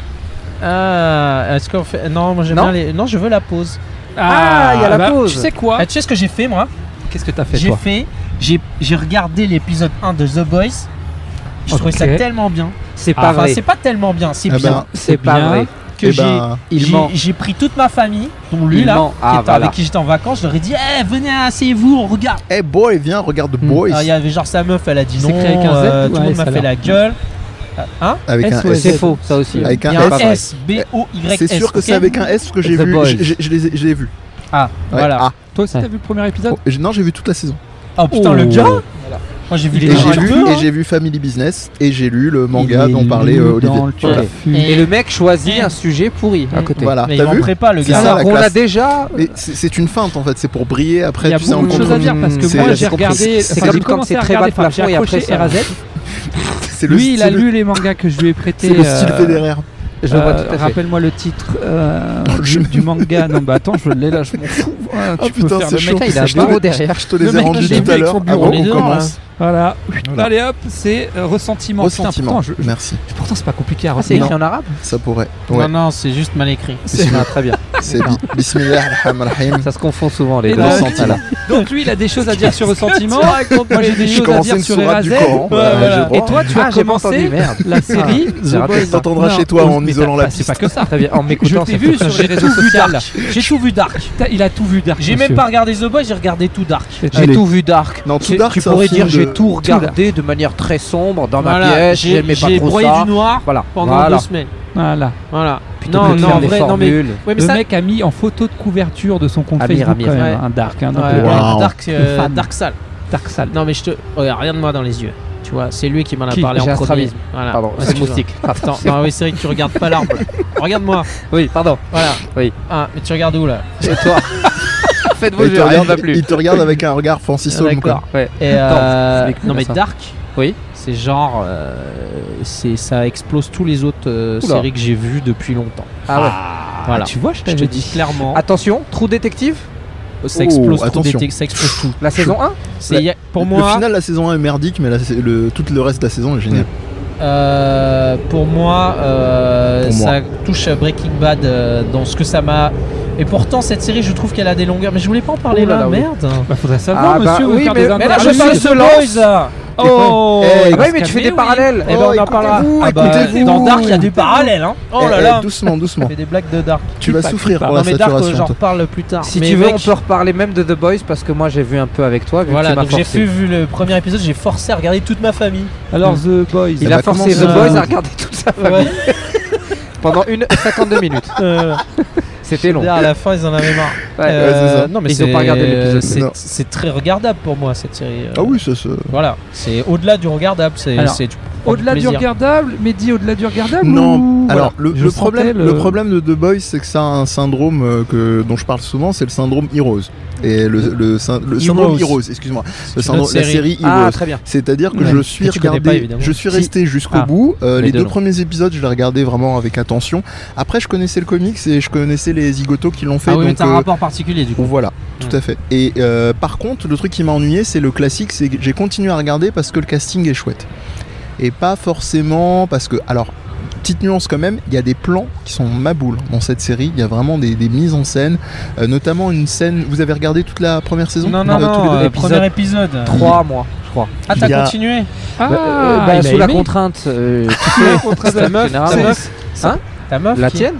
Ah, est-ce qu'on fait. Non, moi j'aime Non. bien les. Non, je veux la pause. Ah, il y a la pause. bah, Tu sais quoi Ah, tu sais ce que j'ai fait moi Qu'est-ce que t'as fait J'ai toi fait. J'ai, j'ai regardé l'épisode 1 de The Boys. Je trouvais ça Ok. tellement bien. C'est pas Ah, enfin, vrai. c'est pas tellement bien, c'est Ah bien. ben, C'est pas bien. vrai. que eh j'ai ben, Il j'ai- ment. j'ai pris toute ma famille, dont lui Il là, ment. qui Ah, était- voilà. avec qui j'étais en vacances, je leur ai dit Eh, venez, asseyez-vous, on regarde. hey boy, viens, regarde Boys. Alors, Il y avait genre sa meuf, elle a dit C'est non, créé avec un Z euh, ou tout un le monde S, m'a fait alors la gueule. Euh, Hein Avec un SOS. S. C'est faux, ça aussi. Avec Il un y S. a pas un vrai. S, B-O-Y-s. Eh, C'est sûr que c'est ok avec un S que j'ai The vu. Boys. Je, je- je les ai- je l'ai vu. Ah, Ouais. voilà. Ah, Toi aussi Ouais. t'as vu le premier épisode oh, je- non, j'ai vu toute la saison. Oh putain, le gars Moi j'ai vu Et les j'ai gens vu, et j'ai vu Family Business et j'ai lu le manga Il est dont parlait euh, dans Olivier. le Voilà. turfu. hein. Et le mec choisit un sujet pourri à Mm. côté. Voilà, Mais il ah, t'as en vu prépa, le C'est gars. ça, la Alors, on classe. a déjà. Mais c'est c'est une feinte en fait, c'est pour briller Il y après, a tu sais, en beaucoup de choses à dire parce que compromis. moi C'est- j'ai regardé. c'est enfin, comme j'ai quand commencé c'est à très regarder, bas enfin, de j'ai plafond et accroché après, ça RAZ. C'est le Lui il a style- lu les mangas que je lui ai euh, c'est prêté. le style Federer. Je vois tout à fait. Rappelle-moi le titre euh, Dans le jeu. du manga. Non, bah attends, je l'ai là, je m'en fous. Voilà, Ah, tu peux putain, faire c'est le chaud. mec. Putain, il a un Je te- bureau derrière. Je te les Le ai mec, rendus je l'ai tout vu à avec l'heure son bureau, avant les qu'on deux, commence. Voilà. Voilà. Allez hop, c'est euh, ressentiment. Putain, Ressentiment. pourtant, je- Merci. je- pourtant, c'est pas compliqué à Ah, c'est ressentir. écrit en arabe Ça pourrait. Non, Ouais. non, c'est juste mal écrit. Ah, Très bien. C'est bi- Bismillah ar-Rahman ar-Rahim. Ça se confond souvent les Et deux. bah, Voilà. Donc lui, il a des choses à dire sur ressentiment. Moi, j'ai des Je choses à commençais dire une sur sourate du Eraser. Coran. bah, voilà. je Et crois. toi, tu as Ah, j'ai pas entendu, commencé merde. la série Ah, The j'ai raté Boys. ça. T'entendras Non, chez toi en mais t'as- isolant la bah, C'est pas piste. que ça. Très bien. En Je m'écoutant, t'ai ça vu fait- sur les réseaux tout vu sociaux. Dark. J'ai tout vu Dark. T'as- Il a tout vu Dark. J'ai même pas regardé The Boys, j'ai regardé tout Dark. J'ai Allez. tout vu Dark. Non, Tu- tout Dark, tu c'est un pourrais film dire de- j'ai tout regardé de manière très sombre dans ma pièce. j'ai, J'aimais pas j'ai trop broyé ça. du noir Voilà. pendant Voilà. deux semaines. Voilà. Voilà. Plutôt non, que de non, faire en des vrai, non, mais. formules. Ouais, mais le ça. mec a mis en photo de couverture de son compte Amir, Facebook Amir, quand même, ouais. un dark, hein, donc, Ouais, euh, Wow. Dark, euh, Fan. Dark Sale. dark sale. Non, mais je te. Regarde, regarde-moi dans les yeux. Tu vois, c'est lui qui m'en a Qui parlé J'ai en un premier. strabisme. Voilà. Pardon, c'est Excuse-moi. moustique. Attends, non, oui, c'est vrai que tu regardes pas l'arbre. Regarde-moi. Oui, pardon. Voilà. Oui. Ah, mais tu regardes où là Et toi Faites vos Il te jeux, on va regarde- plus. Il te regarde avec un regard Francis Homme. quoi. D'accord. Ouais. Et Attends, euh, explique-moi non mais ça. Dark, Oui. c'est genre, euh, c'est ça explose tous les autres euh, Oula. séries que j'ai vues depuis longtemps. Ah ouais. voilà. Tu vois, je Je te t'avais dis clairement, Attention, Trou Détective, ça explose, Oh, trop attention. d'été- ça explose tout. la saison 1 C'est- y a- pour Le moi, final de la saison 1 est merdique, mais la sa- le- tout le reste de la saison est génial. euh, pour moi, euh, Pour moi. ça touche à Breaking Bad euh, dans ce que ça m'a. Et pourtant, cette série, je trouve qu'elle a des longueurs. Mais je voulais pas en parler Oh là là, là, oui. merde. Bah, faudrait savoir, Ah, bah, monsieur, vous oui, faire mais- des mais là, Ah, je interviews. parle parle de de Boys. Boys. Oh, Eh, Ah parce oui, mais tu que- fais des oui. parallèles. Oh, Eh ben, on en parlera. écoutez-vous, Ah bah, écoutez-vous. dans Dark, il y a du parallèle, hein. Oh là Eh, eh, là. doucement, On doucement. fait des blagues de Dark. Tu vas Qui souffrir pas- pour Non, la mais Dark, saturation, j'en toi. reparle plus tard. Si Mais tu veux, mec, on peut reparler même de The Boys parce que moi j'ai vu un peu avec toi. vu que Voilà, tu m'as donc j'ai forcé. vu, vu le premier épisode, j'ai forcé à regarder toute ma famille. Alors, The Boys. Il Ah a bah, forcé comment The ça- Boys à regarder toute sa famille Euh, pendant une 52 minutes. Euh, C'était long. D'ailleurs, à la fin, ils en avaient marre. Ouais. Euh, c'est ça. non, mais Ils ont c'est- pas regardé l'épisode. c'est- Non. C'est très regardable pour moi cette série. euh, Ah oui, ça, ça- Voilà, c'est au-delà du regardable. C'est Alors, c'est du- Au-delà du plaisir. regardable, mais dit au-delà du Ah, regardable Non, ou- alors Voilà. le, Je le sentais problème, le- le problème de The Boys, c'est que ça a un syndrome euh, que, dont je parle souvent, c'est le syndrome Heroes. Et le, le, syn- le syndrome Heroes. Heroes, excuse-moi, le une syndrome, autre la série. série Heroes. Ah, très bien. C'est-à-dire que Ouais. je suis Que tu connais pas, regardé, évidemment. je suis Si. resté jusqu'au Ah. bout. Euh, Les les deux, deux, non. premiers épisodes, je les regardais vraiment avec attention. Après, je connaissais le comics et je connaissais les zigotos qui l'ont fait. Ah oui, mais donc, t'as un euh, rapport particulier du coup. Voilà, tout à fait. Et euh, par contre, le truc qui m'a ennuyé, c'est le classique, c'est que j'ai continué à regarder parce que le casting est chouette. Et pas forcément parce que... Alors, petite nuance quand même, il y a des plans qui sont ma boule dans cette série, il y a vraiment des, des mises en scène, euh, notamment une scène... Vous avez regardé toute la première saison Non, Euh, non, tous les non, deux euh, premier épisode. 3 mois, je crois. Ah, Il y t'as a- continué Ah, Bah, euh, bah, il a sous la aimé. contrainte, euh, tu sais, Ta meuf, ta généralement. meuf, Hein ta meuf La qui- tienne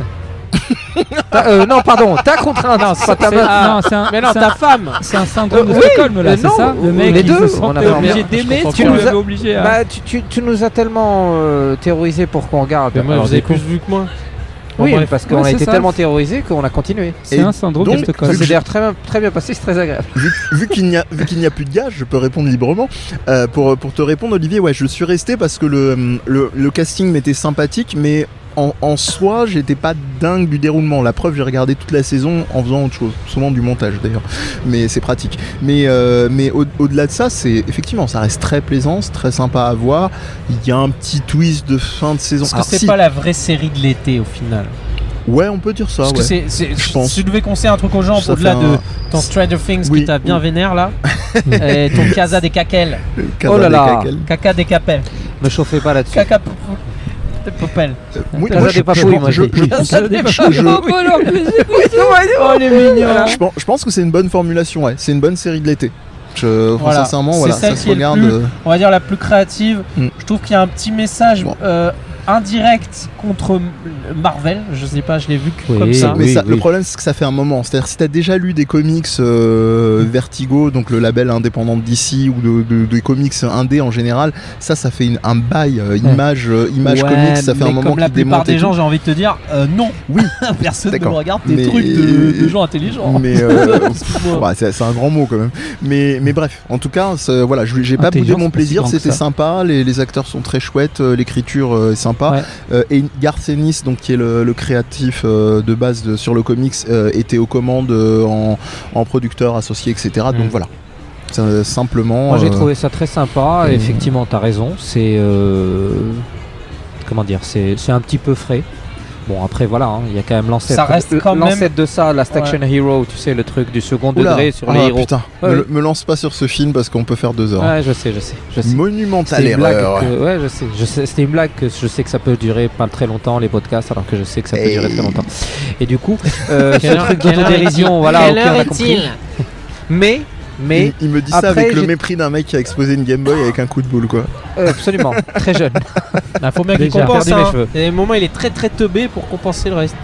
Ta- euh, Non, pardon, ta contrainte, non, pas ta C'est- Ah, meuf. non, c'est un, Mais non, c'est ta un- femme c'est un syndrome de Euh, oui, Stockholm, là, euh, c'est non, ça Le euh, mec, les il deux, se on a sentait vraiment- obligé je d'aimer comprends ce qu'on pas. lui avait obligé à... Bah, tu, tu- tu nous as tellement euh, terrorisé pour qu'on regarde. Mais moi, Alors, vous avez du coup- plus vu que moi. Oui, Bon, bref. parce qu'on Ouais, a c'est été ça. tellement terrorisé qu'on a continué. C'est et un syndrome de donc, Ça Stockholm. s'est que j'ai- d'ailleurs très, bien- très bien passé, c'est très agréable. vu, vu qu'il n'y a vu qu'il n'y a plus de gage, je peux répondre librement. Euh, pour pour te répondre, Olivier, ouais, je suis resté parce que le hum, le, le casting m'était sympathique, mais en, en soi, j'étais pas dingue du déroulement. La preuve, j'ai regardé toute la saison en faisant autre chose, souvent du montage d'ailleurs, mais c'est pratique. Mais euh, mais au- au-delà de ça, c'est effectivement, ça reste très plaisant, c'est très sympa à voir. Il y a un petit twist de fin de saison. Parce que Alors, c'est si- pas la vraie série de l'été au final. Ouais, on peut dire ça. Parce que Ah ouais. c'est, c'est- Je si pense. tu devais conseiller un truc aux gens Ça au-delà fait de un- ton Stranger Things Oui, qui t'a bien oui. vénère là, et ton Casa des Caquelles, Le cadre Oh là des là. cacales. Caca des Capelles, Ne chauffez pas là-dessus. Caca pou- des Popelles. Euh, oui, Casa moi, des je- je Papouilles, pense- moi, je- j'ai je dit. pense- Ça dépend- je- Oh, bah, alors, mais c'est- Oh, les mignons Je pense, je pense que c'est une bonne formulation, ouais. C'est une bonne série de l'été. Je, euh, Voilà. Sincèrement, C'est voilà, celle ça se qui est le regarde. plus- euh, On va dire la plus créative. Mm. Je trouve qu'il y a un petit message Bon. euh, indirect contre M- Marvel. Je sais pas, je l'ai vu que Oui. comme ça. Mais Ah. oui, ça, oui. le problème, c'est que ça fait un moment. C'est-à-dire, si t'as déjà lu des comics euh, Vertigo, donc le label indépendant d'ici ou de, de- des comics indé en général, ça, ça fait une- un bail euh, image, euh, image Ouais, comics. Ça fait Mais un moment comme la qu'il plupart démonte. et des gens, tout. j'ai envie de te dire euh, non. Oui. Personne ne D'accord. regarde des Mais- trucs de, de gens intelligents. Mais euh, pff, ouais, c'est c'est un grand mot quand même. Mais, mais bref, en tout cas, ça- voilà, je- j'ai pas boudé Intelligence, mon c'est pas si plaisir, grand que c'était ça. sympa, les, les acteurs sont très chouettes, euh, l'écriture euh, est sympa. Ouais. Euh, et Garth Ennis, donc qui est le, le créatif euh, de base de- sur le comics, euh, était aux commandes euh, en, en producteur associé, etc. Mm. Donc voilà. Ça, simplement. Moi j'ai euh, trouvé ça très sympa, euh, et effectivement t'as raison, c'est... euh, comment dire, c'est c'est un petit peu frais. Bon après voilà, hein, il y a quand même l'ancêtre, Ça reste euh, quand même- l'ancêtre de ça, la Station Hero, tu sais le truc du second Oula, degré sur ah, les héros. Putain, Ouais, me, ouais. me lance pas sur ce film parce qu'on peut faire deux heures. Ouais je sais, je sais, je sais. Monumentale C'était une blague erreur. que- ouais, je sais, je sais, c'était une blague que je sais que ça peut durer pas très longtemps les podcasts, alors que je sais que ça peut Hey. durer très longtemps. Et du coup, euh, ce Quelle heure- truc quelle heure d'autodérision, voilà, ok, on a compris. Mais, mais, il, il me dit ça après, avec le j'ai- mépris d'un mec qui a explosé une Game Boy avec un coup de boule, quoi. euh, absolument, très jeune. Il faut bien qu'il Déjà. compense. Perdu mes hein. cheveux. Il y a des moments, il est très très teubé pour compenser le reste.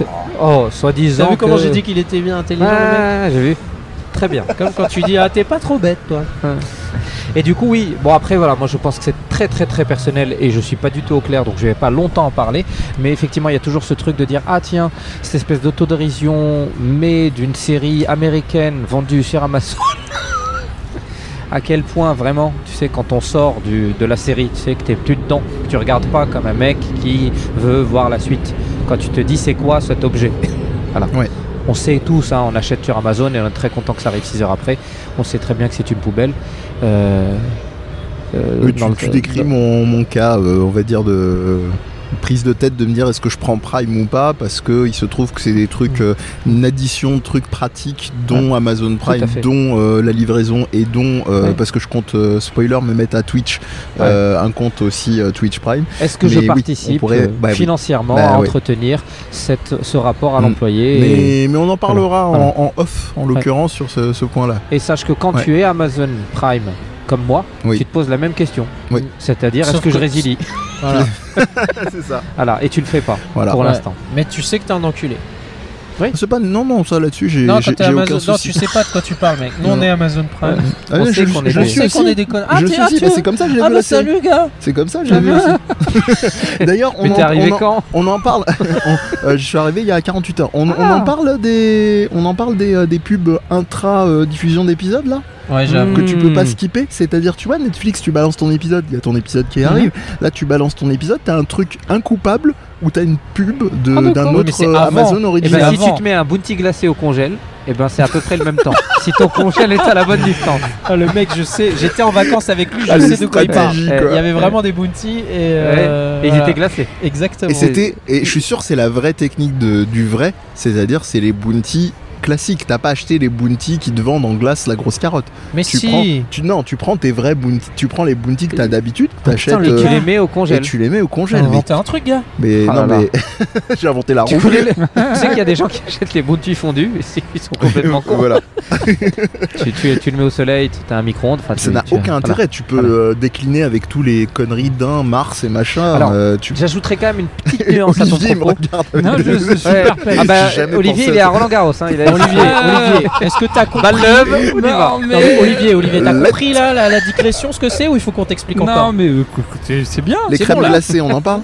Oh, Vous avez soi-disant. vu comment que- j'ai dit qu'il était bien intelligent le mec Ah, j'ai vu. Très bien. Comme quand tu dis ah t'es pas trop bête toi. Et du coup, oui, bon après, voilà, moi je pense que c'est très très très personnel et je suis pas du tout au clair, donc je vais pas longtemps en parler. Mais effectivement, il y a toujours ce truc de dire, ah tiens, cette espèce d'autodérision, mais d'une série américaine vendue sur Amazon. à quel point vraiment, tu sais, quand on sort du, de la série, tu sais que t'es plus dedans, que tu regardes pas comme un mec qui veut voir la suite. Quand tu te dis, c'est quoi cet objet Voilà. Ouais. On sait tous, hein, on achète sur Amazon et on est très content que ça arrive 6 heures après. On sait très bien que c'est une poubelle. Euh, euh, Euh, tu, dans le- tu décris mon, mon cas, euh, on va dire, de euh, prise de tête de me dire est-ce que je prends Prime ou pas, parce que il se trouve que c'est des trucs, Mm. euh, une addition de trucs pratiques, dont Amazon Prime, fait. dont euh, la livraison et dont, euh, Ouais. parce que je compte, euh, spoiler, me mettre à Twitch, Ouais. euh, un compte aussi euh, Twitch Prime. Est-ce que Mais je oui, participe on pourrait- euh, bah oui. financièrement Bah à oui. entretenir cette, ce rapport à Mm. l'employé et- mais, mais on en parlera Voilà. En, en off, en l'occurrence, sur ce, ce point-là. et, sache que quand Ouais. tu es Amazon Prime, comme moi, Oui. tu te poses la même question. Oui. C'est-à-dire, est-ce Sauf que, je que- résilie Voilà. c'est ça. Voilà, et tu le fais pas Voilà. pour Ouais. l'instant. Mais tu sais que t'es un enculé. C'est pas non non ça là-dessus j'ai Non, j'ai- quand t'es j'ai aucun Amazon, non, tu souci. sais pas de quoi tu parles, mec. Nous, on Non. est Amazon Prime. Ah, on je- sait je- qu'on est je des- On suis sait aussi. qu'on est des connes. Ah, je t'es suis ah, aussi, tu mais veux- c'est comme ça que j'ai Ah, vu bah la série. salut, gars. C'est comme ça que j'ai vu aussi. D'ailleurs, on, Mais en- t'es arrivé on en- quand on en parle. on- euh, je suis arrivé il y a 48 heures. On, on Ah. en parle des, on en parle des, euh, des pubs intra euh, diffusion d'épisodes là Ouais, j'avoue. que tu peux pas Hmm. skipper. C'est-à-dire, tu vois, Netflix, tu balances ton épisode, il y a ton épisode qui arrive. Hmm. Là, tu balances ton épisode, t'as un truc incoupable où t'as une pub de- Ah, d'un d'accord. Mais autre c'est euh, avant. Eh Amazon Et original. ben, si tu avant. te mets un bounty glacé au congèle, et ben c'est à peu près le même temps. Si ton congèle est à la bonne distance. Ah, le mec, je sais. J'étais en vacances avec lui, je Ah, les sais de quoi il parle. stratégies, Eh, quoi. Il y avait vraiment des bounties et. euh, Et ils voilà. étaient glacés. Exactement. Et c'était, et je suis sûr, c'est la vraie technique de- du vrai, c'est-à-dire, c'est les bounties classiques. T'as pas acheté les bounties qui te vendent en glace la grosse carotte. Mais Tu si. prends, tu, non, tu prends tes vrais bounties, tu prends les bounties que t'as d'habitude, que t'achètes. Oh, Putain, le- euh, tu les mets au et congèle. tu les mets au J'ai congèle. Mais, inventé un truc, gars. mais Ah là non, là. mais j'ai inventé la Tu roue. connais le- tu sais qu'il y a des gens qui achètent les bounties fondues et c'est- ils sont complètement cons. Voilà. tu, tu- tu le mets au soleil, tu as un micro-ondes. enfin, Ça tu- n'a tu- aucun voilà. intérêt. Tu peux Voilà. euh, décliner avec tous les conneries d'un Mars et machin. Alors, euh, tu... J'ajouterai quand même une petite nuance à ton Olivier me propos. regarde. Non, je suis Ouais. super perplexe. Ah bah, J'ai jamais Olivier, pensé à il est ça. à Roland Garros. Hein, il est à- Olivier, Olivier, est-ce que t'as compris Balle neuve, on y va. Non, Non, mais mais, Olivier, Olivier, t'as Let- compris là la, la digression, ce que c'est ou il faut qu'on t'explique non, encore mais euh, écoutez, c'est bien. Les c'est crèmes bon, là. glacées, on en parle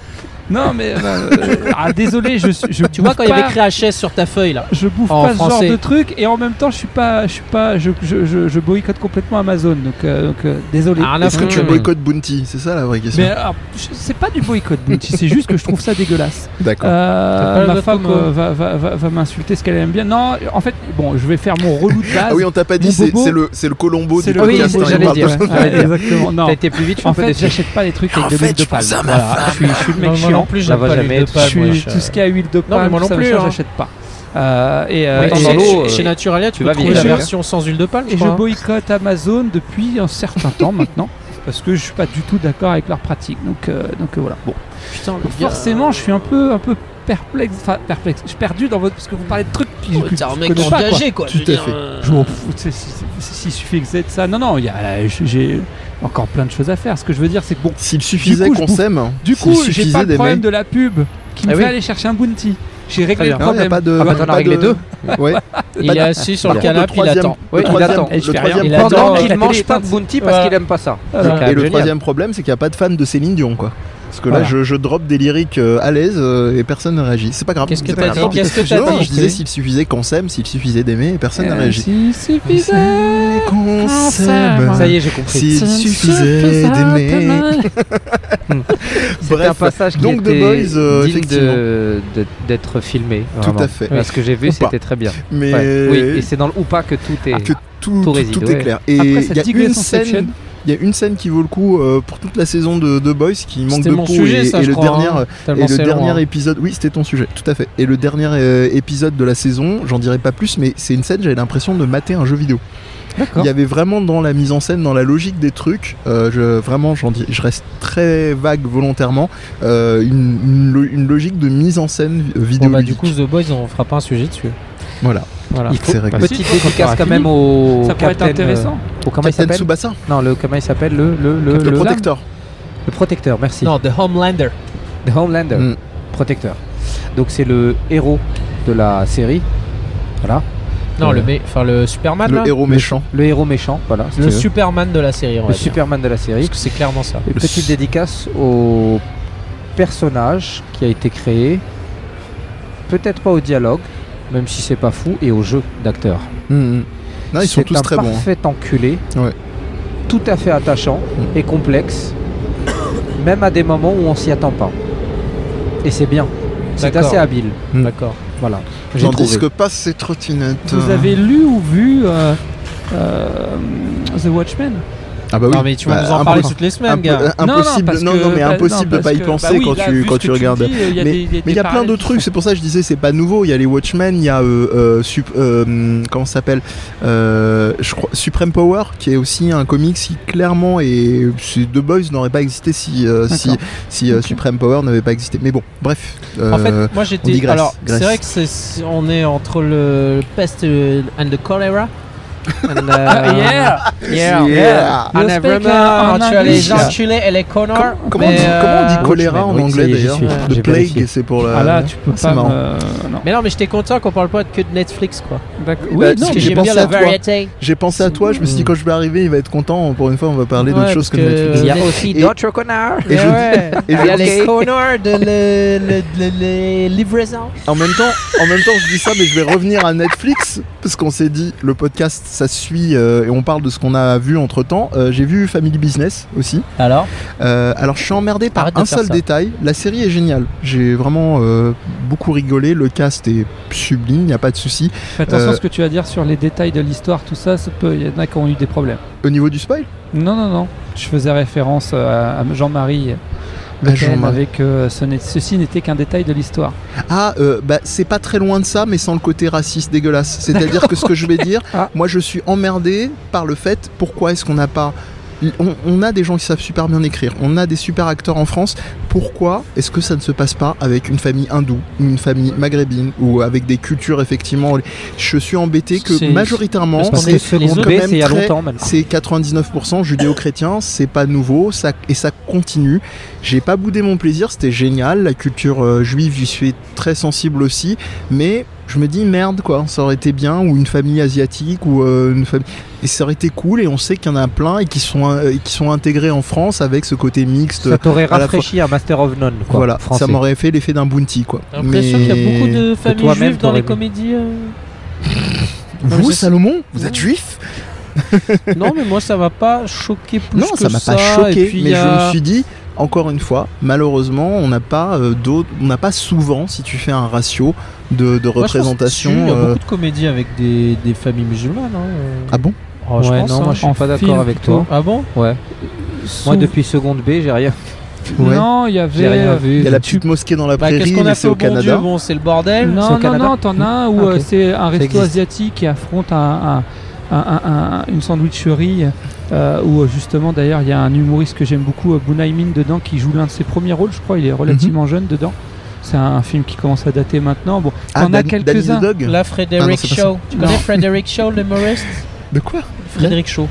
Non, mais euh, euh, ah, désolé, je, suis- je Tu vois bouffe quand il y avait pas- écrit HS sur ta feuille là je bouffe en pas ce genre français. de truc et en même temps, je suis pas, je suis pas, je, je, je, je boycotte complètement Amazon, donc, euh, donc, euh, désolé. Ah, Est-ce que tu Mmh. boycottes Bounty C'est ça la vraie question. mais alors, je- c'est pas du boycott, Bounty, c'est juste que je trouve ça dégueulasse. D'accord. Euh, T'as pas ma le femme droit de me- euh, va, va- va- va m'insulter ce qu'elle aime bien. Non, en fait, bon, je vais faire mon relou de base. ah oui, on t'a pas dit, mon c'est bobo- c'est le, c'est le Colombo C'est du le- oui, podcast. c'est- hein, il j'allais parle dire, de- ouais. j'allais dire. Euh, Exactement. Non. T'as été plus vite, je suis En un peu fait, déçu. j'achète pas les trucs En avec de fait, l'huile de je palme. pense à ma Voilà, je suis, je suis le mec Non, moi chiant. non plus, ça j'aime va pas jamais l'huile de être- Je palme, suis moi, tout ce qui a huile de palme, mais moi non ça, plus, ça, hein. j'achète pas. Euh, et euh, Oui, Et et dans j'ai- chez, l'eau, chez- euh, chez Naturalia, tu tu peux vas trouver la vieillir. version sans huile de palme, je et je crois, hein. boycotte Amazon depuis un certain temps maintenant parce que je suis pas du tout d'accord avec leurs pratiques. Donc, euh, donc euh, voilà. Bon, Putain, le gars, forcément, je suis un peu, un peu perplexe, enfin perplexe. Je suis perdu dans votre parce que vous parlez de trucs qui oh, que T'es un je mec connais pas, quoi. engagé quoi. Tout je veux à dire, fait. euh, Je m'en fous, tu sais, si- si- si- s'il suffit que c'est de ça. Non, non, il y a- j'ai- j'ai encore plein de choses à faire. Ce que je veux dire, c'est que bon, S'il suffisait Du coup, qu'on je bouffe- s'aime, du s'il coup, j'ai suffisait pas le des problème mecs- de la pub qui me Ah fait oui. aller chercher un bounty. J'ai réglé le bien. Non, y a problème. pas de. Ah bah, y a t'en as pas réglé de- deux. Ouais. Il est assis sur le Par contre, canapé, il troisième- attend. Oui, Le il troisième, attend. Et je le fais rien. troisième Il problème- attend. Pendant qu'il la mange télé pas de éteinte. bounty parce Voilà. qu'il aime pas ça. Euh, Donc, Et le génial. troisième problème, c'est qu'il n'y a pas de fan de Céline Dion, quoi. Parce que là, Voilà. je, je drop des lyriques euh, à l'aise euh, et personne ne réagit. C'est pas grave. Qu'est-ce que c'est pas t'as grave. dit Qu'est-ce que t'as Non, je dit disais s'il suffisait qu'on s'aime, s'il suffisait d'aimer, et personne n'a Euh, réagi. si suffisait. Qu'on Ah, qu'on s'aime. s'aime. Ça y est, j'ai compris. S'il suffisait d'aimer. C'était un Bref, passage qui donc The était Boys, euh, digne effectivement. de- de- d'être filmé. Tout vraiment. à fait. Parce que j'ai Ou vu, pas. c'était très bien. Mais Ouais. Oui, et c'est dans le ou pas que tout est. Ah, que tout, Tout tout- réside, tout est ouais. clair. Et Après il y cette a une digression section. scène. Il y a une scène qui vaut le coup euh, pour toute la saison de The Boys qui manque C'était de mon peau sujet, et, ça, et je le crois. dernier hein, tellement Et le c'est dernier long, hein. épisode, oui, c'était ton sujet, tout à fait. Et le dernier euh, épisode de la saison, j'en dirai pas plus, mais c'est une scène, j'avais l'impression de mater un jeu vidéo. D'accord. Il y avait vraiment dans la mise en scène, dans la logique des trucs, euh, je, vraiment, j'en dis, je reste très vague volontairement, euh, une, une lo- une logique de mise en scène euh, Bon, vidéo. bah, du coup, The Boys, on fera pas un sujet dessus. voilà. Voilà. Il faut C'est réglé. petite Quand dédicace t'auras quand fini, même au. Ça pourrait être capitaine, intéressant. euh, au- comment il Captain s'appelle Tsubasa, Non, le comment il s'appelle le le le le le, protecteur. le protecteur. Merci. Non, The Homelander. The Homelander, Mm. protecteur. Donc c'est le héros de la série. Voilà, Non, Ouais. le mé- enfin Ah, le Superman. là. Le héros méchant. le héros méchant. Voilà, si Le tu veux. Superman de la série, on le va dire. Superman de la série. Parce que c'est clairement ça. Ah Et petite dédicace au personnage qui a été créé, peut-être pas au dialogue, même si c'est pas fou, et au jeu d'acteur. Mm, mm. Non, ils sont C'est tous un très bons. hein. parfait enculé, Ouais. Mm. tout à fait attachant et complexe, même à des moments où on s'y attend pas. Et c'est bien, c'est D'accord. assez habile. Mm. D'accord. Voilà, j'ai Tandis trouvé. que pas ces trottinettes. Vous euh. avez lu ou vu euh, euh, The Watchmen Ah bah oui. Non, mais tu vas Bah, nous en impo- parler toutes les semaines, impo- gars. euh, Impossible. parce Non, que- non, mais bah, impossible de parce pas y que- penser bah oui, quand là, tu vu ce quand que tu regardes. dis, euh, y a Mais des- des Mais il y a plein parallèles de qui trucs, c'est pour ça que je disais c'est pas nouveau. Il y a les Watchmen, il y a euh, euh, sup- euh, comment ça s'appelle Euh, Je crois Supreme Power, qui est aussi un comics qui clairement et The Boys n'aurait pas existé si euh, si D'accord. si euh, Ok. Supreme Power n'avait pas existé. Mais bon, bref. euh, En fait, moi on j'étais. digresse, Alors, c'est digresse. vrai que c'est- on est entre le peste and the cholera. And, euh, Yeah, yeah. Yeah. Ah, And Le a speaker vraiment- en tu as les anglais. gens chilés et les connards. Comment, on mais, dit, comment on euh, dit choléra en oui, ça anglais y est, j'y d'ailleurs suis. The J'ai plague, vérifié. c'est pour la. Ah là, tu peux Euh, c'est pas. marrant. me- non. Mais non, mais j'étais content qu'on parle pas que de Netflix, quoi. D'accord. Bah, Oui, c'est non, ce Parce que que mais- j'ai j'aime pensé bien la à toi. variété. J'ai pensé à toi, je me suis dit, Mm. quand je vais arriver, il va être content. Pour une fois, on va parler d'autre Ouais, chose que parce que- Netflix. Il y a Mais- aussi et- d'autres connards. Et Mais je- ouais, et je- il y a les connards de le, le, le- les livraisons. En même temps, en même temps, je dis ça, mais je vais revenir à Netflix parce qu'on s'est dit le podcast, ça suit euh, et on parle de ce qu'on a vu entre temps. J'ai vu Family Business aussi. Alors Euh, alors, je suis emmerdé par Arrête de un faire seul ça. détail. La série est géniale. J'ai vraiment euh, beaucoup rigolé. Le cast est sublime, il n'y a pas de souci. Fais attention Euh, à ce que tu vas dire sur les détails de l'histoire, tout ça. ça peut- Il y en a qui ont eu des problèmes. Au niveau du spoil, Non, non, non. Je faisais référence euh, à, à Ah, Jean-Marie. Le Jean-Marie. avec euh, ce n'est- ceci n'était qu'un détail de l'histoire. Ah, euh, bah, c'est pas très loin de ça, mais sans le côté raciste dégueulasse. C'est-à-dire que ce que je vais dire, Ah. moi je suis emmerdé par le fait pourquoi est-ce qu'on n'a pas. On, on a des gens qui savent super bien écrire, on a des super acteurs en France. Pourquoi est-ce que ça ne se passe pas avec une famille hindoue, une famille maghrébine ou avec des cultures effectivement Je suis embêté que C'est- majoritairement, Parce que c'est les quand autres, même c'est il y a très- longtemps maintenant. c'est 99% judéo-chrétien, c'est pas nouveau, ça, et ça continue. J'ai pas boudé mon plaisir, c'était génial. La culture euh, juive, j'y suis très sensible aussi, mais je me dis merde quoi, ça aurait été bien, ou une famille asiatique, ou euh, une famille. Et ça aurait été cool, et on sait qu'il y en a plein, et qui sont, euh, et qui sont intégrés en France avec ce côté mixte. Ça t'aurait à la rafraîchi un Master of None, quoi. voilà, français. ça m'aurait fait l'effet d'un bounty quoi. J'ai l'impression qu'il y a beaucoup de familles toi-même, juives dans les t'aurais- comédies. euh. Vous, Salomon, vous êtes juif non, mais moi ça m'a pas choqué plus Non, que ça m'a pas et choqué, puis mais il y a- je me suis dit, encore une fois, malheureusement, on n'a pas euh, d'autres, on n'a pas souvent, si tu fais un ratio de, de Moi, je pense que représentation. si, Il y a euh, beaucoup de comédies avec des, des familles musulmanes. hein, euh. Ah bon Oh, je Ouais, pense, non, hein. moi je En suis pas film, d'accord avec toi. Ah bon Ouais. Sous- Moi depuis seconde B, j'ai rien. Ouais. Non, il y avait. J'ai rien euh, vu. Il y a la petite mosquée dans la Bah, prairie, Qu'est-ce qu'on mais a c'est fait au au bon Dieu Canada. Bon, c'est le bordel. C'est au Non, non, Canada non, t'en as un où Ah, ok. euh, c'est un resto existe. asiatique qui affronte un, un- un- un- un- une sandwicherie euh, où euh, justement d'ailleurs il y a un humoriste que j'aime beaucoup, euh, Bunaimin dedans, qui joue l'un de ses premiers rôles, je crois, il est relativement Mhm. jeune dedans. C'est un film qui commence à dater maintenant. Bon, Ah, t'en as Dan- Danny the quelques-uns. Dog La Frédéric Ah non, c'est pas ça. Shaw. Tu Non. connais Frédéric Shaw, l'humoriste De quoi Frédéric Shaw.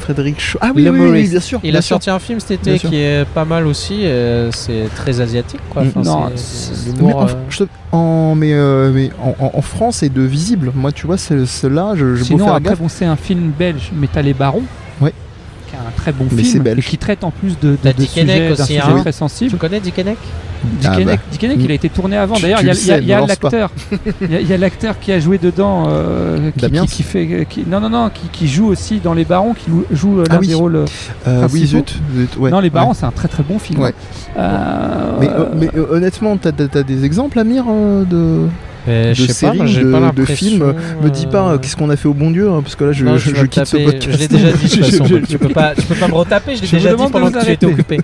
Frédéric Shaw. Ah oui, oui, oui, oui, L'humoriste. bien sûr. Il bien a sûr. sorti un film cet Bien été sûr. qui est pas mal aussi. euh, c'est très asiatique, quoi. Mm. Enfin, Non, c'est- c'est- c'est Mais l'humour. en, euh, je te- en- mais, euh, mais en, en- en France, c'est de visible. Moi, tu vois, c'est- ceux-là, je, je beau Sinon, faire après, gaffe. bon, c'est un film belge, mais t'as Les Barons. Ouais. Qui est un très bon Mais c'est film. belge. Et qui traite en plus de, de, T'as de Dick Henneck sujets- d'un aussi, sujet hein. très sensible. Tu connais Dick Henneck Dick Ah bah. Henneck, Dick Henneck, il a été tourné avant. Tu- D'ailleurs, tu il y a- le il y a- sais, il y a ne lance pas. l'acteur. Il y a- il y a l'acteur qui a joué dedans. euh, qui- Damien. qui, qui fait, qui, non, non, non, qui, qui joue aussi dans Les Barons, qui lou- joue euh, l'un Ah oui. des rôles. euh, Euh, oui, principaux. zut. zut, ouais, non, Les ouais. Barons, c'est un très très bon film. Ouais. Euh, Mais, euh, mais, euh, honnêtement, t'as t'as- t'as des exemples, Amir, euh, de. Euh, Je De sais pas, moi, séries, j'ai de- pas de l'impression, films, euh, Me dis pas euh, qu'est-ce qu'on a fait au bon Dieu, hein, parce que là je, Non, je- tu je vas quitte ce taper- podcast. Je l'ai déjà dit de toute façon, donc tu peux pas, tu peux pas me retaper, je l'ai Je vous déjà dit demande de pendant vous que tu étais arrêter. occupé.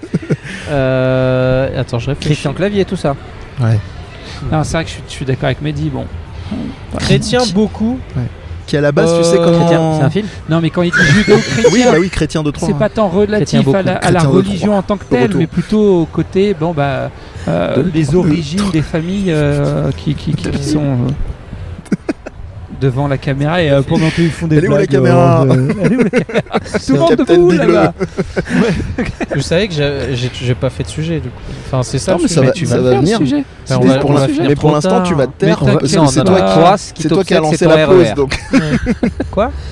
Euh, attends, je réfléchis. Christian Clavier tout ça. non, c'est vrai que je suis, je suis d'accord avec Mehdi. Bon. Chrétien beaucoup. Qui à la base, tu sais Euh, Chrétien, c'est comment. un film Non, mais quand il dit judéo-chrétien, Oui, bah oui, chrétien de Troyes. c'est pas tant Chrétien relatif beaucoup. à la, à la Chrétien de religion en tant que telle, retour. mais plutôt au côté, bon, bah, euh, les origines des familles euh, qui, qui, qui- qui sont euh, devant la caméra et euh, pendant qu'ils font des Elle est où la blagues, caméra euh, elle est où la caméra Tout le monde Captain debout Bigelow. là-bas Vous savez que j'ai- j'ai j'ai pas fait de sujet du coup. Enfin, c'est ça. Non, le mais ça sujet. va, tu ça vas va faire le venir. sujet. C'est on des- va- pour on va la- finir mais pour trop l'instant, tard. tu vas te Mais taire parce t'inquiète, que Ah c'est on toi a- qui. Bah, Toi, ce qui C'est toi qui as t'obsède, lancé c'est ton la RER. pause, donc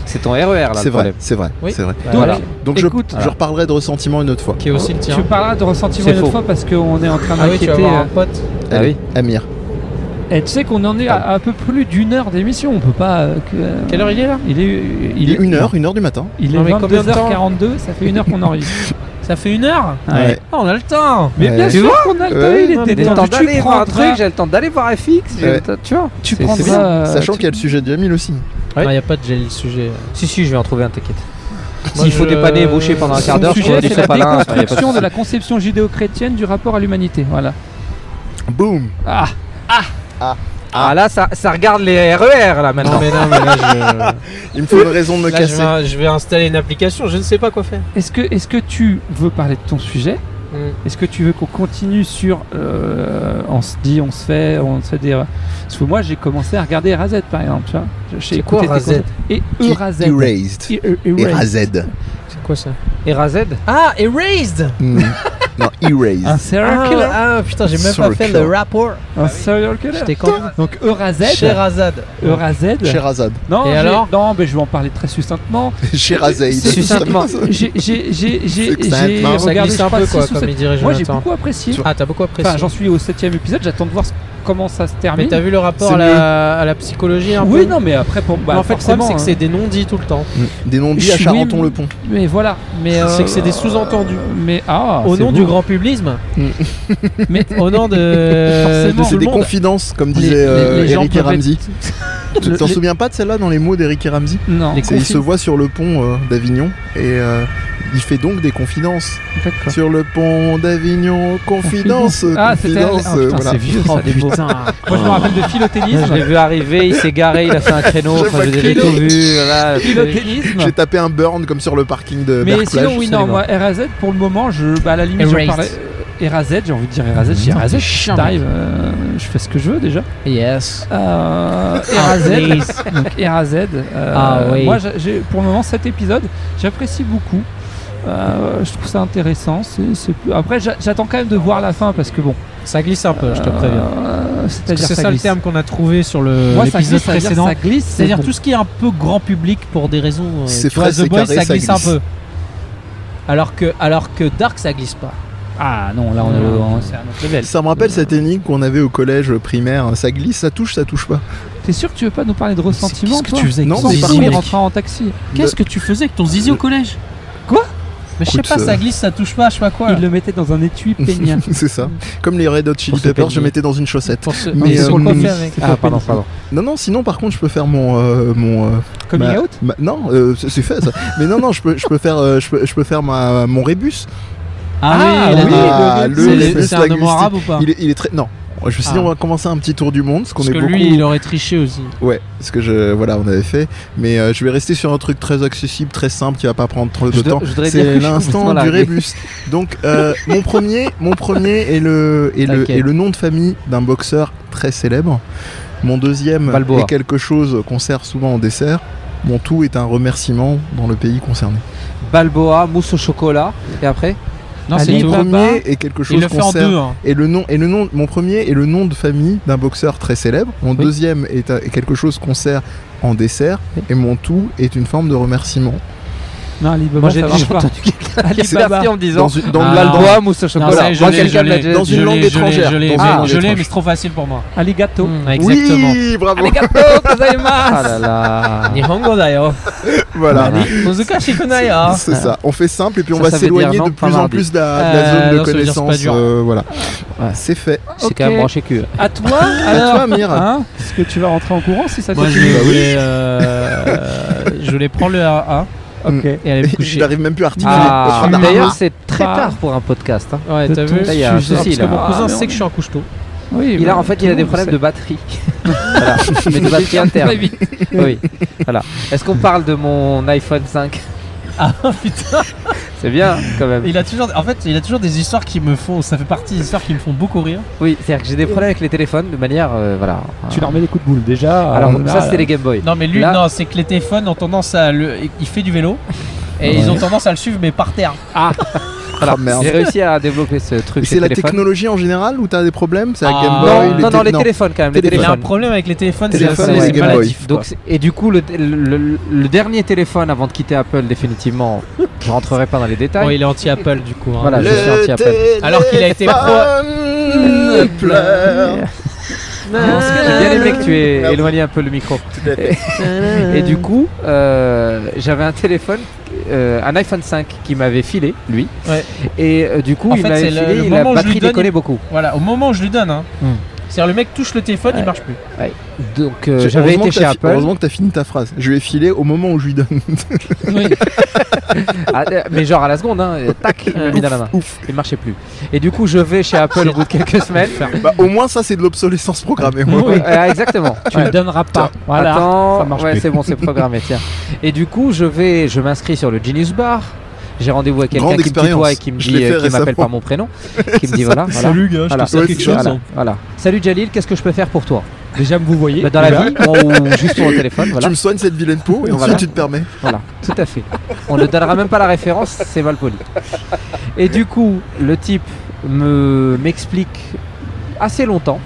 C'est ton RER là. c'est le vrai, problème. c'est vrai, Oui. c'est vrai. Donc, Voilà. Donc je, Écoute. je reparlerai de ressentiment une autre fois. Qui est aussi le tien. Tu parleras de ressentiment C'est une autre faux. fois parce qu'on est en train Ah oui, tu d'inquiéter. vas avoir un euh, pote. Ah Allez, Amir, Et tu sais qu'on en est Ah. à un peu plus d'une heure d'émission. On peut pas. euh, que- Quelle heure il est là Il est, il il est est 1h, 1h du matin. Il est Non, mais combien de temps 22h42. Ça fait une heure qu'on enregistre. Ça fait une heure Ouais. Ah, on a le temps Mais Ouais. bien Tu sûr qu'on a le temps. Ouais, Il J'ai était le temps. temps Tu d'aller voir un truc, prendras. j'ai le temps d'aller voir FX, j'ai Ouais. le temps- tu vois. Tu C'est- c'est bien. prendras. euh, Sachant tu- qu'il y a le sujet de Jamil aussi. Il n'y a pas de j'ai le sujet. Si, si, je vais en trouver un, t'inquiète. Moi, S'il faut je- dépanner et boucher pendant un Son quart d'heure, je sujet, ferai du c'est la sopalin. ça, y a pas de déconstruction de souci. la conception judéo-chrétienne du rapport à l'humanité. Voilà. Boum Ah, Ah là, ça ça regarde les RER là Non, maintenant. mais non, mais là, je... Il me faut une raison de me là, je casser. vais, je vais installer une application, je ne sais pas quoi faire. est-ce que, est-ce que tu veux parler de ton sujet Mm. Est-ce que tu veux qu'on continue sur euh, on se dit, on se fait, on se fait des. Parce que moi j'ai commencé à regarder Razette par exemple, tu vois. J'ai C'est quoi, écouté tes Razette conseils. Et Eurazette. Erased. Et- e- Erased. Erased. C'est quoi ça Erased Ah, Erased Hmm. non, Erased. Un serial killer. Ah, ah, putain, j'ai même Sur pas le fait cœur. le rapport. Un serial killer. J'étais con. Donc Eurazette. Sherazade. Eurazette. Sherazade. Non, Et j'ai- alors non, mais je vais en parler très succinctement. Sherazade. Succinctement. J'ai j'ai- j'ai- j'ai- j'ai Succinctement. Ça regardé glisse je un crois, peu, six quoi, ou comme sept- il dirait Moi j'ai Jonathan. beaucoup apprécié. Ah, t'as beaucoup Enfin, apprécié. j'en suis au septième épisode. J'attends de voir ce- comment ça se Mais termine. t'as vu le rapport C'est à la, à la psychologie un peu oui, non, mais après pour. bah, Mais en fait, le problème, forcément, c'est que hein. c'est des non-dits tout le temps. Des non-dits à Schwim. Charenton-le-Pont. Mais voilà. Mais euh, C'est que c'est des sous-entendus. Mais ah, Au c'est nom beau. du grand publicisme, Mais au nom de, Forcément. de C'est tout des le monde. confidences, comme Les- disait euh, les- les gens Eric et peuvent être- Ramsey. Tu Le- t'en les- souviens pas de celle-là dans les mots d'Eric et Ramsey non. C'est- Il se voit sur le pont euh, d'Avignon et euh, il fait donc des confidences. D'accord. Sur le pont d'Avignon, confidence, Ah, c'était. Ah, confidence, putain, euh, voilà. c'est vieux Oh, ça. des mots. putain. Moi, je me rappelle de Je l'ai philoténisme. vu arriver, il s'est garé, il a fait un créneau. J'ai Enfin, pas je crié. l'ai tout vu. Voilà, Philoténisme. J'ai tapé un burn comme sur le parking de Mais Berclage. sinon, oui, non, aller moi, RAZ, pour le moment, je, bah, à la limite, j'en Erased. parlais. euh, RAZ, j'ai envie de dire RAZ, j'ai Putain, RAZ, t'es chiant, t'arrives, euh, je fais ce que je veux déjà. Yes. Euh, Ah, RAZ, donc RAZ, euh, Ah, oui. moi, j'ai- j'ai- pour le moment, cet épisode, j'apprécie beaucoup. Euh, je trouve ça intéressant. c'est- c'est- Après, j'a- j'attends quand même de voir la fin parce que bon, Ça glisse un peu, je te euh, préviens. Parce C'est-à-dire que C'est ça, ça le glisse. terme qu'on a trouvé sur le- Moi, ça l'épisode glisse, ça veut dire précédent. ça glisse. c'est C'est-à-dire bon. tout ce qui est un peu grand public pour des raisons. euh, C'est tu vois, frais, The c'est Boys, carré, ça ça glisse un glisse. peu. Alors que, alors que Dark, ça glisse pas. Ah non, là, on est Euh, le- on- c'est un autre level. Ça me rappelle cette énigme qu'on avait au collège primaire. Ça glisse, ça touche, ça touche pas. T'es sûr que tu veux pas nous parler de ressentiment, toi faisais Non, Sans mais par parler, contre- rentrant en taxi. Qu'est-ce que tu faisais avec ton zizi au collège Mais je sais Écoute, pas, ça euh, glisse, ça touche pas, je sais pas quoi. Il le mettait dans un étui peignat. C'est ça. Comme les Red Hot Chili Pour se Peppers, je peigner. mettais dans une chaussette. Pour ce- Mais, sur euh, quoi faire avec. Ah, pardon, pardon. Non, non, sinon par contre, je peux faire mon. euh, mon euh, Coming ma- out ma- Non, euh, c'est c'est fait ça. Mais non, non, je peux, je peux faire, euh, je peux, je peux faire ma, mon rébus. Ah oui, oui, ah, le- le- c'est- le- c'est le un linguistique. homme arabe ou pas Il est, il est très. Non. Je me suis dit, Ah. on va commencer un petit tour du monde, ce qu'on Parce est que beaucoup. lui, il aurait triché aussi. Ouais, ce que je. Voilà, on avait fait. Mais euh, je vais rester sur un truc très accessible, très simple, qui va pas prendre trop de Je dois- temps. je voudrais dire que C'est je suis l'instant complètement largué. du rébus. Donc, euh, mon premier, mon premier est le, est le, Laquelle est le nom de famille d'un boxeur très célèbre. Mon deuxième Balboa. est quelque chose qu'on sert souvent en dessert. Mon tout est un remerciement dans le pays concerné. Balboa, mousse au chocolat. Et après Non, Ali c'est Mon tout. Baba. premier est quelque Il chose le fait en qu'on deux. sert. hein. Et le nom, et le nom, mon premier est le nom de famille d'un boxeur très célèbre. Mon deuxième est, un- est quelque chose qu'on sert en dessert. Et mon tout est une forme de remerciement. Non, Alibaba, Moi, j'ai ça marche déjà pas. entendu quelqu'un qui s'est Alibaba. parti en me disant Dans, une- dans Ah, le- non. Balboa, mousse au Non, chocolat. ça, je Moi, l'ai, quelqu'un je me l'a l'ai, déjà dans dit. une je langue l'ai, je l'ai, étrangère. Ah, Je l'ai, Dans mais- une langue je l'ai, mais étrangère. c'est trop facile pour moi. Aligato. Hmm, Exactement. Oui, bravo. Ah là là. Nihongo d'ailleurs. Voilà. Ah. Muzuka Shikunaya. C'est ça. On fait simple et puis on Ça, va ça veut dire s'éloigner non, de pas plus en mardi. plus de la, de la Euh, zone de non, ça veut dire c'est pas connaissance. dur. euh, voilà. Ouais. Ah, C'est fait. C'est quand même branché cul. À toi, À alors toi, Mire. Hein Est-ce que tu vas rentrer en courant si ça Moi, je continue Bah voulais, euh, je voulais prendre le A1 Ok. et aller me Je coucher. n'arrive Mm. même plus à articuler. Ah, Je suis d'ailleurs, marre. c'est très Pas- tard pour un podcast. hein. Ouais, De t'as ton- vu Là, il y a un Je suis souci sûr, parce là. que Mon Ah, cousin mais sait on- que je suis un couche-tôt. Oui, Il a bah, en fait, il tout a le des monde problèmes sait. de batterie. voilà. Mais de batterie interne. Très vite. Ah, Oui. Voilà. Est-ce qu'on parle de mon iPhone 5 Ah putain C'est bien quand même. Il a toujours, en fait, il a toujours des histoires qui me font, ça fait partie des histoires qui me font beaucoup rire. Oui, c'est-à-dire que j'ai des problèmes avec les téléphones de manière. euh, voilà. Tu leur mets les coups de boule déjà. Alors, euh, ça, là, c'était les Game Boy. Non mais lui, Ah Là- non, c'est que les téléphones ont tendance à le, il fait du vélo et ils ont tendance à le suivre mais par terre. Voilà. Ah, merde. J'ai réussi à développer ce truc. C'est chez la téléphone. technologie en général ou t'as des problèmes C'est la Ah, Game Boy Non, non, non, tél- les téléphones quand même. Les Téléphone. Il a un téléphones. problème avec les téléphones, c'est Téléphone c'est- et c'est Game maladif. quoi. Donc, c'est- et du coup, le, le- le- le dernier téléphone avant de quitter Apple, définitivement, je rentrerai pas dans les détails. Bon, il est anti-Apple du coup. hein. Voilà, Ah, je suis anti-Apple. Alors qu'il a été téléphone pleure. Ah. J'ai bien aimé que tu aies éloigné un peu le micro. Tout à fait. Et du coup, euh, j'avais un téléphone, euh, un iPhone 5 qui m'avait filé, lui. Ouais. Et euh, du coup, En il fait, m'avait c'est le- filé, le il- la moment où je lui batterie donne, décollait il- beaucoup. Voilà, au moment où je lui donne. Hein. Hmm. C'est-à-dire le mec touche le téléphone, Ouais. il marche plus. Donc, euh, J'ai- j'avais heureusement été que chez t'as fi- Apple. Heureusement que t'as fini ta phrase. Je lui ai filé au moment où je lui donne. Ah, euh, mais genre à la seconde, hein, euh, tac, il m'a mis dans la main. Il marchait plus. Et du coup, je vais Ah, chez Apple au bout de quelques semaines. Bah, au moins, ça, c'est de l'obsolescence programmée. moi. Oui, euh, exactement. Tu ne donneras pas. Voilà. Attends, ça marche ouais, plus. c'est bon, c'est programmé, tiens. Et du coup, je vais, je m'inscris sur le Genius Bar. j'ai rendez-vous avec quelqu'un Grande qui me tutoie et expérience. qui me Je dit, l'ai fait euh, qui m'appelle récemment. par mon prénom, qui me dit ça. voilà, voilà. Salut gars, je Voilà. te sers Ouais, quelque c'est- chose. Voilà, hein. voilà. Salut Jalil, qu'est-ce que je peux faire pour toi Déjà, vous voyez. Bah, Dans la vie ou juste sur le téléphone, voilà. Tu me soignes cette vilaine peau et ensuite Voilà. tu te permets. Voilà, tout à fait. On ne donnera même pas la référence, c'est mal poli. Et du coup, le type me m'explique assez longtemps,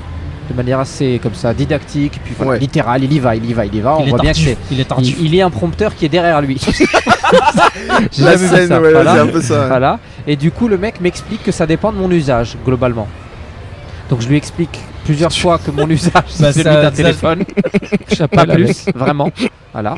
de manière assez comme ça didactique, puis voilà, Ouais. littérale. Il y va, il y va, il y va. On il, est voit bien que tardif, c'est. il est tardif. Il, il y a un prompteur qui est derrière lui. J'ai La jamais vu scène, ça, ouais, voilà. c'est un peu ça. ouais. Voilà. Et du coup, le mec m'explique que ça dépend de mon usage globalement. Donc je lui explique plusieurs fois que mon usage Bah, c'est celui ça- d'un ça- téléphone, pas plus, vraiment. Voilà.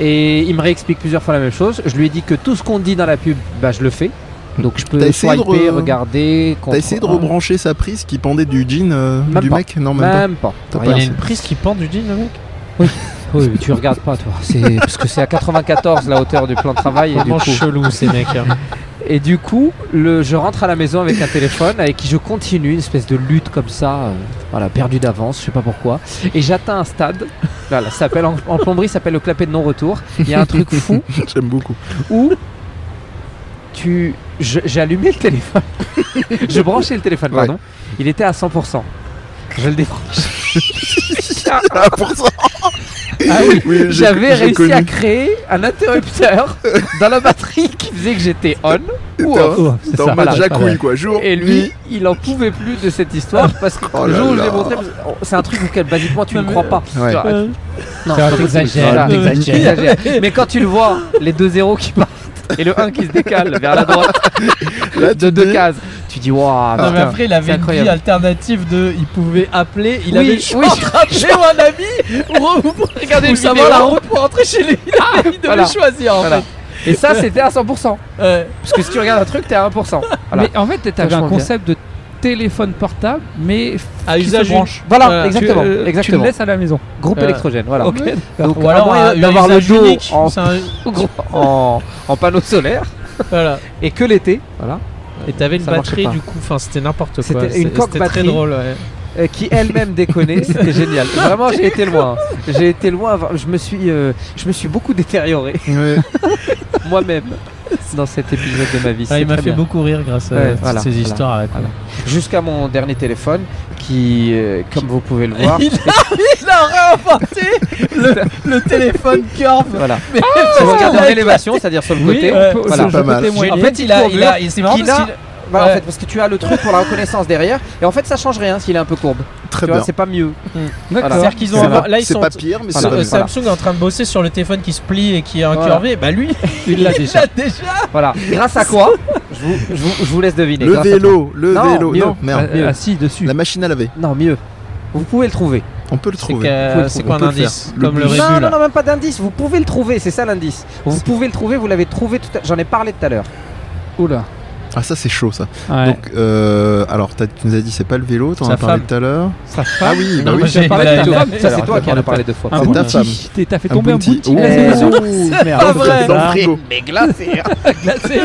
Et il me réexplique plusieurs fois la même chose. Je lui ai dit que tout ce qu'on dit dans la pub, bah, je le fais. Donc je peux T'as essayé de swiper, re- regarder. T'as essayé de rebrancher sa prise qui pendait du jean euh, Même du pas. mec Non, même pas. Même pas. T'as Il Rien. a une prise qui pend du jean, le mec. Oui, mais tu regardes pas, toi. C'est parce que c'est à 94 la hauteur du plan de travail. Et du Vraiment coup, chelou, ces mecs. hein. Et du coup, le, je rentre à la maison avec un téléphone avec qui je continue une espèce de lutte comme ça, euh, voilà, perdu d'avance, je sais pas pourquoi. Et j'atteins un stade, voilà, ça s'appelle en, en plomberie, ça s'appelle le clapet de non-retour. Il y a un truc fou J'aime beaucoup. où tu, je- j'ai allumé le téléphone, je branchais le téléphone, Ouais. pardon. Il était à 100%. Je le débranche. Ah, pour ça Ah oui, Oui, j'ai- J'avais j'ai réussi connu. à créer un interrupteur dans la batterie qui faisait que j'étais on ou T'as- off. T'es ça, en mode voilà, jacouille, quoi. Jour, Et lui, il en pouvait plus de cette histoire parce que Oh le là jour où je là. l'ai montré, c'est un truc auquel basiquement tu ne crois pas. Ouais. Tu vois, Euh, non, Ah, c'est pas t'exagères, possible. Voilà, t'exagères. t'exagères. Mais quand tu le vois, les deux zéros qui partent et le 1 qui se décale vers la droite de Là, Ah, tu deux dis- Ah. cases, tu dis waouh. Non, mais putain. après, il avait c'est une vie incroyable. alternative de. Il pouvait appeler, il Oui, avait le choix oui. entre appeler ou un ami ou re- ou pour regarder Ou une savoir vidéo la la route pour rentrer chez lui. Il, avait- il devait voilà. choisir en Voilà. fait. Et ça, c'était à 100%. Ouais. Parce que si tu regardes un truc, t'es à 1%. Voilà. Mais en fait, t'avais Vachement un bien. concept de téléphone portable, mais à qui se usage branche. unique. Voilà, Voilà, tu- exactement. Tu, euh, exactement. Tu le laisses à la maison. Groupe Euh, électrogène, Ah. voilà. Ah, Ok. Donc, Ou alors à moins un- d'avoir un le usage dos unique. en, C'est un- en, en panneau solaire Voilà. et que l'été, voilà, Et t'avais une Ça marchait batterie pas. du coup, enfin c'était n'importe quoi. C'était C'est- une coque C'était très batterie. drôle. ouais. euh, qui elle-même déconnait, c'était génial. Vraiment, j'ai été loin. J'ai été loin. avant- Je me suis, euh, je me suis beaucoup détérioré Ouais. moi-même dans cet épisode de ma vie. Ah, C'est il m'a très fait bien. beaucoup rire grâce à Ouais, toutes voilà, ces voilà, histoires. ouais, quoi. voilà. Jusqu'à mon dernier téléphone, qui, euh, comme vous pouvez le voir, Il a, il a réinventé le, le téléphone curve. voilà. Mais C'est parce qu'il a- l'élévation, c'est-à-dire sur le Oui, côté. on peut- ouais, voilà. je Pas peux mal. témoigner. En fait, il a, il a, et c'est marrant Qui parce n'a- qu'il- Voilà, Ouais. en fait, parce que tu as le truc pour la reconnaissance derrière, et en fait, ça change rien s'il est un peu courbe. Très tu bien. vois, c'est pas mieux. D'accord. C'est-à-dire qu'ils ont C'est inventé- pas- là ils C'est sont pas pire, mais c'est Voilà. pas euh, mal. Voilà. Samsung est en train de bosser sur le téléphone qui se plie et qui est Voilà. incurvé. Bah lui, Il l'a déjà. l'a déjà. Voilà. Grâce à quoi je vous, je, vous, je vous laisse deviner. Le Grâce à vélo, le Non, vélo. mieux. Non, merde. Euh, Ah, Assis dessus. La machine à laver. quoi Non, mieux. Vous pouvez le trouver. On peut le C'est trouver. que- Vous pouvez le c'est trouver, quoi on un peut le faire. indice Le Comme le bus. rébut Non, non, là. non, même pas d'indice. Vous pouvez le trouver, c'est ça l'indice. Vous pouvez le trouver, vous l'avez trouvé tout à... J'en ai parlé tout à l'heure. Oula. Ah, ça, c'est chaud, ça. Ouais. Donc, euh, alors, t'as- tu nous as dit c'est pas le vélo, t'en Sa as parlé femme. tout à l'heure. Ça fait Ah oui, bah Non, oui. mais j'ai- Parlez il a- de il toi. a- Ça, c'est toi qui en as parlé deux fois. un C'est ta femme. bounty. T'es- T'as fait Un tomber un bounty. bounty. Ouh. à la maison. Ah, Pas vrai. Dans le frigo. Glacé,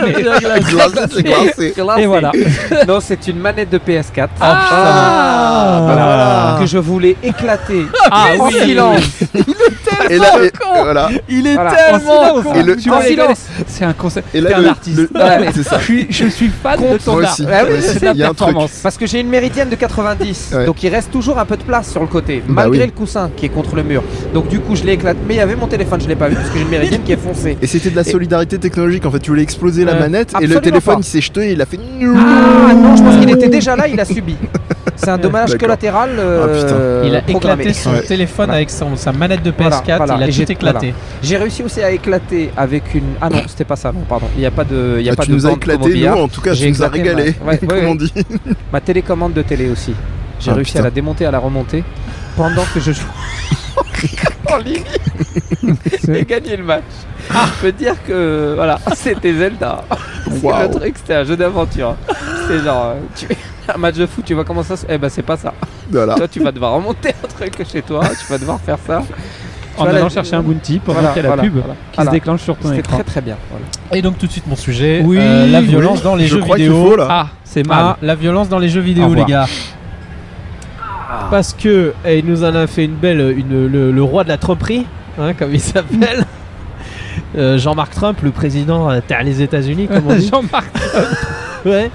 mais- Glacé, Là, c'est glacé. Et Ah, c'est- voilà. Non, c'est une manette de PS4. Ah, Voilà. Ah. Que je voulais éclater Ah en oui. silence. Et là, et- voilà. Il est Voilà. tellement En silence. con. Et le- Tu En vois, silence. C'est un concept. Et là, T'es un le- artiste. le- Voilà, mais c'est ça. Je suis, je suis fan de ton Moi art. aussi. Ah oui, Moi aussi. c'est la Il y a un truc. performance. Parce que j'ai une méridienne de 90, Ouais. donc il reste toujours un peu de place sur le côté, Bah malgré oui. le coussin qui est contre le mur. Donc du coup, je l'éclate. Mais il y avait mon téléphone, je l'ai pas vu parce que j'ai une méridienne qui est foncée. Et c'était de la solidarité technologique. En fait, tu voulais exploser la Ouais. manette et Absolument le téléphone pas. il s'est jeté et il a fait. Ah non, je pense qu'il était déjà là, il a subi. C'est un dommage D'accord. Ah, collatéral. euh, Il a programmé. éclaté son Ouais. téléphone Voilà. avec son- sa manette de Voilà, PS4, voilà. il a Et j'ai- tout éclaté. J'ai réussi aussi à éclater avec une. Ah non, c'était pas ça, non, pardon. Il n'y a pas de. Il y a Ah, pas tu de nous as bande comme au éclaté, nous billard. en tout cas, J'ai tu nous as éclaté, régalé. ouais. Ouais, Comme ouais, on ouais. dit. Ma télécommande de télé aussi. J'ai Ah, réussi à putain. la démonter, à la remonter pendant que je jouais en ligne. J'ai gagné le match. Ah, Je peux dire que voilà, c'était Zelda. Parce que Waouh. Le truc, c'était un jeu d'aventure. C'est genre, euh, tu- un match de foot, tu vois comment ça se. Eh ben, c'est pas ça. Voilà. Toi, tu vas devoir remonter un truc chez toi, tu vas devoir faire ça. En Voilà. allant chercher un bounty pendant Voilà, qu'il y a la voilà, pub voilà. qui Voilà. se déclenche sur ton C'était écran. très très bien. voilà. Et donc tout de suite mon sujet, Oui, euh, la oui. violence dans les Je jeux crois qu'il vidéo. faut là. Ah, c'est mal. Ah, la violence dans les jeux Au vidéo, les revoir. gars. Parce que eh, il nous en a fait une belle, une, le, le roi de la tromperie, hein, comme il s'appelle. euh, Jean-Marc Trump, le président euh, terre les États-Unis, comme on dit. Jean-Marc. Ouais.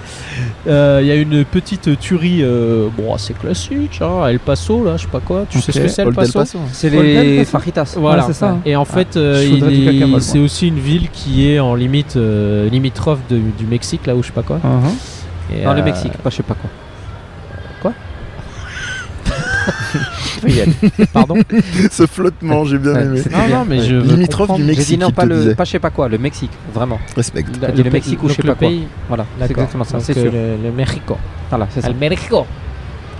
Euh, Il y a une petite tuerie, euh, bon, assez classique, hein, El Paso, là, je sais pas quoi. Tu sais ce que c'est, El Old El Paso Paso. C'est Golden les Pass. fajitas. Voilà. Ouais, c'est ça. Et en fait, euh, Je il voudrais du est- guacamole, moi. c'est aussi une ville qui est en limite euh, limitrophe de- du Mexique, là où je sais pas quoi. Et, Dans le euh, Mexique, pas je sais pas quoi. Pardon. Ce flottement, j'ai bien Ouais, aimé. c'était non, bien. non, mais Ouais. je veux Limitrophe comprendre. du J'ai dit Mexique, non, il pas te le, disait. pas je sais pas quoi, le Mexique, vraiment. Respect. Le Donc, Mexique ou je donc sais le pas quoi. pays. Voilà, c'est D'accord. exactement ça, Donc, c'est euh, sûr. Le, le Mexico. Voilà, c'est ça. El Mexico.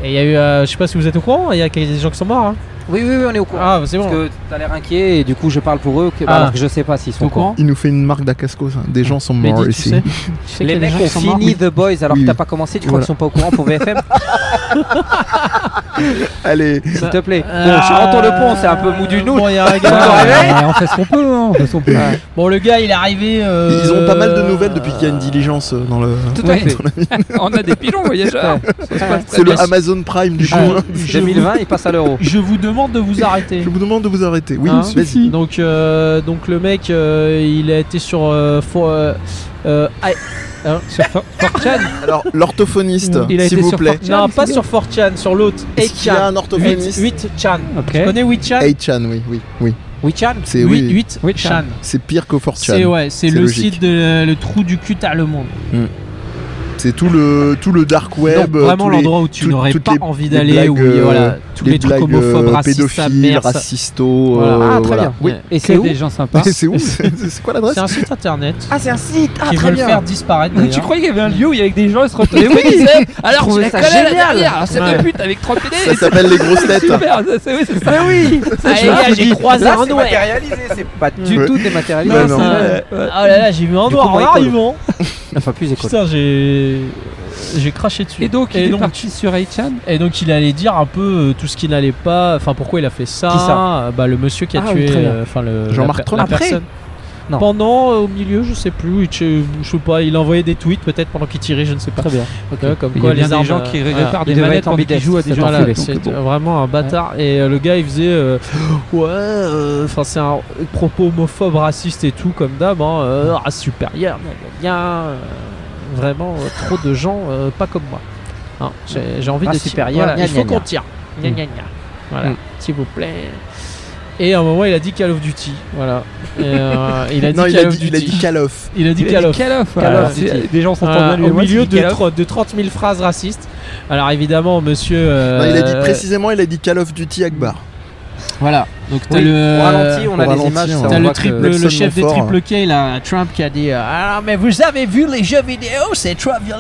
Et il y a eu, euh, je sais pas si vous êtes au courant, il y a des gens qui sont morts. hein. Oui, oui, oui, on est au courant. Ah, c'est bon. Parce que t'as l'air inquiet et du coup je parle pour eux, que, Ah. alors que je sais pas s'ils sont T'es au au courant Il nous fait une marque d'Acasco, ça. Des gens sont Mais morts dis, tu ici. sais, tu sais Les qu'il y a des mecs gens ont qui sont morts. Bah, fini The Boys alors Oui, que t'as oui. pas commencé, tu Voilà. crois qu'ils sont pas au courant pour VFM Allez, S'il te plaît. Bon, Charenton le pont, c'est un peu mou du nous. Euh, Bon, il y a un gars- on fait ce qu'on peut, hein, on fait ce qu'on peut. Bon, le gars, il est arrivé. euh, ils ont pas mal de nouvelles depuis qu'il y a une diligence euh, dans le. Tout à fait. on a des pigeons voyageurs. C'est le Amazon Prime du coup. Ah. hein. Je- 2020, il passe à l'euro. Je vous demande de vous arrêter. Je vous demande de vous arrêter. Oui, Hein vas-y. Donc, euh, donc le mec, euh, il a été sur. Euh, for- euh, euh, I- hein, sur for- 4chan Alors, l'orthophoniste, Il a s'il été vous sur plaît. Fortune. Non, pas sur 4chan, sur l'autre. Est-ce qu'il y a 8chan. un orthophoniste 8chan. Ok. Tu connais 8chan 8chan, oui, oui, oui. 8chan C'est- oui. 8chan. C'est pire que 4chan. C'est ouais, c'est C'est le logique. site de le trou du cul t'as le monde. C'est tout le, tout le dark web. Donc, vraiment Eh ben, tous les- l'endroit où tu tout- n'aurais toutes pas les- envie les d'aller où blagues, il y a, voilà euh, tous les, trucs blagues, euh, homophobes, racistes, sa pédophiles, mère, ça- racisto. Voilà. euh, Ah, très voilà. bien. Oui. Et C'est c'est où des gens sympas. C'est où C'est c'est quoi l'adresse C'est un site internet Ah, c'est un site Ah, qui veut très le bien faire disparaître. Mais tu d'ailleurs. croyais qu'il y avait un lieu où il y avait des gens ils se retenaient Oui, c'est- Alors je trouvais la ça connais la génial. dernière, c'est Ouais. de pute avec trois pédés. Ça s'appelle les grosses têtes. Super, ça, c'est oui, c'est ça. oui Ah, les gars, j'ai croisé Là, un c'est noir. matérialisé, c'est pas du Ouais. tout dématérialisé. Ouais, non. C'est- Ouais. Ah là là, j'ai vu un Du noir coup, en moi, écolo. arrivant. Enfin, plus écolo. Putain, j'ai j'ai craché dessus. Et donc il et est donc, parti sur Aichan. et donc, il allait dire un peu euh, tout ce qu'il n'allait pas, enfin pourquoi il a fait ça. Qui ça bah, le monsieur qui a Ah oui, tué, très bien. euh, enfin le Jean-Marc la per- Trump. la Après personne. Non. Pendant, euh, au milieu, je sais plus, il, je sais pas, il envoyait des tweets peut-être pendant qu'il tirait, je ne sais pas. Très bien. Euh, comme Il y quoi a bien les des armes, gens euh, qui voilà. réparent des Il devait manettes être en pendant qu'ils bidette, jouent à des cet gens Voilà, enculés. c'est Donc, bon. euh, vraiment un bâtard. Et euh, le gars, il faisait euh, ouais, euh, enfin c'est un propos homophobe, raciste et tout comme d'hab, hein, euh, race supérieure, bien, euh, vraiment euh, trop de gens euh, pas comme moi. Hein, j'ai- J'ai envie Ah, Race de tirer. supérieure, Voilà, gna, il faut gna, gna. qu'on tire. Gna, Mm. gna, gna. Voilà, Mm. s'il vous plaît. Et à un moment, il a dit Call of Duty. Voilà. Et, euh, il a dit Non, il Call a of dit, il a Duty. dit Call of. Il a dit Call of. Call of, Call voilà. of, C'est- c'est- Des gens sont Voilà, en au milieu de, tro- de 30 000 phrases racistes. Alors évidemment, monsieur. euh, Non, il a dit précisément, il a dit Call of Duty Akbar. Voilà. Donc t'as Oui, le. on ralentit, Euh, on on a les ralentit, images. ça, on on T'as voit le, voit triple, que- le Nixon chef des Montfort. triple K, là, Trump, qui a dit euh, Alors, mais vous avez vu les jeux vidéo, c'est trop violent.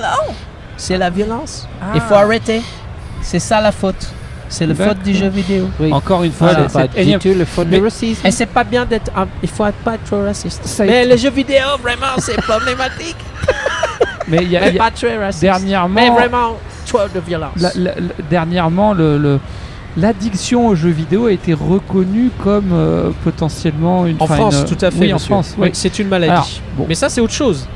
C'est la violence. Ah. Il faut arrêter. C'est ça la faute. C'est la D'accord. faute du jeu vidéo. Oui. Encore une fois, Voilà. Voilà, c'est- pas c'est énième. du tout le fond Mais- du racisme. Et c'est pas bien d'être. un- Il faut être pas trop raciste. Ça a mais été- les jeux vidéo, vraiment, c'est problématique. mais il y a mais il y a- pas très raciste. Mais Eh dernièrement vraiment, trop de violence. La- la- la- dernièrement, le- le- l'addiction aux jeux vidéo a été reconnue comme euh, potentiellement une. En enfin, France, une- tout à fait. Oui, en monsieur. France. Oui. Oui, c'est une maladie. Alors, bon. Mais ça, c'est autre chose.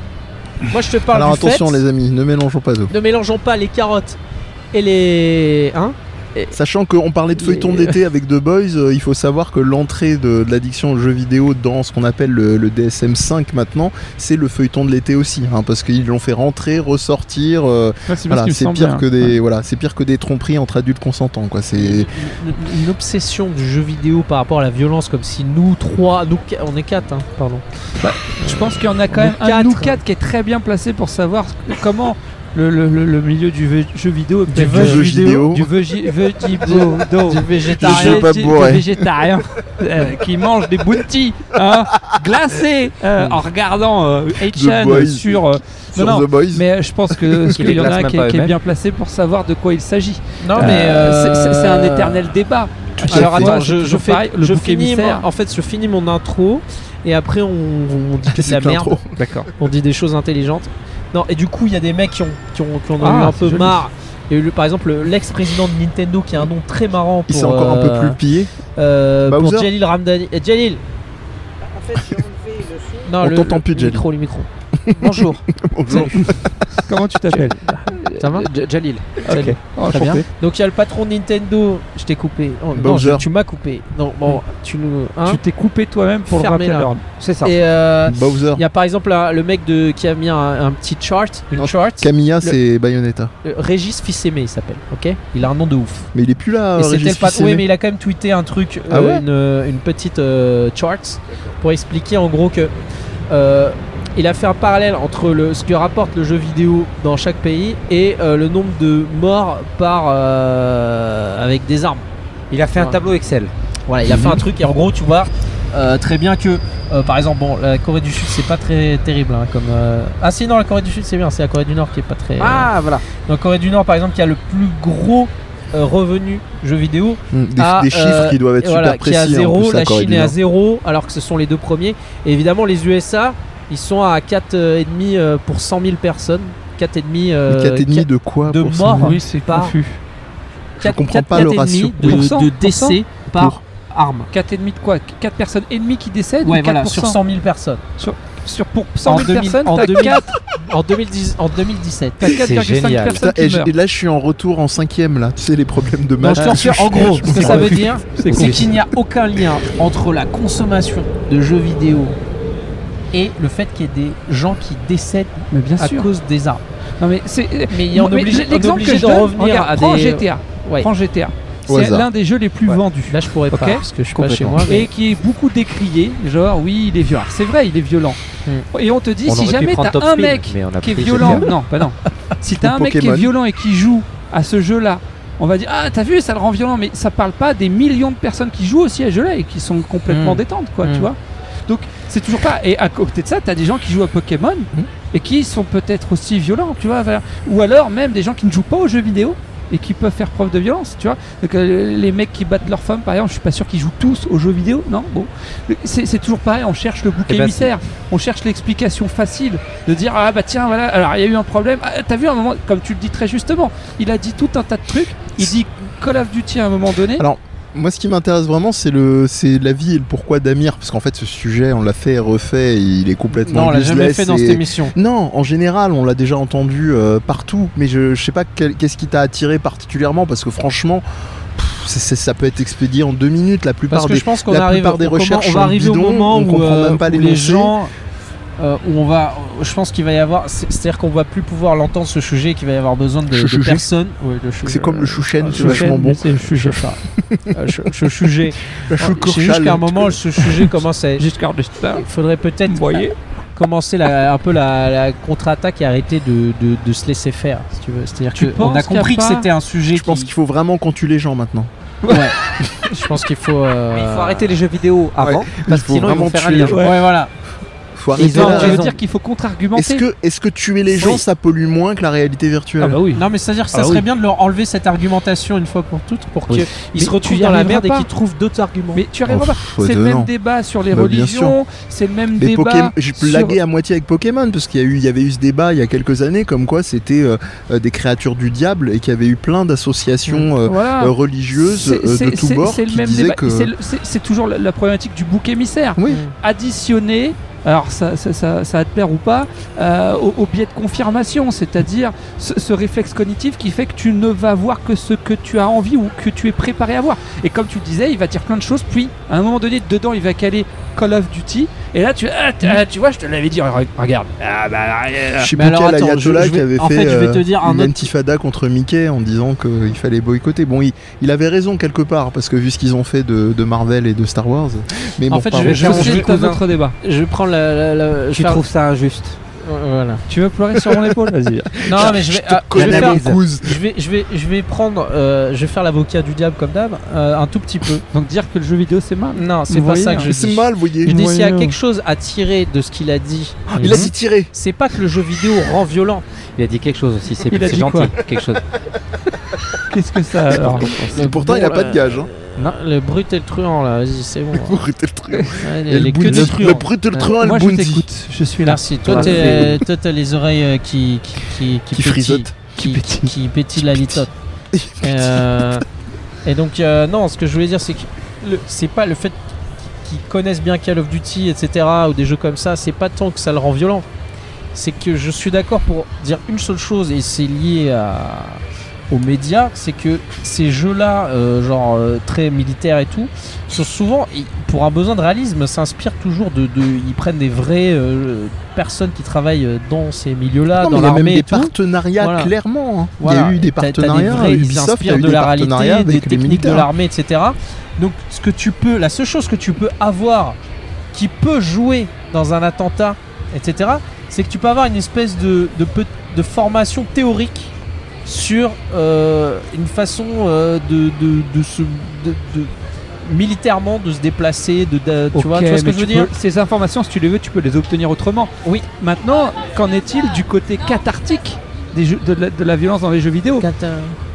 Moi, je te parle Alors du attention, fait, les amis, ne mélangeons pas tout. Ne mélangeons pas les carottes et les. Hein Sachant qu'on parlait de feuilleton Mais- d'été avec The Boys, euh, il faut savoir que l'entrée de, de l'addiction aux jeux vidéo dans ce qu'on appelle le, le DSM5 maintenant, c'est le feuilleton de l'été aussi, hein, parce qu'ils l'ont fait rentrer, ressortir. euh, Ouais, c'est bien voilà, ce qui me c'est semble pire bien. que des, voilà, c'est pire que des tromperies entre adultes consentants, quoi. C'est Une- une- Une obsession du jeu vidéo par rapport à la violence, comme si nous trois, nous qu- on est quatre, hein, pardon. Je pense qu'il y en a quand Nous même un de nous quatre. quatre qui est très bien placé pour savoir comment. Le, le- le- le milieu du ve- jeu vidéo du veu- jeu vidéo. du vegi- vegibo- do- Je suis végétarien pas du- bourré. du végétarien, euh, qui mange des bounties hein, glacés euh, en regardant euh, H&M Boys. sur euh, sur non, The Boys. Mais euh, je pense que ce Qui qu'il y en les a classe qui, même pas qui est eux-mêmes. bien placé pour savoir de quoi il s'agit. Non, Euh, c'est- c'est- c'est un éternel débat. Tout à Alors fait. attends, Ouais, c'est je, je toujours fais, pareil, le je bouc finis mon- émissaire. en fait, je finis mon intro et après on, on dit que de C'est la que merde. l'intro. D'accord. on dit des choses intelligentes. Non, et du coup, il y a des mecs qui ont, qui ont, qui en ont Ah, eu un c'est peu joli. marre. Il y a eu, le- par exemple, l'ex-président de Nintendo qui a un nom très marrant Il pour, s'est encore un peu euh, plus pillé. euh, pour Bowser Jalil Ramdani. Eh, Jalil En fait, j'ai enlevé le son. Non, On le, t'entend le- plus, le Jalil. micro, le micro. Bonjour. Bonjour. Comment tu t'appelles Ça va J- Jalil. Ok, Très bien. enchanté. Donc il y a le patron de Nintendo. Je t'ai coupé. Oh, non, Bowser. Mm. je- tu m'as coupé. Non, bon, tu nous. hein Tu t'es coupé toi-même pour le Fermez rappeler la- à l'ordre. C'est ça. Et euh, Bowser. il y a par exemple un- le mec de, qui a mis un, un petit chart, une Non, chart. Camilla, c'est Bayonetta. Euh, Régis Fils-Aimé, il s'appelle. Ok Il a un nom de ouf. Mais il est plus là, Et euh, c'était Régis le patron. Fils-Aimé. Oui, mais il a quand même tweeté un truc, Ah euh, ouais une, euh, une petite euh, chart pour expliquer en gros que euh, il a fait un parallèle entre le, ce que rapporte le jeu vidéo dans chaque pays et euh, le nombre de morts par euh, avec des armes. Il a fait un Ouais. tableau Excel. Voilà, il a fait un truc et en gros, tu vois euh, très bien que, euh, par exemple, bon, la Corée du Sud, c'est pas très terrible. hein, comme euh, ah si non, la Corée du Sud, c'est bien. C'est la Corée du Nord qui est pas très. euh, Ah voilà. Dans la Corée du Nord, par exemple, qui a le plus gros euh, revenu jeu vidéo. Mm, Des, Ah, des chiffres euh, qui doivent être Et voilà, super précis. qui est à hein, en zéro, plus, la Corée Chine du est à Nord. 0 alors que ce sont les deux premiers. Et évidemment, les USA, ils sont à euh, 4,5 pour 100 000 personnes. 4,5 Mais euh, quatre et demi de quoi de pour ça morts. Oui, c'est Par- confus. quatre- comprends quatre- pas le 4,5 ratio. de, Pour cent, de pour cent, décès par arme. 4 et demi de quoi 4 personnes et demie qui décèdent Ouais, ou voilà, 4%? sur 100 000 personnes. Sur pour 100 En 000 2000 personnes, en t'as 2000 4, En, 2010, en 2017. t'as 4,5 génial. personnes Putain, qui et, je- meurent. et là, je suis en retour en cinquième, là. Tu sais, les problèmes de Donc, maths. je te refais, en gros, ce que ça veut dire, C'est c'est con. qu'il n'y a aucun lien entre la consommation de jeux vidéo et le fait qu'il y ait des gens qui décèdent Mais bien à sûr. cause des armes. Non mais c'est Mais on est mais obligé- on est l'exemple obligé que je d'en donne, revenir regarde, à prends des- GTA. Ouais. Prends GTA. Au C'est hasard. l'un des jeux les plus Ouais. vendus. Là, je pourrais Ok. pas parce que je suis pas chez Complètement. moi. Mais... Et qui est beaucoup décrié, genre oui, il est violent. C'est vrai, il est violent. Et on te dit, Hmm. On si aurait pu jamais prendre t'as Top un Spin, mec mais on a qui est pris violent, GTA. non, pas non. Si t'as Ou un mec qui est Pokémon. violent et qui joue à ce jeu-là, on va dire ah t'as vu, ça le rend violent, mais ça parle pas des millions de personnes qui jouent aussi à ce jeu-là et qui sont complètement Mm. Hmm. détentes, quoi, tu Mm. vois. Donc c'est toujours pas. Et à côté de ça, t'as des gens qui jouent à Pokémon Hmm. et qui sont peut-être aussi violents, tu vois. voilà. Ou alors même des gens qui ne jouent pas aux jeux vidéo et qui peuvent faire preuve de violence, tu vois. Donc, euh, les mecs qui battent leurs femmes, par exemple, je suis pas sûr qu'ils jouent tous aux jeux vidéo, non Bon, c'est c'est toujours pareil. On cherche le bouc Eh ben, émissaire, on cherche l'explication facile de dire ah bah tiens voilà, alors il y a eu un problème. Ah, T'as vu un moment, comme tu le dis très justement, il a dit tout un tas de trucs. Il dit Call of Duty à un moment donné. Alors, Moi, ce qui m'intéresse vraiment, c'est le, c'est la vie et le pourquoi d'Amir, parce qu'en fait, ce sujet, on l'a fait, et refait, et il est complètement. Non, on l'a jamais useless fait dans et- cette émission. Non, en général, on l'a déjà entendu euh, partout, mais je, je sais pas quel- qu'est-ce qui t'a attiré particulièrement, parce que franchement, pff, c'est- c'est- ça peut être expédié en deux minutes la plupart Parce que des. je pense qu'on la arrive, plupart des on commen- recherches on va sont arriver au bidons, moment on où, comprend euh, même pas où l'énoncé. les gens, euh, où on va, je pense qu'il va y avoir, c'est- c'est-à-dire qu'on va plus pouvoir l'entendre se juger, qu'il va y avoir besoin de, de Chuchuger. personnes. Ouais, de chu- C'est comme le chouchen, c'est Chuchen, vachement mais bon. C'est le sujet ça. Euh, je- Je jugeais. Le Ah, C'est juste qu'à un moment, ce sujet commence à. Giscard d'Estaing, Il faudrait peut-être vous voyez commencer la- un peu la, la contre-attaque et arrêter de, de- de se laisser faire, si tu veux. C'est-à-dire Tu qu'on a penses qu'il y a compris que pas- c'était un sujet. Je pense qui- qu'il faut vraiment qu'on tue les gens maintenant. je pense qu'il faut. euh, Mais il faut arrêter les jeux vidéo avant. Il Parce que faut sinon ils vraiment vont faire un tuer les lien. gens. Ouais, voilà. Faut Ils arrêter ont la- Je veux raison. dire qu'il faut Est-ce contre-argumenter. que, est-ce que tuer les gens, Oui. ça pollue moins que la réalité virtuelle Ah bah oui. Non, mais c'est-à-dire que ça Ah serait oui. bien de leur enlever cette argumentation une fois pour toutes pour Oui. Mais qu'ils se tu retrouvent y dans la arriveras merde et pas. qu'ils trouvent d'autres arguments. Mais tu arriveras Oh, pas. faut C'est le étonnant. même débat sur les Bah, bien religions, c'est le même Mais débat. Pokémon, j'ai sur- lagué à moitié avec Pokémon parce qu'il y, a eu- il y avait eu ce débat il y a quelques années comme quoi c'était euh, euh, des créatures du diable et qu'il y avait eu plein d'associations euh, Voilà. euh, religieuses Mm. Ah. C'est- euh, c'est- de tous c'est- bords C'est le qui même disaient débat. que C'est le- c'est- C'est toujours la, la problématique du bouc émissaire. Oui. Additionné, alors ça, ça, ça, ça va te plaire ou pas, euh, au, au biais de confirmation, c'est-à-dire ce, ce réflexe cognitif qui fait que tu ne vas voir que ce que tu as envie ou que tu es préparé à voir. Et comme tu le disais, il va dire plein de choses, puis à un moment donné, dedans, il va caler Call of Duty, et là, tu, ah, t- ah, tu vois, je te l'avais dit, re- regarde. Ah, bah, euh, je sais Mais plus alors, quel attends, ayatollah je- je qui vais- avait en fait, fait, je vais te euh, dire un une autre- intifada contre Mickey en disant qu'il fallait boycotter. Bon, il, il avait raison quelque part parce que vu ce qu'ils ont fait de, de Marvel et de Star Wars. Mais En bon, fait, pardon. je vais je faire mon sais petit que t'as cousin. notre débat. Je prends la. la, la- Tu faire- trouves ça injuste Voilà. Tu veux pleurer sur mon épaule Vas-y. Non, mais je vais. ah, je Conan vais faire- le Goose. Je vais, je vais, je vais prendre, euh, je vais faire l'avocat du diable comme d'hab, euh, un tout petit peu. Donc dire que le jeu vidéo, c'est mal. Non, c'est Vous pas voyez, ça que je C'est dis. mal, vous voyez. Je dis s'il y a Moyen. Ah, quelque chose à tirer de ce qu'il a dit, Il a dit tiré. c'est pas que le jeu vidéo rend violent. Il a dit quelque chose aussi, c'est Il a c'est dit quoi gentil. Quelque chose. Qu'est-ce que ça alors Le Et pourtant, il bon, a pas euh, de gage. Hein. Non, le brut et le truand là, vas-y, c'est bon. Vous arrêtez le truc. Ouais, Et les, Le les queues Bounty. de Le truand. brut et le Ouais. truand, Moi le je Bounty. t'écoute, je suis là. Merci. Toi, t'es- toi, t'as les oreilles euh, qui qui qui Qui pétillent. frisote. qui, pétille. qui pétille la litote. Euh, et donc, euh, non, ce que je voulais dire, c'est que le- c'est pas le fait qu'ils connaissent bien Call of Duty, etc., ou des jeux comme ça, c'est pas tant que ça le rend violent. c'est que je suis d'accord pour dire une seule chose, et c'est lié à, aux médias, c'est que ces jeux-là, euh, genre euh, très militaires et tout, sont souvent, ils- pour un besoin de réalisme, s'inspirent toujours de, de- Ils prennent des vraies euh, personnes qui travaillent euh, dans ces milieux-là, Non, mais il y a dans même l'armée des et tout. partenariats, Voilà. clairement. hein. Il y Voilà. a eu des T'as- t'as des partenariats. euh, vrais, ils Ubisoft a s'inspirent eu de des la partenariats réalité, des avec les techniques de militaires. l'armée, etc. Donc, ce que tu peux, la seule chose que tu peux avoir qui peut jouer dans un attentat, etc., c'est que tu peux avoir une espèce de, de, pe- de formation théorique sur euh, une façon euh, de, de, de se. de- de- militairement de se déplacer de, de- tu, vois, tu vois ce que mais je veux tu dire peux- ces informations, si tu les veux, tu peux les obtenir autrement. Oui. Maintenant, qu'en est-il du côté cathartique des jeux- de, la, de la violence dans les jeux vidéo Cata-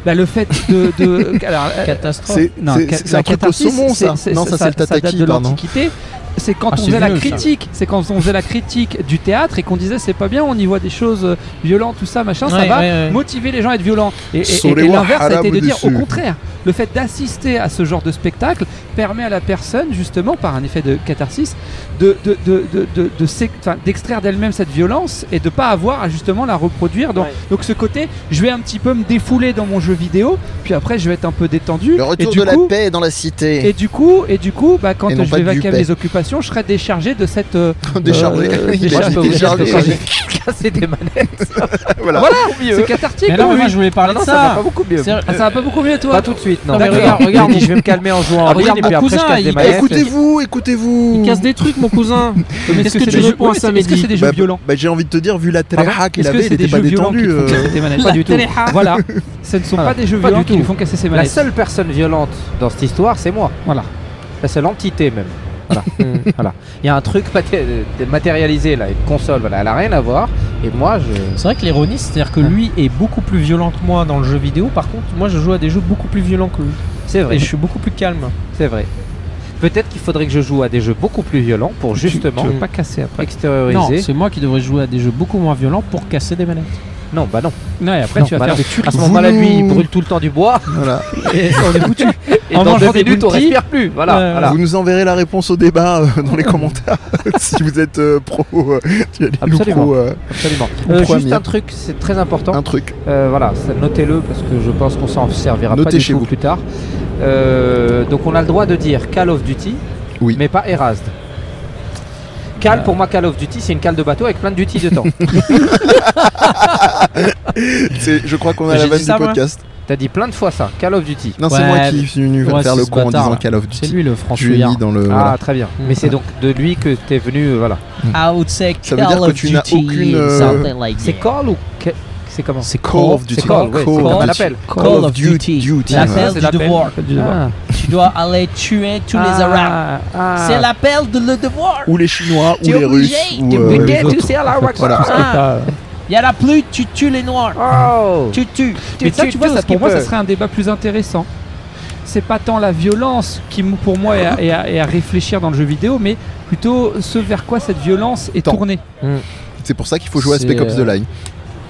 Bah, Le fait de. de- alors, euh, catastrophe Euh, C'est non, c'est- ca- c'est la un truc au catharsis, saumon, ça. c'est- Non, ça, c'est le date tataki, de pardon. l'Antiquité. C'est quand Ah, on c'est faisait la vieux, ça. critique, c'est quand on faisait la critique du théâtre et qu'on disait c'est pas bien, on y voit des choses euh, violentes, tout ça, machin, ça Ouais, va ouais, ouais. motiver les gens à être violents. Et, et- et- et Solewa l'inverse, ça a été de dire au Haramudesu. contraire, le fait d'assister à ce genre de spectacle permet à la personne, justement, par un effet de catharsis, de, de, de, de, de- de s'ex- enfin, d'extraire d'elle-même cette violence et de pas avoir à justement la reproduire. dans- Ouais. Donc ce côté, je vais un petit peu me défouler dans mon jeu vidéo, puis après je vais être un peu détendu. Le et retour du de la coup, paix dans la cité. et du coup, et du coup, bah, quand Et non je pas vais du vaquer à paix. mes occupations, je serai déchargé de cette. euh, Déchargé. euh, Il a déchargé. dit Déchargé. déchargé. Casser des manettes. Voilà. Voilà, c'est cathartique. mais non, quand mais même. moi, je voulais parler Ah non, de ça ça, va pas beaucoup mieux. C'est- Ah, ça va pas beaucoup mieux, toi. Pas tout de suite, non. Non, mais regarde, regarde, regarde, je vais me calmer en jouant. Ah, regarde, regarde, et mon puis après, je cousin, casse des il- manettes. Écoutez-vous, Il écoutez-vous. casse des trucs, mon cousin. Mais Qu'est-ce que tu des réponds jeux- à ça, Est-ce que Mehdi c'est des Bah, jeux violents bah, j'ai envie de te dire, vu la Ah tréha bon qu'il Est-ce que avait, il c'est des était pas jeux violents qui détendu. font euh, casser des manettes Pas du tout. Téléha. Voilà, ce ne sont Voilà. pas des jeux Pas violents du qui nous tout. font casser ses La manettes. seule personne violente dans cette histoire, c'est moi. Voilà. Ça, C'est l'entité même. Voilà. voilà. Il y a un truc maté- euh, matérialisé là, une console, voilà, elle a rien à voir. Et moi, je. C'est vrai que l'ironie, c'est-à-dire que lui est beaucoup plus violent que moi dans le jeu vidéo. Par contre, moi, je joue à des jeux beaucoup plus violents que lui. C'est vrai, Et je suis beaucoup plus calme. c'est vrai. Peut-être qu'il faudrait que je joue à des jeux beaucoup plus violents pour justement tu veux pas casser après. Non, extérioriser. c'est moi qui devrais jouer à des jeux beaucoup moins violents pour casser des manettes. Non, bah non. Non, et après Non, tu vas bah faire non. des tueries. À ce moment-là, Voulons- lui, il brûle tout le temps du bois. Voilà. Et on est foutu. Et En dans deux mangeant des minutes, on bounties. respire plus. Voilà. Ouais. voilà. Vous nous enverrez la réponse au débat euh, dans les commentaires si vous êtes euh, pro. euh, tu as dit, nous, Absolument. pro, euh, Absolument. On Euh, prend juste mieux. un truc, c'est très important. un truc. Euh, voilà, ça, notez-le parce que je pense qu'on s'en servira pas Notez du chez tout vous. plus tard. Euh, donc on a le droit de dire Call of Duty, Oui. Euh. mais pas Erased. Call, pour moi, Call of Duty, c'est une cale de bateau avec plein de duty dedans. C'est- Je crois qu'on a J'ai la dit vanne du ça, moi podcast. T'as dit plein de fois ça, Call of Duty. Non, c'est Ouais, moi qui suis venu ouais, faire c'est le ce con en bâtard, disant là. Call of C'est Duty. lui le Je lui ai franchouillard. mis dans le. Ah, Euh, voilà. très bien. Mais c'est donc de lui que t'es venu. euh, Voilà. Ah, c'est Ça veut dire que tu n'as aucune, euh, C'est Call ou. Ca- C'est comment C'est Call of Duty. C'est Call, ouais, Call comme of on Duty. l'appelle. Call of Duty. L'appel Voilà. du devoir. Ah. Tu dois aller tuer tous Ah, ah. Euh, l'appel de le devoir. Ou les Chinois, ou T'es les Russes. Ou, euh, obligé. les autres. Voilà. euh, Il y a la pluie, tu tues les noirs. Oh. Tu tues. Mais ça, tu vois, ça, pour moi, peut. ça serait un débat plus intéressant. C'est pas tant la violence qui, m- pour moi, est à, est à- est à réfléchir dans le jeu vidéo, mais plutôt ce vers quoi cette violence est Tant. tournée. C'est pour ça qu'il faut jouer à C'est, Spec Ops The euh, Line,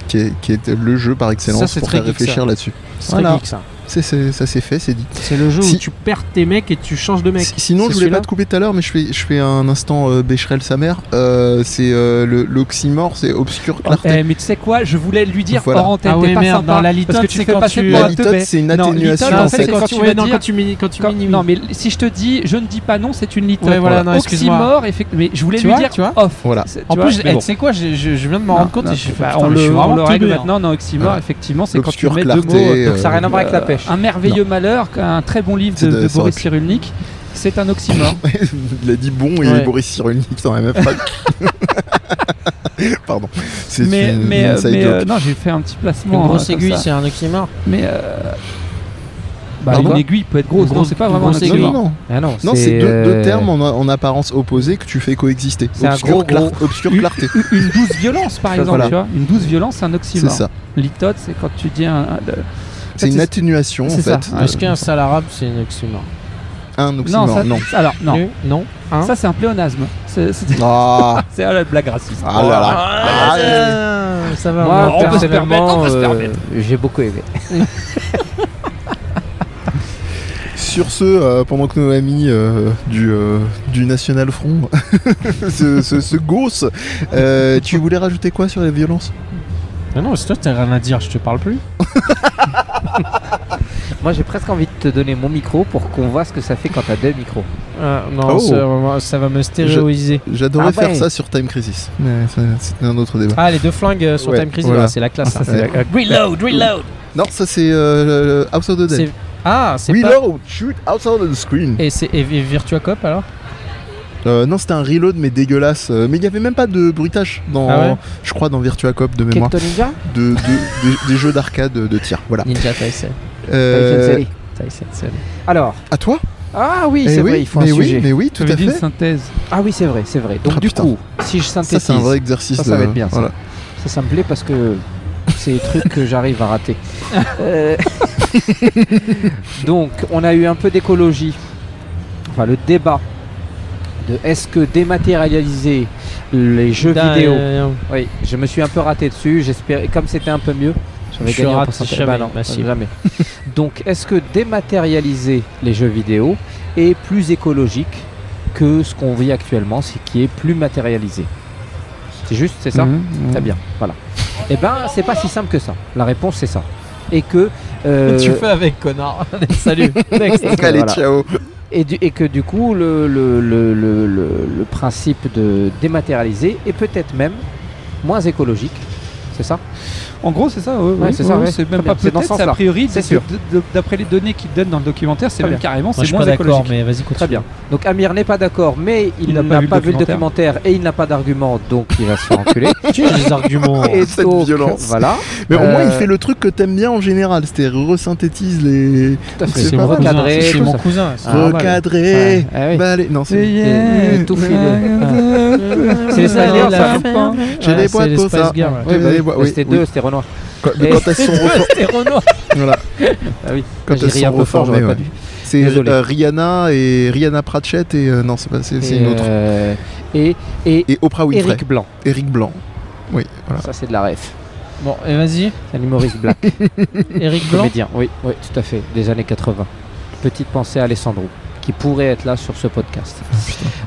qui est, qui est le jeu par Ça, excellence c'est pour très faire geek, réfléchir ça. là-dessus. C'est Voilà. geek, ça. C'est- c'est- ça c'est fait, c'est dit. C'est le jeu où Si- tu perds tes mecs et tu changes de mec. Si- Sinon, je C'est voulais celui-là pas te couper tout à l'heure, mais je fais, je fais un instant euh, Becherel sa mère. Euh, c'est euh, le- l'oxymore, c'est obscure clarté. Eh, mais tu sais quoi, je voulais lui dire Voilà. hors antenne, Ah ouais, t'es pas merde, sympa. non, la litote, parce que tu c'est fais quand passer tu- pour la un teubé. litote, c'est une eh, bah, Non, litote, atténuation. en en fait, fait. c'est quand tu ouais, vas non, dire- quand tu mini- quand tu Quand- minimises. non mais si je te dis je ne dis pas non c'est une litote Ouais, voilà, non, excuse-moi. oxymore effectivement je voulais Tu lui vois, dire tu vois off Voilà. C'est- tu En vois, plus, mais eh, bon. tu sais quoi, je, je- je viens de m'en Non, rendre compte non, et je fais, bah, putain, on mais je le, suis on le vraiment règle teubé, hein. maintenant non oxymore Voilà. effectivement c'est quand tu L'obscure mets deux mots clarté. Donc ça n'a euh, rien à voir avec la Euh, pêche. Un merveilleux malheur, un très bon livre de, C'est de- de ça aurait Boris pu. Cyrulnik. C'est un oxymore. Il a dit bon et Ouais. Boris Cyrulnik dans la même phrase. Pardon. C'est mais une, mais, une euh, inside mais, joke. euh, non, j'ai fait un petit placement. Une euh, grosse comme aiguille, ça. c'est un oxymore. Mais euh, bah, Pardon une aiguille peut être grosse. Une non, c'est pas grosse- vraiment un une grosse non, oxymore. aiguille. non, non. Ah non, Non, c'est deux, deux euh, termes en, en apparence opposée que tu fais coexister. C'est un Obscure gros, gros. Obscure clarté. Une une douce violence, par exemple. Voilà. Tu vois une douce violence, c'est un C'est oxymore. ça. Litote, c'est quand tu dis un. un- le- C'est une c'est- atténuation en c'est ça. fait. Ah, Est-ce qu'un sale arabe, c'est un oxymore Un Non, ça- oxymore, non. Alors, non. Non. Non. Hein Ça, c'est un pléonasme. C'est c'est- Ah, c'est ah, la blague raciste. ah là là. Ah, euh, Ça va. Moi, on va- peut se permettre, on Euh, personnellement, peut se euh, permettre. ah. j'ai beaucoup aimé. Sur ce, euh, pendant que nos amis euh, du, euh, du National Front se, se, se gaussent, euh, tu voulais rajouter quoi sur la violence Mais non, c'est toi, t'as rien à dire, je te parle plus. Moi j'ai presque envie de te donner mon micro pour qu'on voit ce que ça fait quand t'as deux micros. Ah, Oh. non, ça, ça va me stéréoïser. J'adorais Ah faire ouais. ça sur Time Crisis. Mais ça, c'était un autre débat. Ah, les deux flingues euh, sur Ouais, Time Crisis, voilà. ouais, c'est la classe. Ah, hein. ça, c'est Reload, reload Non, ça c'est euh, House of the Dead. C'est- Ah, c'est pas... Reload, shoot outside of the screen. Et c'est et- et Virtua Cop alors Euh, non, c'était un reload mais dégueulasse. Euh, Mais il n'y avait même pas de bruitage dans, Ah ouais je crois, dans Virtua Cop de mémoire, Kecto Ninja de, de- des- des jeux d'arcade de tir. Voilà. Ninja Tyson. Euh, Tyson Series. Tyson, Alors, à toi ah oui, Eh c'est oui, vrai, il faut un mais oui, sujet. mais oui, tout J'avais à dit une fait. synthèse. Ah oui, c'est vrai, c'est vrai. Donc Ah, du putain. coup, si je Ça, synthétise, c'est un vrai exercice. Ça, ça va de- être bien, ça. voilà. ça, ça me plaît parce que c'est des trucs que j'arrive à rater. Euh, Donc, on a eu un peu d'écologie. Enfin, le débat de est-ce que dématérialiser les jeux euh, vidéo. euh, Oui, je me suis un peu raté dessus. J'espérais, comme c'était un peu mieux, j'avais Je gagné en rate pourcentage. jamais, Bah non, bah si. jamais. Donc, est-ce que dématérialiser les jeux vidéo est plus écologique que ce qu'on vit actuellement, ce qui est plus matérialisé C'est juste, c'est ça Mhm, mhm. Très bien, voilà. Eh ben, c'est pas si simple que ça. La réponse, c'est ça. Et que. euh, Tu fais avec, connard. Allez, Salut. Next. Allez, Voilà. ciao. et, du, et que du coup, le, le, le, le, le- le principe de dématérialiser est peut-être même moins écologique. C'est ça En gros, c'est ça. Ouais, oui, c'est ça, oui, ouais. C'est même Très bien. pas C'est dans ce peut-être. c'est sens-là. A priori, C'est de- sûr. de- de- d'après les données qu'ils donnent dans le documentaire, c'est Très même bien. carrément, Moi, je c'est suis pas moins d'accord, écologique. mais vas-y, continue. Très bien. Donc Amir n'est pas d'accord, mais il, Il n'a n'a pas, vu le vu le documentaire et il n'a pas d'argument, donc il va se faire enculer. Tu as des arguments. et Oh, Cette donc, violence. Voilà. Mais au moins, il Euh, fait le truc que t'aimes bien en général. C'était resynthétise les. Tout à fait. C'est C'est pas mon mal. cousin. Cadré, C'est tout mon ça. cousin. Ah, c'est normal. Recadrer. Ah oui. Bah, allez, non, c'est. Yeah, tout yeah, filé. bah Ah. yeah. C'est les Spice Girls, ça. J'ai Ah, des c'est boîtes les pour Spice ça. Girls, ouais. J'ai bah des oui. boîtes- Mais oui, C'était oui. deux, c'était Renoir. Quand, mais quand elles sont reformées, voilà. Ah oui. Quand J'ai elles ri sont un peu fort, j'aurais reformées, pas ouais. dû. c'est Désolé. euh, Rihanna et Rihanna Pratchett et euh, non, c'est pas, c'est c'est Et, une autre. euh, et et Et Oprah Winfrey, Eric Blanc. Eric Blanc. Oui, voilà. Ça c'est de la ref. Bon, et vas-y, C'est un humoriste black Eric Blanc. comédien. Oui, oui, tout à fait. Des années 80. Petite pensée à Alessandro qui pourrait être là sur ce podcast.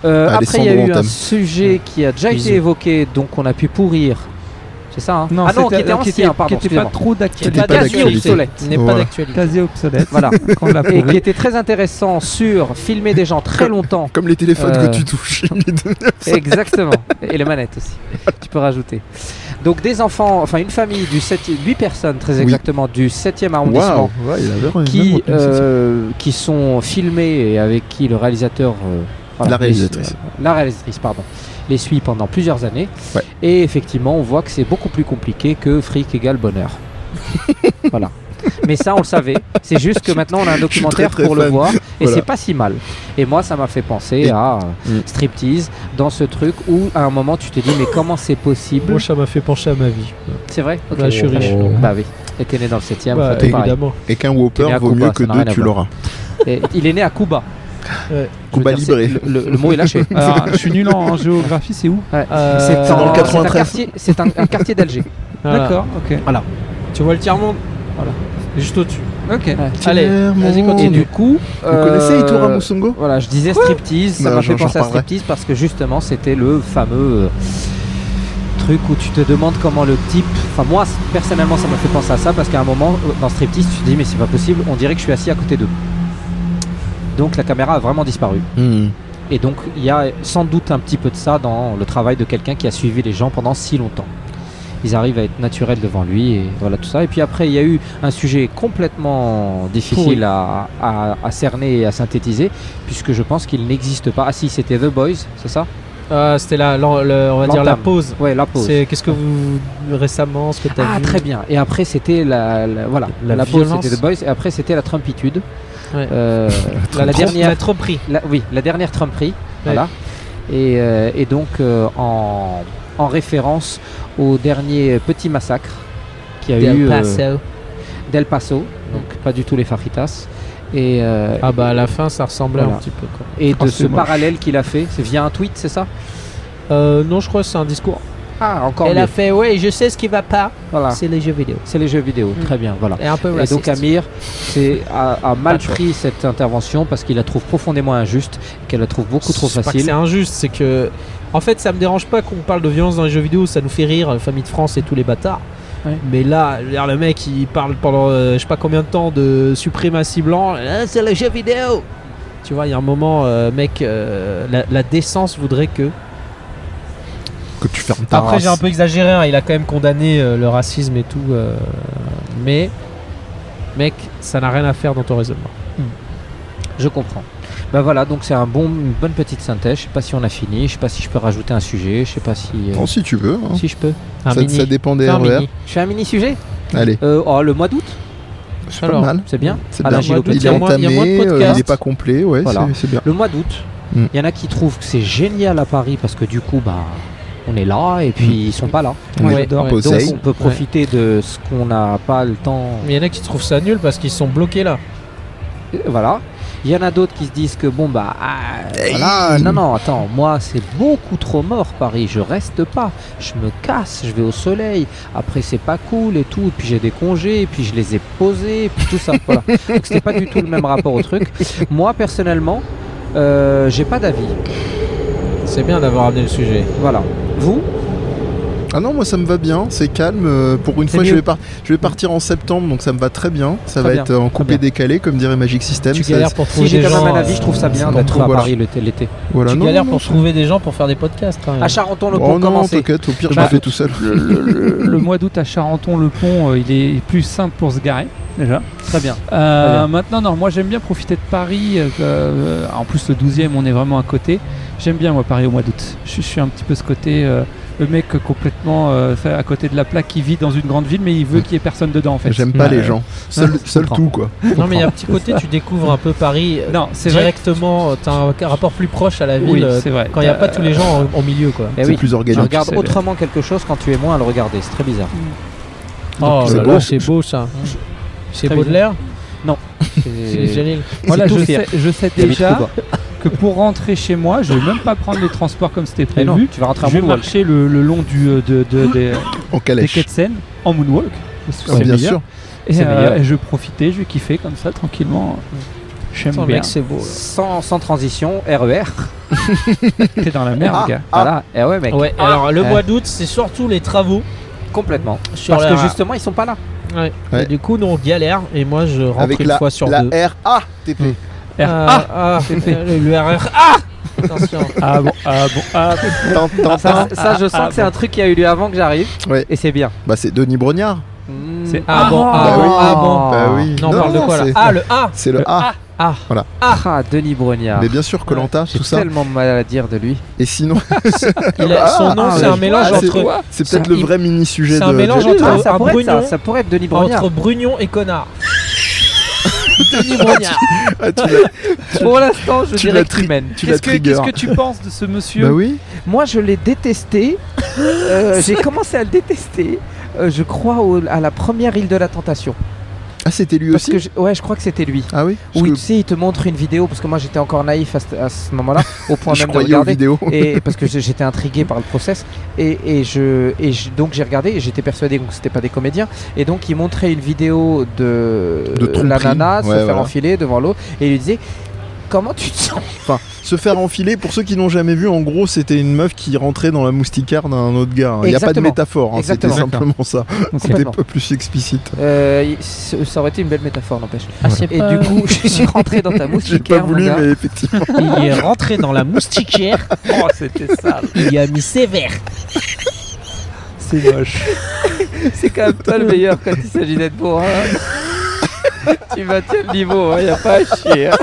Oh, Euh, après, il y a Alessandro, on eu un t'aime. sujet qui a déjà été Bisous. évoqué, donc on a pu pourrir. C'est ça, hein Non, Ah c'était- non, euh, qui était qui ancien, pardon, qui était pas excusez-moi. trop Oh. C'était d'actualité. pas quasi d'actualité. obsolète. N'est pas Voilà. d'actualité. Quasi obsolète. Voilà. Quand on l'a et qui pourri. était très intéressant sur filmer des gens très longtemps. Comme les téléphones Euh, que tu touches. il est devenu obsolète. Exactement. Et les manettes aussi. Tu peux rajouter. Donc des enfants, enfin une famille du 7 8 personnes très Oui. exactement du 7e arrondissement Waouh, ouais, il avait vraiment une qui autre sensation. euh, qui sont filmés et avec qui le réalisateur euh, La réalisatrice. les- euh, la réalisatrice pardon les suit pendant plusieurs années Ouais. et effectivement on voit que c'est beaucoup plus compliqué que fric égale bonheur voilà mais ça on le savait c'est juste que maintenant on a un suis documentaire très, très pour le fan. voir et Voilà. c'est pas si mal et moi ça m'a fait penser Et- à euh, Mm. striptease dans ce truc où à un moment tu t'es dit mais comment c'est possible Mon chat m'a fait pencher à ma vie. c'est vrai Ok. Bah, je suis riche. bah oui et Ah, t'es né dans le 7ème Bah, tout pareil. évidemment. Et qu'un Whopper T'es né à vaut Cuba, mieux que ça n'a rien deux, à tu l'auras. Et il est né à Cuba Je veux Cuba dire, c'est- libéré. Le, le- le mot est lâché. Alors, je suis nul en en géographie, c'est où Ouais. Euh, C'est C'est dans un- le c'est un 93. quartier- C'est un, un quartier d'Alger. Voilà. D'accord, ok. Tu vois le tiers-monde Voilà. Juste au-dessus. Ok. Allez, vas-y, Et continue. du coup, Vous euh, connaissez Itora Musungo Voilà, je disais striptease, ça Non, m'a j'en- fait j'en penser à reparlerai. striptease parce que justement c'était le fameux euh, truc où tu te demandes comment le type. Enfin, moi c- personnellement ça m'a fait penser à ça parce qu'à un moment euh, dans striptease tu te dis mais c'est pas possible, on dirait que je suis assis à côté d'eux. Donc la caméra a vraiment disparu. Et donc il y a sans doute un petit peu de ça dans le travail de quelqu'un qui a suivi les gens pendant si longtemps. Ils arrivent à être naturels devant lui et voilà tout ça. Et puis après, il y a eu un sujet complètement difficile à, à- à cerner et à synthétiser, puisque je pense qu'il n'existe pas. Ah si, c'était The Boys, c'est ça Ah, C'était là, on va dire la L'entame. pause. Ouais, la pause. C'est qu'est-ce que vous récemment, ce que t'as Ah vu très bien. Et après, c'était la, la- voilà la, La pause, violence. c'était The Boys. Et après, c'était la Trumpitude. Ouais. Euh, La, la trop- la dernière, trop pris. la- oui, la dernière Trumperie. Voilà. Et, euh, et donc euh, en, en référence au dernier petit massacre qui a eu euh, d'El Paso, donc pas du tout les Faritas. Et, euh, Ah bah à la fin, ça ressemblait Voilà. un petit peu. Quoi. et de Oh, c'est ce moche. parallèle qu'il a fait, c'est via un tweet, c'est ça Euh, non, je crois que c'est un discours. Ah, encore Elle mieux. Ah. a fait, ouais, je sais ce qui va pas. Voilà. C'est les jeux vidéo. C'est les jeux vidéo. Très bien, voilà. Et un peu Et raciste. donc Amir c'est- a, a mal pris cette intervention parce qu'il la trouve profondément injuste, qu'elle la trouve beaucoup trop C'est pas que C'est facile. injuste, c'est que. En fait, ça me dérange pas qu'on parle de violence dans les jeux vidéo, ça nous fait rire, euh, famille de France et tous les bâtards. Ouais. Mais là, je veux dire, le mec il parle pendant euh, je sais pas combien de temps de suprématie blanc, Ah, c'est le jeu vidéo Tu vois, il y a un moment, euh, mec, euh, la, la décence voudrait que. Que tu fermes ta Après, race. j'ai un peu exagéré, hein, il a quand même condamné euh, le racisme et tout. euh, mais, mec, ça n'a rien à faire dans ton raisonnement. Je comprends. Bah voilà, donc c'est un bon, une bonne petite synthèse. Je sais pas si on a fini, je sais pas si je peux rajouter un sujet, je sais pas si. euh, Non, si tu veux. hein. si je peux. Un Ça, mini. ça dépend des Fais un RER. mini. Je fais un mini sujet Allez, Euh, oh, Le mois d'août c'est pas Alors, mal. C'est bien C'est Ah, bien. j'ai l'autre. Il Il est y a moins- il y a entamé, moins de euh, podcasts. il n'est pas complet, ouais, Voilà. c'est- c'est bien. Le mois d'août, il Mm. y en a qui trouvent que c'est génial à Paris parce que du coup, bah, on est là et puis ils sont pas là. On Ouais, est ouais. posé. Donc on peut profiter de ce qu'on n'a pas le temps. Mais il y en a qui trouvent ça nul parce qu'ils sont bloqués là. Euh, Voilà. Il y en a d'autres qui se disent que bon bah ah, voilà, non non attends moi c'est beaucoup trop mort Paris je reste pas je me casse je vais au soleil après c'est pas cool et tout et puis j'ai des congés et puis je les ai posés et puis tout ça voilà donc c'était pas du tout le même rapport au truc moi personnellement euh, j'ai pas d'avis C'est bien d'avoir amené le sujet. voilà vous Ah non, moi ça me va bien, c'est calme. euh, Pour une C'est fois, je mieux. vais, par- je vais partir en septembre, donc ça me va très bien. Ça Très va bien, être en coupé bien. décalé, comme dirait Magic System. tu ça- galères pour si trouver j'ai des quand gens. euh, même un avis je trouve ça bien donc, d'être à voilà. Paris l'été- l'été Voilà, Tu Bah non, galères non, pour non. trouver des gens pour faire des podcasts. quand même. à Charenton le Oh pont non, commencer t'inquiète, au pire, je Bah, le fais tout seul. le, le- le- le mois d'août à Charenton-le-Pont, euh, il est plus simple pour se garer, déjà. très bien Euh, Très bien. maintenant, non, moi j'aime bien profiter de Paris. euh, euh, en plus, le 12e, on est vraiment à côté. J'aime bien, moi, Paris au mois d'août. Je, je suis un petit peu ce côté, euh, le mec complètement euh, fait à côté de la plaque qui vit dans une grande ville, mais il veut qu'il y ait personne dedans, en fait. J'aime pas Euh, les gens. Seul, seul tout, quoi. non mais il y a un petit côté, tu découvres un peu Paris euh, Non, c'est vrai. directement. euh, T'as un un rapport plus proche à la ville Oui, euh, c'est vrai. quand il n'y a Euh, pas tous les gens en- en milieu quoi. Eh C'est oui plus tu organique. regardes c'est- autrement quelque chose quand tu es moins à le regarder c'est très bizarre Oh c'est là beau. là, c'est beau ça. C'est Très Baudelaire, C'est- c'est Jalil. Euh, Voilà, tout je fier. sais, je sais Il y a mis déjà trop, que pour rentrer chez moi, je vais même pas prendre les transports comme c'était Eh non prévu. tu vas rentrer à Je vais Montwall marcher le, le long du, euh, de, de- des- En des calèche. quais de Seine en moonwalk. parce que Ah, c'est bien meilleur. sûr. Et, C'est euh, meilleur. et je profitais, je kiffais comme ça tranquillement. J'aime Attends, bien. mec, c'est beau. sans, sans transition, RER. T'es dans la merde, Ah, gars. Voilà, eh ouais, mec, Ouais, alors le Ouais. mois d'août, c'est surtout les travaux. complètement. Sur Parce la- que justement, ils sont pas là. Ouais. Ouais. Et du coup, nous on galère et moi je rentre Avec une la, fois sur la deux. Hmm. RATP. Ah, Ah, ah, le, le RR. Ah Attention. ah bon, ah bon, ah bon. Tant- tant- Ça, ça, je sens ah, que c'est un truc qui a eu lieu avant que j'arrive. Ouais. Et c'est bien. Mm. Bah, c'est Denis Brognard. C'est- Ah bon, ah Bah bon, oui. ah bon. Bah oui. Non, on Non, parle de non, quoi là c'est- Ah, le A C'est le A. Ah, Denis Brognard. Mais bien sûr, Colanta, J'ai tout ça. tellement mal à dire de lui. Et sinon, Il a- Son nom, c'est un mélange Ah, c'est- entre, c'est C'est peut-être le un- vrai mini-sujet c'est de. un mélange de- entre- Ah, ça un pourrait être ça, Brugnon. ça pourrait être Denis Brognard. entre Brugnon et Connard. Ah, tu l'as- Pour l'instant, je tu dirais l'as que tu tri- mènes. tu l'as trigger. tu penses de ce monsieur Bah oui. Moi, je l'ai détesté. Euh, J'ai commencé à le détester. euh, je crois au- à la première île de la tentation. Ah, c'était lui Parce aussi. que je- ouais, je crois que c'était lui. Ah oui. Parce Oui, que tu sais, il te montre une vidéo parce que moi j'étais encore naïf à ce, à ce moment-là, au point Je même de croyais aux regarder. vidéos. Et parce que j'ai- j'étais intrigué par le process et, et je et je- donc j'ai regardé et j'étais persuadé que c'était pas des comédiens et donc il montrait une vidéo de, De tromperie. la nana se Ouais, faire voilà. enfiler devant l'eau et il lui disait comment tu te sens Se faire enfiler, pour ceux qui n'ont jamais vu, en gros, c'était une meuf qui rentrait dans la moustiquaire d'un autre gars. Il n'y a pas de Exactement. métaphore, hein, c'était Exactement. simplement ça. C'était Complètement. pas plus explicite. Euh, il- c- ça aurait été une belle métaphore n'empêche et pas- du coup je suis rentré dans ta J'ai pas moustiquaire mon voulu, gars. mais effectivement. Il est rentré dans la moustiquaire. Oh, c'était sale. Il y a mis sévère. C'est moche. c'est quand même toi le meilleur quand il s'agit d'être bon hein. tu maintiens le niveau hein, y a pas à chier hein.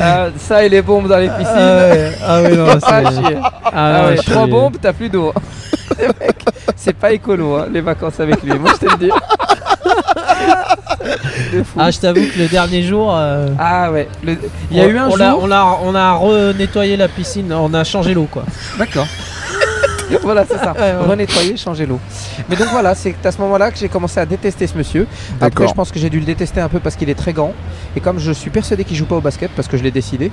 Euh, ça et les bombes dans les piscines Ah oui, non, pas à chier Ah ouais, je trois suis- bombes, t'as plus d'eau. Le mec, c'est pas écolo, hein, les vacances avec lui. Moi, je te le dis. De fou. Ah, je t'avoue que le dernier jour. euh, Ah ouais. le- Il y a on- eu un on jour. a- on a, on a renettoyé la piscine, on a changé l'eau quoi. D'accord. voilà, c'est ça. ouais. Renettoyer, changer l'eau. Mais donc voilà, c'est à ce moment-là que j'ai commencé à détester ce monsieur. Après, D'accord. je pense que j'ai dû le détester un peu parce qu'il est très grand. Et comme je suis persuadé qu'il joue pas au basket, parce que je l'ai décidé,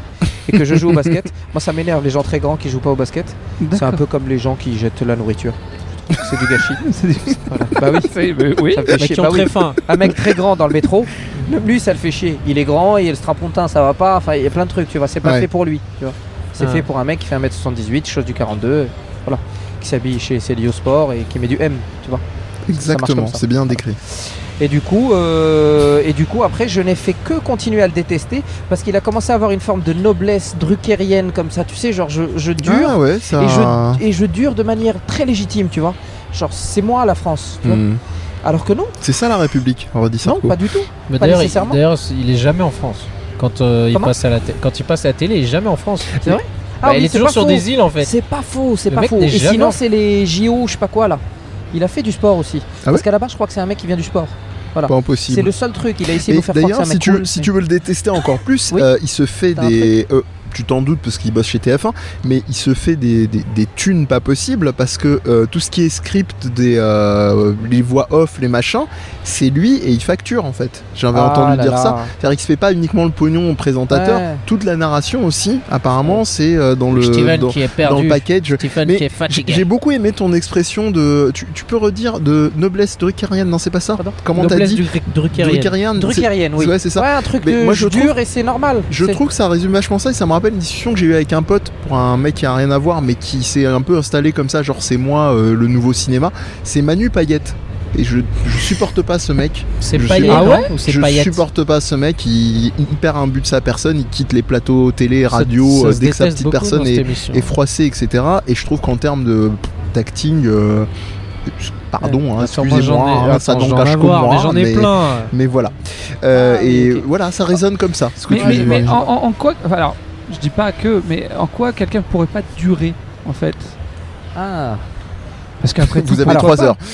et que je joue au basket, moi ça m'énerve les gens très grands qui jouent pas au basket. C'est un peu comme les gens qui jettent la nourriture. Je trouve que C'est du gâchis. Voilà. Bah oui. C'est- mais oui. Ça me fait mecs chier. qui ont Bah oui. très faim. Un mec très grand dans le métro, le- lui ça le fait chier. Il est grand et le strapontin ça va pas. Enfin, il y a plein de trucs, tu vois. C'est pas Ouais. Ah. fait pour lui, tu vois. C'est Ouais. fait pour un mec qui fait 1m78, chose du 42, euh, voilà. Qui s'habille chez Célio Sport et qui met du M, tu vois. Exactement, ça. c'est bien décrit. Et du coup, euh, et du coup, après, je n'ai fait que continuer à le détester parce qu'il a commencé à avoir une forme de noblesse druckérienne comme ça. Tu sais, genre je, je dure Ah ouais, ça. et, je, et je dure de manière très légitime, tu vois. Genre c'est moi la France, tu vois. Hmm. Alors que non, C'est ça la République, on redit ça. non, pas du tout. Mais Pas d'ailleurs, il, nécessairement. d'ailleurs, il est jamais en France. Quand euh, il Comment passe à la té- quand il passe à la télé, il est jamais en France. C'est vrai Ah Bah, il oui, est c'est toujours pas sur faux. des îles en fait. C'est pas faux, c'est Le pas mec faux. n'est Et jamais sinon, en- c'est les JO, je sais pas quoi là. Il a fait du sport aussi. Parce Ah ouais qu'à la base, je crois que c'est un mec qui vient du sport. Pas C'est impossible. le seul truc. Il a essayé Et de nous faire croire que c'est d'ailleurs, un mec si, tu, cool, si mais- tu veux le détester encore plus, Oui. euh, il se fait T'as un des. euh, tu t'en doutes parce qu'il bosse chez TF1, mais il se fait des, des, des thunes pas possibles parce que euh, tout ce qui est script, des, euh, les voix off, les machins, c'est lui et il facture en fait. J'avais Ah entendu là dire là. ça. C'est-à-dire qu'il se fait pas uniquement le pognon au présentateur, Ouais. toute la narration aussi, apparemment, c'est euh, dans, le, Steven dans, qui est dans le perdu. package. Stephen Mais qui est J'ai fatigué. j'ai beaucoup aimé ton expression de. Tu, tu peux redire de noblesse druckerienne, non, c'est pas ça Pardon Comment t'as Noblesse dit du Druckerienne. Druckerienne, c'est- Druckerienne, oui. Ouais, c'est ça. Ouais, un truc Mais de moi, je dur et c'est normal. Je C'est- trouve que ça résume vachement ça et ça me rappelle une discussion que j'ai eue avec un pote pour un mec qui a rien à voir mais qui s'est un peu installé comme ça, genre c'est moi euh, le nouveau cinéma. C'est Manu Payette. Et je, je supporte pas ce mec. C'est Je Payet sais pas. non ou c'est Je Payet supporte pas ce mec. Il, il perd un but de sa personne, il quitte les plateaux télé, Ça- radio ça euh, se dès que sa déteste petite beaucoup dans personne cette est, émission. est froissée, etc. Et je trouve qu'en termes de d'acting, euh, pardon, hein, Euh, Attends, moi, j'en excusez-moi, ai- hein, attends, ça j'en ai n'engage à que voir, moi, mais j'en ai mais- plein. Mais voilà. Euh, Ah, oui, et ok. voilà, ça résonne comme ça. Ce que Mais, tu mais- dis, mais ouais. en, en- en quoi. enfin, alors, je dis pas que, mais en quoi quelqu'un pourrait pas durer, en fait Ah. Parce qu'après tout, Vous avez pourquoi trois pas heures.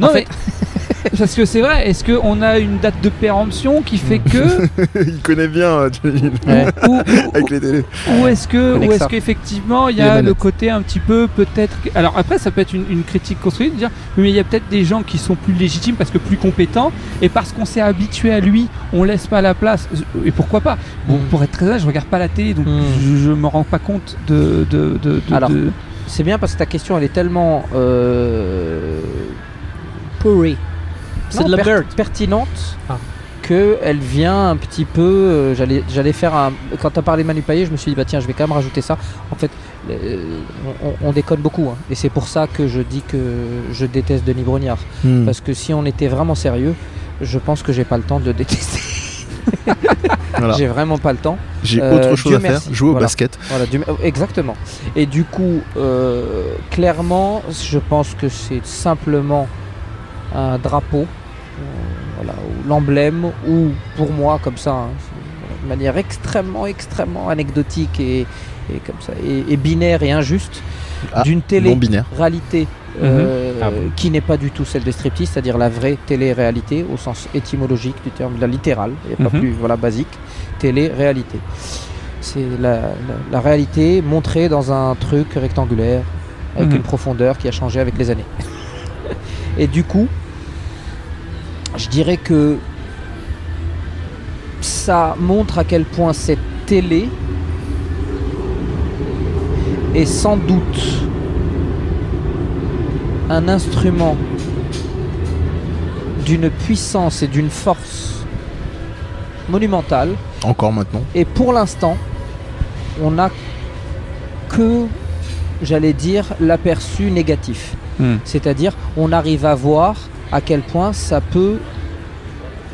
Non, En mais. Parce que c'est vrai, est-ce qu'on a une date de péremption qui fait que. Il connaît bien euh, Johnny, ou ou- avec les télés. Ou est-ce que, ou Alexa. est-ce qu'effectivement il y Et les a le manettes. côté un petit peu peut-être. que- Alors après ça peut être une, une critique construite de dire mais il y a peut-être des gens qui sont plus légitimes parce que plus compétents et parce qu'on s'est habitué à lui, on laisse pas la place et pourquoi pas. Bon, pour être très honnête, je regarde pas la télé donc Mm. je, je me rends pas compte de. de, de, de- Alors, de- C'est bien parce que ta question elle est tellement euh, pourrie. C'est Non, de la per- merde. pertinente Ah. que elle vient un petit peu. euh, j'allais, j'allais faire un. Quand t'as parlé Manu Payet, je me suis dit bah tiens, je vais quand même rajouter ça. En fait, euh, on, on déconne beaucoup hein. et c'est pour ça que je dis que je déteste Denis Brognard parce que si on était vraiment sérieux, je pense que j'ai pas le temps de le détester. Voilà. J'ai vraiment pas le temps. J'ai Euh, autre chose Dieu à faire, merci. jouer au Voilà. basket. Voilà, du- euh, exactement. Et du coup, euh, clairement, je pense que c'est simplement un drapeau, euh, voilà, ou l'emblème, ou pour moi, comme ça, hein, c'est- de manière extrêmement, extrêmement anecdotique et, et comme ça, et, et binaire et injuste, Ah, d'une Non télé binaire. réalité Mhm. euh, Ah bon. qui n'est pas du tout celle de striptease, c'est-à-dire la vraie télé-réalité au sens étymologique du terme, la littérale, et pas Mhm. plus voilà, basique, télé-réalité. C'est la, la- la réalité montrée dans un truc rectangulaire avec Mhm. une profondeur qui a changé avec les années. et du coup, je dirais que ça montre à quel point cette télé est sans doute un instrument d'une puissance et d'une force monumentale. Encore maintenant. Et pour l'instant, on n'a que, j'allais dire, l'aperçu négatif. Hmm. C'est-à-dire, on arrive à voir à quel point ça peut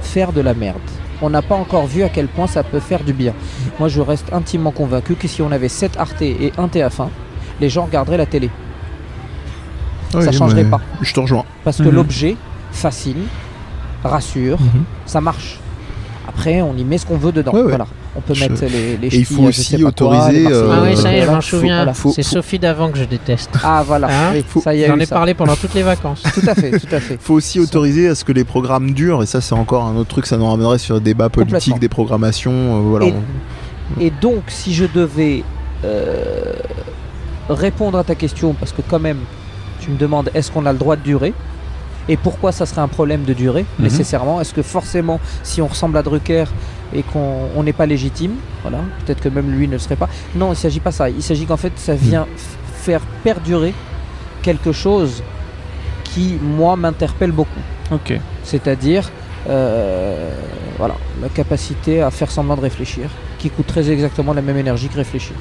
faire de la merde. On n'a pas encore vu à quel point ça peut faire du bien. Moi, je reste intimement convaincu que si on avait 7 Arte et 1 TF1, les gens regarderaient la télé. Ça Oui, changerait mais pas. Je te rejoins. Parce que Mhm. l'objet fascine, rassure, ça marche. Après, on y met ce qu'on veut dedans. Mhm. Ouais, ouais. Voilà. On peut Je- mettre les, les Et il ch'tis, euh, faut je aussi sais pas quoi, autoriser, les Marseillais, Ah oui, ça y est, je voilà. m'en souviens. faut- C'est faut- Sophie d'avant que je déteste. Ah voilà, Hein oui, Faut- ça y est. J'en ai parlé pendant toutes les vacances. Tout à fait, tout à fait. Faut aussi autoriser à ce que les programmes durent, et ça c'est encore un autre truc, ça nous ramènerait sur le débat politique, Complètement. des programmations, euh, voilà. Et- on- Et donc, si je devais euh, répondre à ta question, parce que quand même, tu me demandes est-ce qu'on a le droit de durer et pourquoi ça serait un problème de durée Mhm. nécessairement Est-ce que forcément, si on ressemble à Drucker et qu'on on n'est pas légitime. Voilà, peut-être que même lui ne le serait pas. Non, il ne s'agit pas ça. Il s'agit qu'en fait, ça vient f- faire perdurer quelque chose qui, moi, m'interpelle beaucoup. Ok. C'est-à-dire, euh, voilà, la capacité à faire semblant de réfléchir, qui coûte très exactement la même énergie que réfléchir.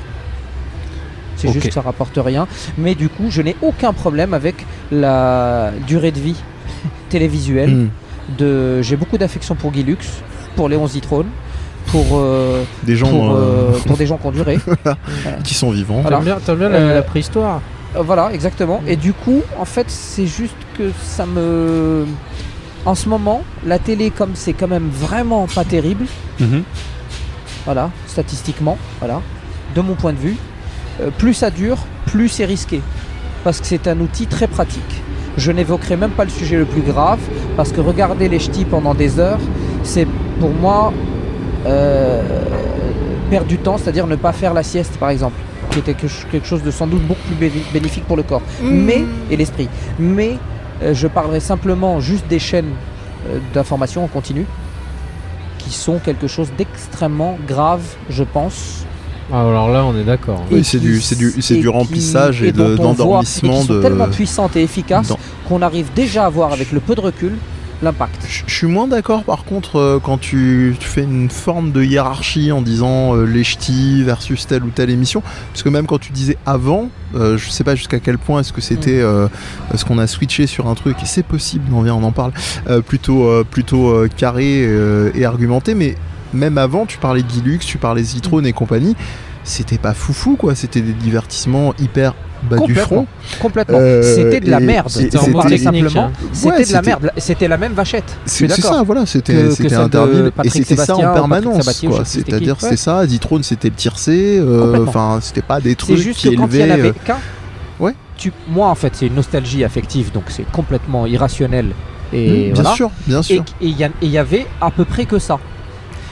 C'est Ok. juste que ça rapporte rien. Mais du coup, je n'ai aucun problème avec la durée de vie télévisuelle. Hmm. De... J'ai beaucoup d'affection pour Guy Lux, pour Léon Zitrone, pour, euh, Des gens, pour, euh, euh, pour des gens qui ont duré. qui sont vivants. Voilà. T'aimes bien, t'aimes bien Euh, la, la préhistoire Euh, Voilà, exactement. Et du coup, en fait, c'est juste que ça me. En ce moment, la télé, comme c'est quand même vraiment pas terrible, Mhm. voilà, statistiquement, voilà, de mon point de vue, euh, plus ça dure, plus c'est risqué. Parce que c'est un outil très pratique. Je n'évoquerai même pas le sujet le plus grave, parce que regarder les ch'tis pendant des heures, c'est pour moi euh, perdre du temps, c'est-à-dire ne pas faire la sieste par exemple, qui était quelque ch- quelque chose de sans doute beaucoup plus béni- bénéfique pour le corps mais, et l'esprit. Mais euh, je parlerai simplement juste des chaînes euh, d'information en continu, qui sont quelque chose d'extrêmement grave, je pense. Ah, Alors là, on est d'accord. Oui, et c'est qui- du- c'est du- c'est et du qui- remplissage et dont de- on voit- d'endormissement et qui sont de- tellement puissantes et efficaces Dans- qu'on arrive déjà à voir avec le peu de recul l'impact. Je je suis moins d'accord par contre euh, quand tu, tu fais une forme de hiérarchie en disant euh, les ch'tis versus telle ou telle émission. Parce que même quand tu disais avant, euh, je sais pas jusqu'à quel point est-ce que c'était euh, ce qu'on a switché sur un truc, et c'est possible, on vient, on en parle, euh, plutôt, euh, plutôt euh, carré euh, et argumenté, mais même avant, tu parlais de Guilux, tu parlais Zitrone et compagnie, c'était pas foufou quoi, c'était des divertissements hyper bas du front. Complètement. Complètement. Euh, c'était de la et- merde. et- et on parlait c'était- simplement. Ouais, C'était de la c'était- merde. C'était la même vachette. Je suis C'est c'est d'accord. ça, voilà, Que- c'était que c'était celle de interminable. Et Patrick c'était ça Sébastien, en ou Patrick permanence, Sabatier, ou je quoi. sais plus c'était qui. C'est-à-dire, Ouais. c'était ça, Zitrone, c'était tiercé, euh, Complètement. enfin, c'était pas des C'est trucs juste qui que quand il y en élevaient. avait euh, qu'un, ouais. tu- moi en fait c'est une nostalgie affective donc c'est complètement irrationnel et Hmm, Bien voilà. sûr, bien Et sûr. il y, a- et y avait à peu près que ça.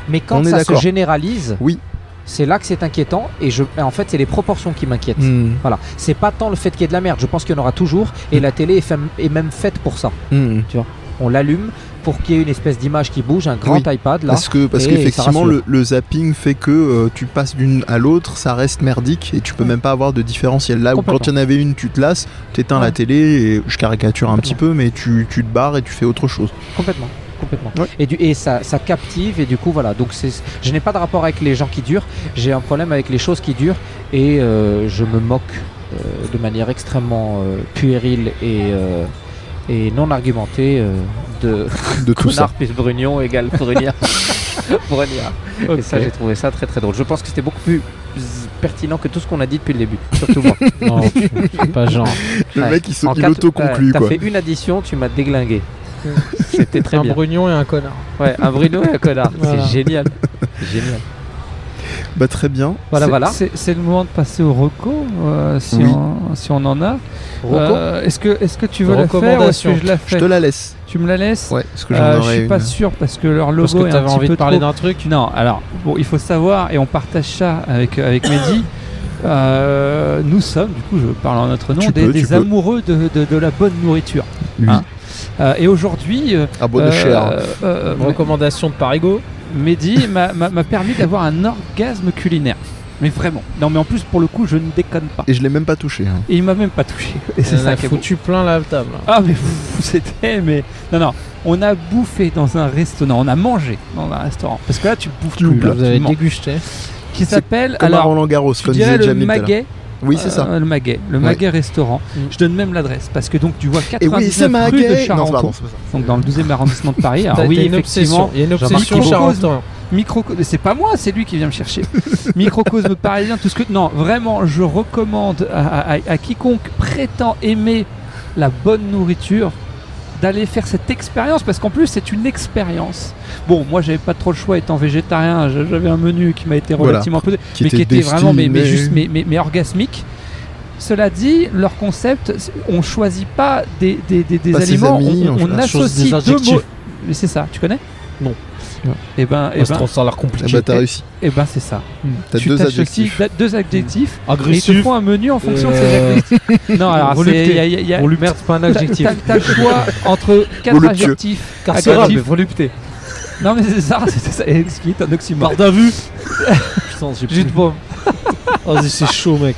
Mais quand On est ça se d'accord. généralise, Oui. c'est là que c'est inquiétant et, je, et en fait c'est les proportions qui m'inquiètent. Hmm, Voilà, c'est pas tant le fait qu'il y ait de la merde, je pense qu'il y en aura toujours et la télé est, fam- est même faite pour ça. hmm. On l'allume pour qu'il y ait une espèce d'image qui bouge, un grand iPad là. Parce que parce Et ça qu'effectivement rassure. le, le zapping fait que euh, tu passes d'une à l'autre, ça reste merdique et tu peux même pas avoir de différentiel. Là où quand il y en avait une, tu te lasses, t'éteins la télé et je caricature un petit peu, mais tu, tu te barres et tu fais autre chose. Complètement, complètement. Ouais. Et, du, et ça, ça captive et du coup voilà. Donc c'est, je n'ai pas de rapport avec les gens qui durent. J'ai un problème avec les choses qui durent et euh, je me moque euh, de manière extrêmement euh, puérile et euh, et non argumentée euh, de De tout ça. connard plus Brugnon égale Brunia. Brunia. Et ça j'ai trouvé ça très très drôle. Je pense que c'était beaucoup plus pertinent que tout ce qu'on a dit depuis le début. Surtout moi. Non, c'est pas genre. Le Ouais. mec il, se- En il quatre- autoconclut t'as- quoi. Ah T'as fait une addition, tu m'as déglingué. C'était très un bien. brugnon et un connard. Ouais, un Bruno et un connard. Voilà. C'est génial. Génial. Bah très bien. Voilà, C'est- voilà. C'est c'est le moment de passer au reco, euh, si, Oui. on, si on en a. Euh, est-ce que, est que tu veux la faire ou est-ce Recommandation. que je la Je fais te la laisse. Tu me la laisses Ouais, parce que j'en Euh, Je aurais suis pas une. sûr parce que leur Parce logo que est un t'avais petit envie peu de parler trop- d'un truc. Non, alors, bon, il faut savoir, et on partage ça avec, avec Mehdi, euh, nous sommes, du coup, je parle en notre nom, Tu des, peux, tu des peux. amoureux de, de- de la bonne nourriture. Hein Euh, et aujourd'hui, euh, Ah bon, de cher. euh, euh, Recommandation de Parigo. Mehdi m'a- m'a m'a permis d'avoir un orgasme culinaire. Mais vraiment. Non, mais en plus, pour le coup, je ne déconne pas. Et je l'ai même pas touché. hein. Et il m'a même pas touché. Et c'est Il en ça a qui est beau. foutu plein la table. Ah mais pff, c'était mais non non on a bouffé dans un restaurant on a mangé dans un restaurant parce que là tu bouffes plus, là, Vous avez tu manges. dégusté. qui s'appelle Comme à alors Roland Garros, tu comme dirais disait le Jamil tout à l'heure. Maguet Oui, c'est ça. euh, le Maguet le Ouais. Mm. Maguet restaurant je donne même l'adresse parce que donc tu vois Et oui, c'est 99 rue de Maguet. Non, c'est pas- Charenton non, c'est pas ça. donc dans le 12e arrondissement de Paris alors T'as- oui t'as une effectivement obsession. Il y a une Jean-Marc obsession Thibault. charenton. Micro, c'est pas moi, c'est lui qui vient me chercher. Microcosme parisien, tout ce que. Non, vraiment, je recommande à, à- à quiconque prétend aimer la bonne nourriture d'aller faire cette expérience parce qu'en plus c'est une expérience. Bon, moi j'avais pas trop le choix étant végétarien, j'a- j'avais un menu qui m'a été Voilà. relativement peu, Qui mais était qui était vraiment mais, mais destiné- juste mais, mais- mais orgasmique. Cela dit, leur concept, c'est- on choisit pas des, des- des- des Pas ses aliments, amis, on, on on choisit- associe des deux adjectifs. mots. Mais c'est ça, tu connais Non. Et ben, eh Parce ben, qu'on ça a l'air Ah compliqué. bah t'as réussi. et ben c'est ça. T'as Tu deux t'associes adjectifs. da- deux adjectifs et ils te Agressif. font un menu en fonction de ces Euh, adjectifs. Non, Mmh. alors c'est- volupté. il y a- il y a- il Euh, y a- Volupté, c'est pas un t'as- adjectif. T'as t'as le choix entre quatre Voluptueux. adjectifs Carcérable. agressif, Volupté. Non, mais c'est ça, c'était ça. Et ce qui est un oxymore. Garde à vue Putain, j'ai Jus de plus. pomme. Vas-y, c'est chaud, mec.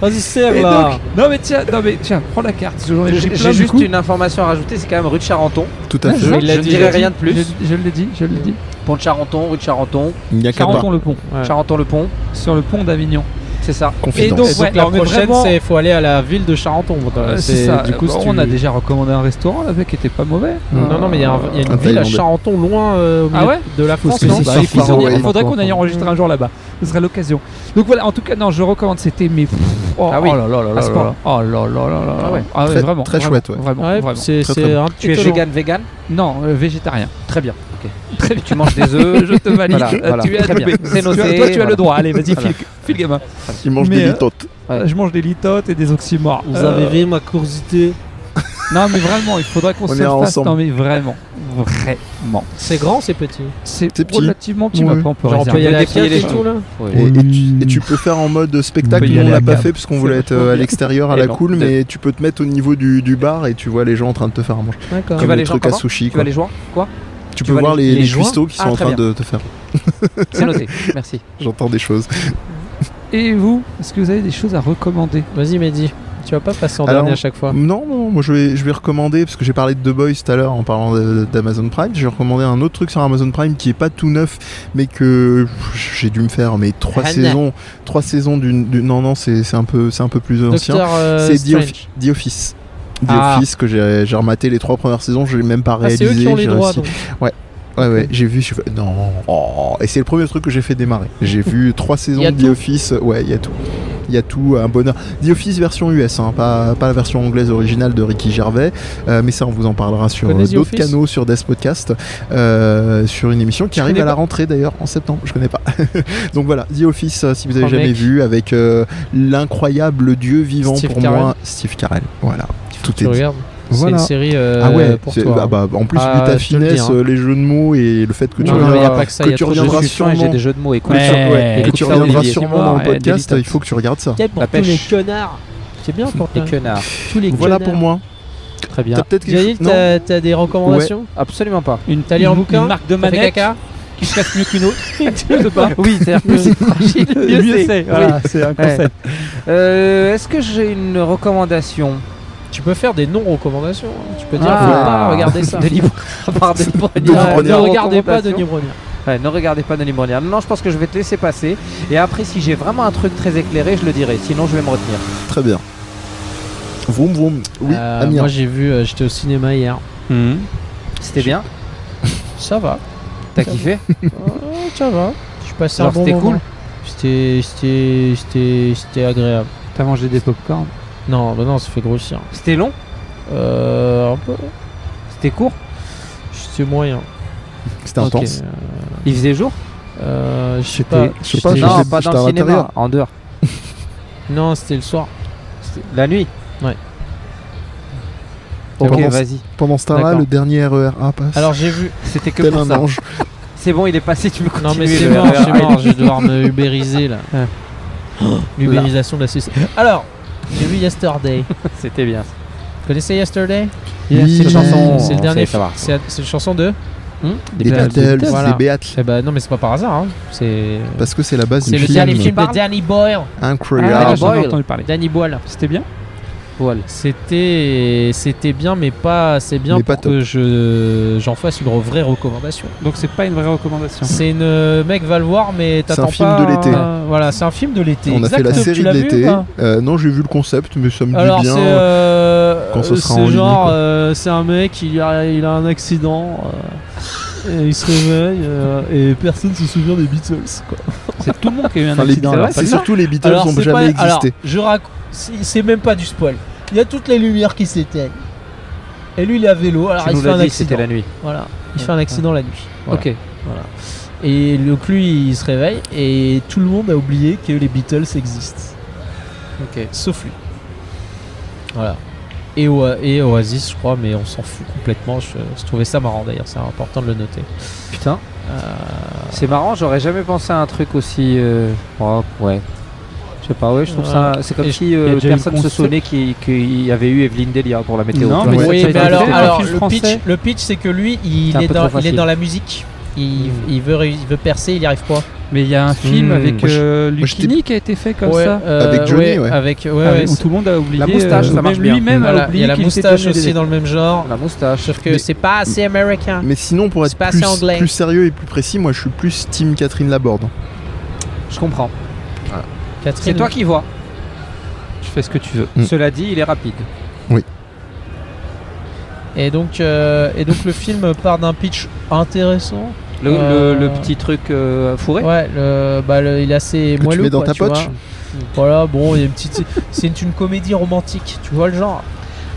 Vas-y, serre Et là donc, non, mais tiens, non, mais tiens, prends la carte. J'en ai pris J'ai plein, j'ai du juste coup. une information à rajouter, c'est quand même rue de Charenton. Tout à Ah, fait. ça, il l'a je dit, l'ai il a rien de plus. Je, je l'ai dit, je l'ai dit. Pont de Charenton, rue de Charenton, Il n'y a qu'à pas. Charenton-le-Pont, Ouais. Charenton-le-Pont, sur le pont d'Avignon. c'est ça. Et donc, Confidence. ouais, La alors, mais prochaine, vraiment, c'est faut aller à la ville de Charenton. quoi. euh, c'est C'est- Bah, ça. Du coup, Bon, si tu- on a déjà recommandé un restaurant là-bas qui était pas mauvais. Non, non, mais il y, a un- il y a une Un ville à Thaïlandais. Charenton, loin euh, au Ah milieu ouais de la France, France, non non Bah, sur il faut- Faro, il ouais. faudrait qu'on aille enregistrer un jour là-bas. Ce serait l'occasion. Donc voilà, en tout cas, non, je recommande. C'était mais pff, oh, Ah oui. oh là là là À là ce là point. là. Oh là là là là là. Ah ouais. Ah ouais, Très- vraiment. très vraiment, chouette, ouais. Vraiment, Ouais, vraiment. c'est Très, c'est très bon. un Tu petit es étonnant. vegan, vegan Non, euh, végétarien. Très bien. ok. Très bien. Tu manges des œufs, je te valide. Voilà, Euh, voilà. Tu es Très bien. adopté. C'est Tu as- noté, Toi, tu as voilà. le droit. Allez, vas-y, Voilà. file, file, gamin. Il mange Mais, des euh, litotes. Ouais. Je mange des litotes et des oxymores. Vous Euh, avez vu ma curiosité Non, mais vraiment, il faudrait qu'on On se est le fasse. ensemble. Non, mais vraiment. Vraiment. C'est grand, c'est petit. C'est C'est petit. relativement petit. Ouais. Maintenant, on peut Genre, on peut réserver. y aller à Des pieds, pied des et tout là Et, et tu, euh, et tu peux faire en mode spectacle, On peut y nous on aller à l'a pas Gap. fait parce qu'on voulait être euh, à l'extérieur à Et la non, cool, de- mais tu peux te mettre au niveau du, du bar et tu vois les gens en train de te faire à manger. D'accord. Tu Comme vas les les gens trucs à comment sushi, Tu vas quoi. les joindre Quoi Tu tu peux vas voir les- les, les les joints cuistots qui Ah, sont en très train bien. de te faire. C'est noté, merci. J'entends des choses. Et vous, est-ce que vous avez des choses à recommander Vas-y, Mehdi. Tu vas pas passer en Alors- dernier à chaque fois. Non, non, moi je vais, je vais recommander, parce que j'ai parlé de The Boys tout à l'heure en parlant de- d'Amazon Prime, j'ai recommandé un autre truc sur Amazon Prime qui est pas tout neuf, mais que j'ai dû me faire mais trois Anna. saisons, trois saisons d'une, d'une- non non c'est c'est un peu c'est un peu plus ancien. Docteur euh, C'est The, Strange. Offi- The Office. The Ah. Office que j'ai j'ai rematé les trois premières saisons, je l'ai même pas Ah, réalisé. c'est eux qui ont les j'ai droits. réussi. donc. Ouais, ouais, j'ai vu, j'ai fait non. oh. Et c'est le premier truc que j'ai fait démarrer. J'ai vu trois saisons Y a de The Office. Ouais, il y a tout. Il y a tout, un bonheur. The Office version US, hein, pas, pas la version anglaise originale de Ricky Gervais, Euh, mais ça on vous en parlera sur Connais euh, The d'autres Office canaux, sur Death Podcast, euh, sur une émission qui Je arrive connais à la pas. rentrée d'ailleurs en septembre, je connais pas. Donc voilà, The Office, euh, si vous avez Oh, jamais mec. vu, avec euh, l'incroyable dieu vivant Steve pour Carell. moi, Steve Carell. Voilà, tout Tu est dit. regardes. C'est Voilà. une série euh, Ah ouais, pour c'est- toi. ah bah, en plus Ah, vu je te ta le finesse, dis, hein. euh, les jeux de mots et le fait que tu Non, mais reviendras- y a pas que ça, que y a tu trop de reviendras jeux. Je suis sûr, et J'ai sûrement- des jeux de mots. Écoute, Ouais. Et sur- que écoute tu ça, reviendras Olivier. sûrement dans le Ouais, podcast, Delita. il faut que tu regardes ça. Tiens, pour La tous les pêche. connards. C'est bien pour Les toi. connards. Tous les Voilà connards. pour moi. Très bien. T'as peut-être quelque Yael, chose- non. t'as t'as des recommandations Absolument pas. Une T'as lu un une- bouquin Une marque de T'as fait manette caca qui se casse mieux qu'une autre. Oui, c'est-à-dire plus c'est fragile, mieux c'est. Voilà, c'est un Ouais. concept. Euh, Est-ce que j'ai une recommandation Tu peux faire des non-recommandations. hein. Tu peux dire, Ah. faut pas regarder ça. Denis Pardon, Denis Ouais, Brogniart. ne regardez pas Recommandation. Denis Brogniart. Ouais, ne regardez pas Denis Brogniart. Non, non, je pense que je vais te laisser passer. Et après, si j'ai vraiment un truc très éclairé, je le dirai. Sinon, je vais me retenir. Très bien. Vroom vroom. Oui, Euh, Amir. Moi j'ai vu, euh, j'étais au cinéma hier. C'était bien Ça va, T'as kiffé ça va. Je suis passé Alors, un bon c'était moment. cool C'était, c'était, c'était, c'était agréable. T'as mangé des popcorn Non, bah non, ça fait grossir. C'était long Euh, un peu. C'était court C'était moyen. C'était intense. Ok, Il faisait jour Euh, je sais C'était- pas. je sais pas, j'étais- j'étais- Non, j'étais pas dans à le cinéma, l'intérieur. en dehors. Non, c'était le soir. C'était La nuit Ouais. Ok, Pendant- vas-y. Pendant ce temps-là, D'accord. le dernier RERA passe. Alors j'ai vu. C'était que tel pour un ça. ange. C'est bon, il est passé, tu peux continuer. Non mais c'est le mort, RER. c'est mort. Je vais devoir me ubériser là. Ouais. Ah. L'ubérisation de la Suisse. Alors, j'ai vu Yesterday. C'était bien. Vous connaissez Yesterday Oui, C'est une chanson. on C'est le sait dernier. savoir. C'est la- c'est une chanson de. Des Beatles, Voilà. des Beatles. Eh ben, non mais c'est pas par hasard. hein. C'est. Parce que c'est la base C'est du le dernier film. film de Danny Boyle. Ah, Incroyable. j'en ai Boyle. entendu parler. Danny Boyle. C'était bien C'était c'était bien mais pas c'est bien Mais pour pas que je j'en fasse une vraie recommandation. Donc c'est pas une vraie recommandation. C'est une euh, mec va le voir mais C'est un t'attends pas. film de l'été. un- Voilà, c'est un film de l'été. On a fait la Exactement. Tu série de l'as vu ou l'été. pas Euh, Non, j'ai vu le concept, mais ça me Alors dit c'est bien. euh, quand ce sera c'est en ligne, genre quoi. euh, c'est un mec il a il a un accident euh, et il se réveille euh, et personne se souvient des Beatles quoi. C'est tout le monde qui a eu un Enfin, les accident. Beatles, là. c'est surtout les Beatles Alors, n'ont c'est jamais pas- alors, existé. je raconte. C'est même pas du spoil. Il y a toutes les lumières qui s'éteignent. Et lui, il est à vélo. Alors, Tu il se nous fait un l'as dit, c'était accident. la nuit. Voilà. Il se fait un accident la nuit. Voilà. Ok. Et donc, lui, il se réveille. Et tout le monde a oublié que les Beatles existent. Ok. Sauf lui. Voilà. Et, Oa- et Oasis, je crois, mais on s'en fout complètement. Je, je trouvais ça marrant d'ailleurs. C'est important de le noter. Putain. Euh, C'est marrant, j'aurais jamais pensé à un truc aussi euh, rock, ouais. Je sais pas, ouais, je trouve Ouais. ça. C'est comme Et si y a euh, déjà eu le personne se concept. souvenait qu'il qu'il y avait eu Evelyne Delia pour la météo. Non, tu vois. mais ça, ça oui, a mais été alors, fait, un alors, film le français. pitch, le pitch, c'est que lui, C'est il un est, peu dans, trop il est facile. dans la musique. il, il veut, ré- il veut percer, il n'y arrive pas. Mais il y a un film Hmm. avec Moi, je- euh, moi, j'étais- Lucchini qui a été fait comme Ouais, ça. euh, Avec Johnny, ouais. Avec, ouais, Ah, ouais, mais où c'est- tout le monde a oublié. La moustache, ça même marche bien. Lui-même a voilà, il y oublié a la qu'il s'était moustache donné des aussi dans le même genre. La moustache. Sauf que Mais- c'est pas assez américain. Mais sinon, pour être C'est pas assez plus, anglais. plus sérieux et plus précis, moi je suis plus Team Catherine Laborde. Je comprends. Catherine, C'est toi qui vois. Tu fais ce que tu veux. Mm. Cela dit, il est rapide. Et donc, euh, et donc le film part d'un pitch intéressant. Le, Euh, le- le petit truc euh, fourré. Ouais, le, bah, le- il est assez Que tu moelleux. mets dans quoi, ta tu poche vois. Voilà, bon, il y a une petite. c'est une, une comédie romantique, tu vois le genre.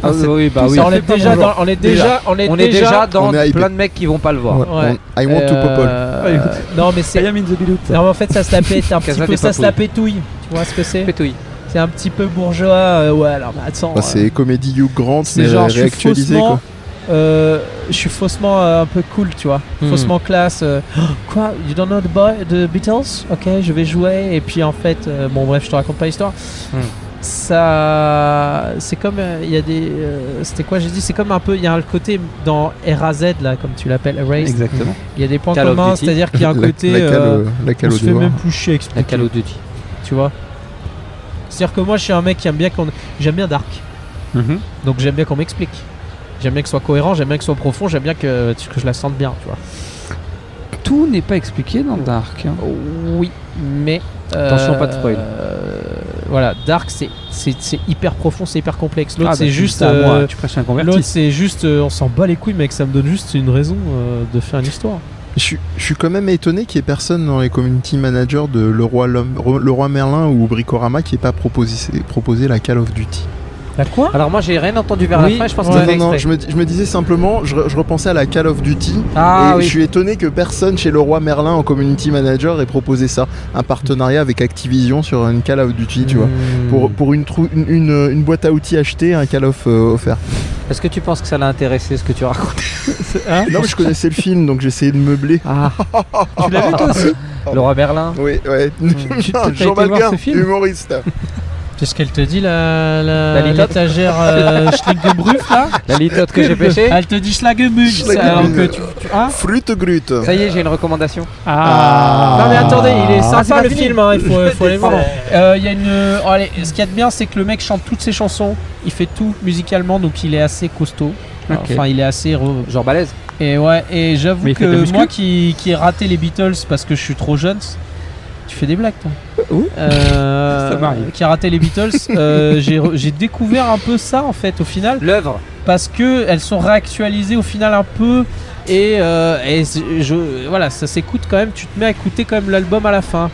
Ah, c'est- oui, bah oui. Ça, on, est déjà dans- on est déjà, on est On est déjà dans On est hypé. plein de mecs qui vont pas le voir. Ouais. Ouais. On- I want to popole. Euh, Non, mais c'est. I am in the Beatles. Non, mais en fait, ça se la pète un petit Casa peu, des ça se la pétouille. Tu vois ce que c'est Pétouille. C'est un petit peu bourgeois. euh, ouais, alors, bah, attends. Bah, c'est comédie Hugh Grant, C'est mais euh, euh, genre, je suis réactualisé quoi. faussement, euh, je suis faussement euh, un peu cool, tu vois. Hmm. Faussement classe. euh, Oh, quoi You don't know the, boy- the Beatles Ok, je vais jouer. Et puis en fait, euh, bon, bref, je te raconte pas l'histoire. Hmm. Ça. C'est comme. euh, Il y a des. euh, C'était quoi J'ai dit, c'est comme un peu. Il y a le côté dans RAZ, là, comme tu l'appelles, Erased. Exactement. Il y a des points Call of communs, Duty. c'est-à-dire qu'il y a un La- côté. la cale, euh, euh, la cale on au se fait devoir. même plus chier à La expliquer, Call of Duty. tu vois. C'est-à-dire que moi, je suis un mec qui aime bien qu'on. J'aime bien Dark. Donc j'aime bien qu'on m'explique. J'aime bien que ce soit cohérent, j'aime bien que ce soit profond, j'aime bien que, que je la sente bien, tu vois. Tout n'est pas expliqué dans Dark. hein. Oui, mais... euh, Attention, pas de spoil. euh, voilà, Dark, c'est- c'est c'est hyper profond, c'est hyper complexe. L'autre, Ah, bah, c'est tu juste... dis ça à moi, euh, tu prêches un L'autre, converti. c'est juste... euh, on s'en bat les couilles, mec, ça me donne juste une raison euh, de faire une histoire. Je suis- je suis quand même étonné qu'il y ait personne dans les community managers de Leroy, Lom- Ro- Leroy Merlin ou Bricorama qui n'ait pas proposé, proposé la Call of Duty. La quoi Alors moi j'ai rien entendu vers Oui, la fin, je pense ouais. que non, c'est non, non, exprès. je me, je me disais simplement, je, re- je repensais à la Call of Duty. Ah et oui. je suis étonné que personne chez Leroy Merlin en community manager ait proposé ça. Un partenariat avec Activision sur une Call of Duty, tu vois. Hmm. Hmm. Pour, pour une, trou- une, une- une boîte à outils achetée, un Call of euh, offert. Est-ce que tu penses que ça l'a intéressé ce que tu racontes Ah. Non, mais je connaissais le film, donc j'essayais de meubler. Ah, Tu l'as vu toi aussi Ah. Le roi Berlin Oui, ouais. Tu- t'as été Jean voir Malguin, ce film humoriste. C'est ce qu'elle te dit, la... La La litote l'étagère euh, Schlingenbrüff, là La litote que j'ai pêchée Ah. Elle te dit Schlagemuch, alors que tu... tu- hein Frute grute. Ça y est, j'ai une recommandation. Non mais attendez, Ah. il est Ah, c'est pas sympa le fini. film, hein, il faut, faut aller le voir. Euh, Il y a une, oh, allez, ce qu'il y a de bien, c'est que le mec chante toutes ses chansons, il fait tout musicalement, donc il est assez costaud. Ok. Enfin, il est assez. re- Genre balèze. Et ouais, et Mais j'avoue il fait de la que muscu moi qui, qui ai raté les Beatles parce que je suis trop jeune, c- tu fais des blagues toi. Euh, Ça m'arrive. Qui a raté les Beatles, euh, j'ai re- j'ai découvert un peu ça en fait au final L'œuvre. parce que elles sont réactualisées au final un peu et, euh, et c'est- je, voilà ça s'écoute quand même tu te mets à écouter quand même l'album à la fin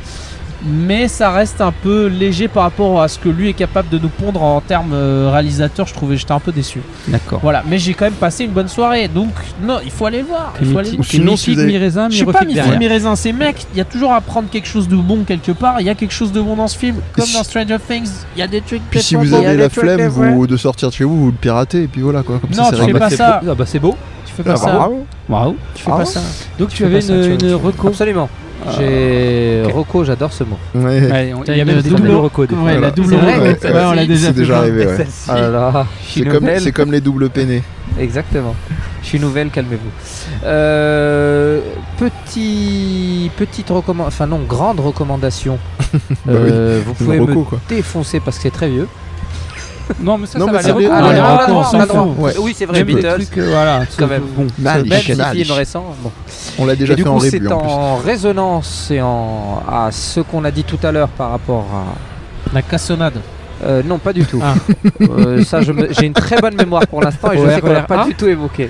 mais ça reste un peu léger par rapport à ce que lui est capable de nous pondre en termes euh, réalisateurs je trouvais j'étais un peu déçu D'accord. voilà mais j'ai quand même passé une bonne soirée donc non il faut aller le voir il faut aller le Ou voir. sinon, si vous avez- mi-raisin, je sais pas, mi-refit mi derrière. mes raisins, ces mecs, il y a toujours à prendre quelque chose de bon quelque part. Il y a quelque chose de bon dans ce film, comme Si- dans Stranger Things. Il y a des trucs. Puis si peut-être vous pas bons. avez Il y a la des trucs flemme pas bons. vous, de sortir de chez vous, vous le piratez et puis voilà quoi. Comme ça, Non, c'est tu fais réglé. pas ça. Ah bah c'est beau. Tu fais Ah, pas ça. bravo. Bravo. Tu fais Ah pas ouais. ça. Donc tu fais avais pas ça, une, tu vois, une tu fais- reco. Absolument. Ah. J'ai Rocco, j'adore ce mot. Ouais. Ouais, on- T'as Il y a une même des double- doubles reco. des Ouais, fois. la double C'est vrai, roue, ouais, ouais, on l'a si, déjà c'est fait. déjà arrivé. ouais. Ah là là, je suis C'est comme, nouvelle. c'est comme les doubles peinés. Exactement. Je suis nouvelle, calmez-vous. Euh, petit, petite recommandation, enfin non, grande recommandation. Euh, Vous pouvez Le Bah reco, me quoi. défoncer parce que c'est très vieux. Non mais ça, Non, ça mais va c'est bah, les des- recos. on Ah, les les recos, recos, on on s'en s'en fout. fout. Oui, c'est vrai, Même le Beatles. truc, euh, voilà. Quand c'est- même. Bon. Mal, Même si mal. film récent. bon. On l'a Et déjà du fait en coup, c'est rébut en plus. en résonance et en à ce qu'on a dit tout à l'heure par rapport à. La cassonade. Euh, non, pas du tout. Ah. Euh, ça, je me- j'ai une très bonne mémoire pour l'instant et je Ouais, sais qu'on l'a pas ah. du tout évoqué.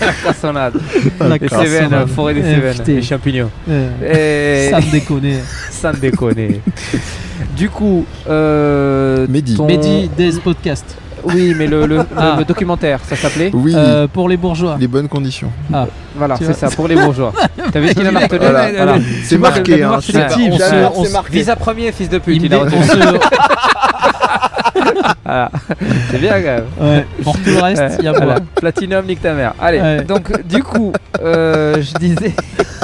La cassonade. Ah, Les cassonade. Cévennes, la forêt des Eh, Cévennes. putain. Les champignons. Euh. Ça Et... me déconne. Ça me déconne. du coup, euh, Mehdi. ton- Mehdi Days Podcast. Oui, mais le, le- Ah. le documentaire, ça s'appelait. Oui, Euh, pour les bourgeois. les bonnes conditions. Voilà, Tu c'est ça, pour les bourgeois. T'as vu ce qu'il en a retenu Voilà, Voilà. C'est marqué. hein, mémoire c'est- sélective, on ça. se- On on se- se marqué. Visa premier, fils de pute. Il Il a me dé- retenu. on se- Ah, c'est bien quand même. ouais, Pour tout le reste, il y a Voilà. moi. Platinum, nique ta mère. Allez, Ouais. donc du coup, euh, je disais,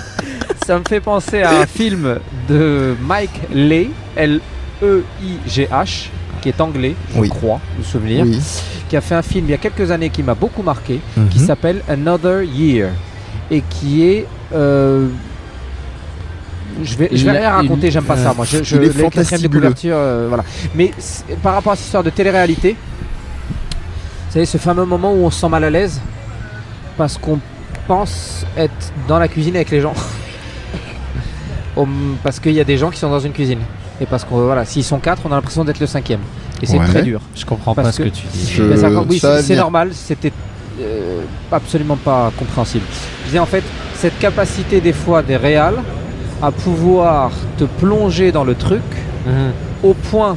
ça me fait penser à un film de Mike E Leigh, L-E-I-G-H, qui est anglais, je Oui. crois, me souvenir, Oui. qui a fait un film il y a quelques années qui m'a beaucoup marqué, qui Mhm. s'appelle Another Year. et qui est. euh, je vais, je vais Il- rien raconter, il- j'aime pas ça. Moi, je, je- il est les quatrièmes de fantastimuleux. couverture, euh, voilà. Mais c'est- par rapport à cette histoire de télé-réalité, vous savez, ce fameux moment où on se sent mal à l'aise parce qu'on pense être dans la cuisine avec les gens. Au- parce qu'il y a des gens qui sont dans une cuisine. Et parce qu'on voilà, s'ils sont quatre, on a l'impression d'être le cinquième. Et c'est Ouais. très dur. Je comprends Parce pas ce que que- tu dis. Je- Mais ça, oui, ça va c'est- c'est venir. normal, c'était euh, absolument pas compréhensible. Je disais en fait, cette capacité des fois des réals à pouvoir te plonger dans le truc Mhm. au point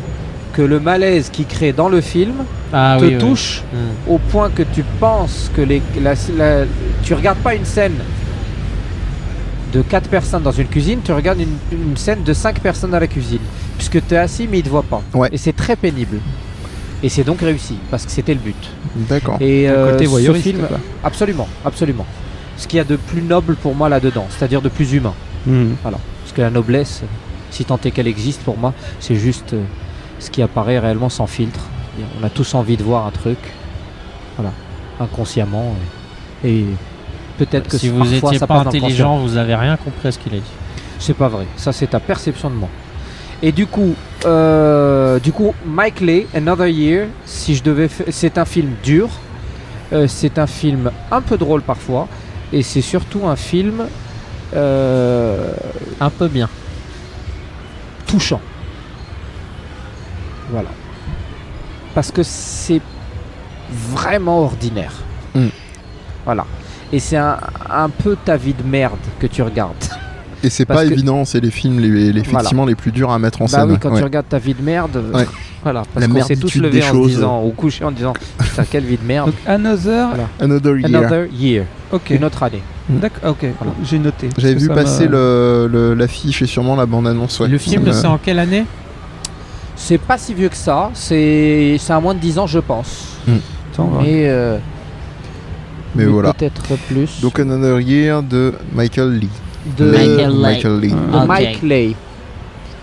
que le malaise qui crée dans le film Ah, te touche au point que tu penses que les, la- la- tu regardes pas une scène de quatre personnes dans une cuisine, tu regardes une, une scène de cinq personnes dans la cuisine, puisque tu es assis mais ils te voient pas. Ouais. Et c'est très pénible. Et c'est donc réussi parce que c'était le but. D'accord. Et euh, côté ce voyeuriste, film, quoi. absolument, absolument. Ce qu'il y a de plus noble pour moi là-dedans, c'est-à-dire de plus humain. Hmm. Voilà. Parce que la noblesse, si tant est qu'elle existe pour moi, c'est juste euh, ce qui apparaît réellement sans filtre. Et on a tous envie de voir un truc, voilà, inconsciemment. Et, et peut-être que Bah, si c- vous parfois, étiez ça pas passe dans le conscient. intelligent, vous avez rien compris à ce qu'il a dit. c'est pas vrai. Ça, c'est ta perception de moi. Et du coup, euh, du coup, Mike Lay, Another Year, si je devais, fa- c'est un film dur. Euh, c'est un film un peu drôle parfois, et c'est surtout un film euh, Un peu bien. touchant. Voilà. Parce que c'est vraiment ordinaire. Mm. Voilà. Et c'est un, un peu ta vie de merde que tu regardes. Et c'est parce pas que- évident, c'est les films les, les- effectivement les plus durs à mettre en Bah scène. hein. oui, quand Ouais. tu regardes ta vie de merde, euh, Ouais. voilà, La parce qu'on s'est tous merditude levés des en se choses. disant, ou couchés en disant, putain, quelle vie de merde. Donc Another, Voilà. Another Year. Another year, ok, une autre année. D'accord, ok, Voilà. j'ai noté. J'avais Parce vu que ça passer m'a- le- le- l'affiche et sûrement la bande-annonce. ouais. Le film, Euh, c'est en quelle année C'est pas si vieux que ça, c'est c'est à moins de 10 ans, je pense. Attends, on va- Mais, euh, Mais mais voilà. peut-être plus. Donc Another Year de Michael Lee. de, Ah. Le- Michael Lee. Michael Lee. de Mike Lay.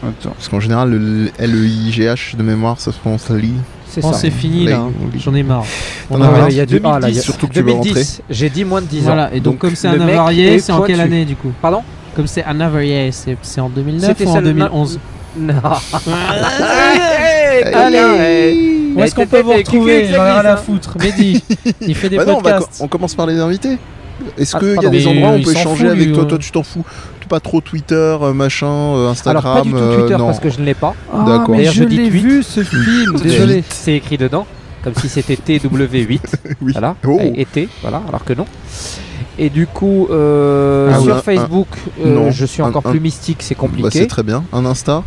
Attends. Parce qu'en général, le E L-E-I-G-H de mémoire, ça se prononce Lee. C'est Oh, Bon, ça. c'est fini Lay, là. hein. ou Lee. J'en ai marre. T'en Non, as mais marre il y a du ah, là, il y a- Surtout que tu veux 2010, j'ai dit moins de 10 ans. Voilà, et donc, Donc, comme c'est un le mec avarié, est c'est en pointu. quelle année du coup Pardon Comme c'est un avarié, c'est c'est en 2009 C'était ou en celle- 2011 Non. Où est-ce qu'on peut vous retrouver J'en ai rien à foutre. Mehdi, il fait des Bah non, on, va co- podcasts. on commence par les invités. Est-ce Ah, qu'il y a pardon. des Mais endroits où on il peut s'en échanger fout, avec lui, toi ouais. Toi, tu t'en fous Pas trop Twitter, euh, machin, euh, hein. Alors, Instagram pas du tout euh, Twitter non. parce que je ne l'ai pas. Ah, D'accord. mais D'ailleurs, je je dis l'ai tweet. vu ce film, désolé. C'est écrit dedans, comme si c'était TW8. Oui. Voilà. Oh. Et été, voilà, alors que non. Et du coup, euh, Ah, sur ouais, un- Facebook, euh, non, je suis un- encore un- plus mystique, c'est Bah, c'est compliqué. très bien. Un Insta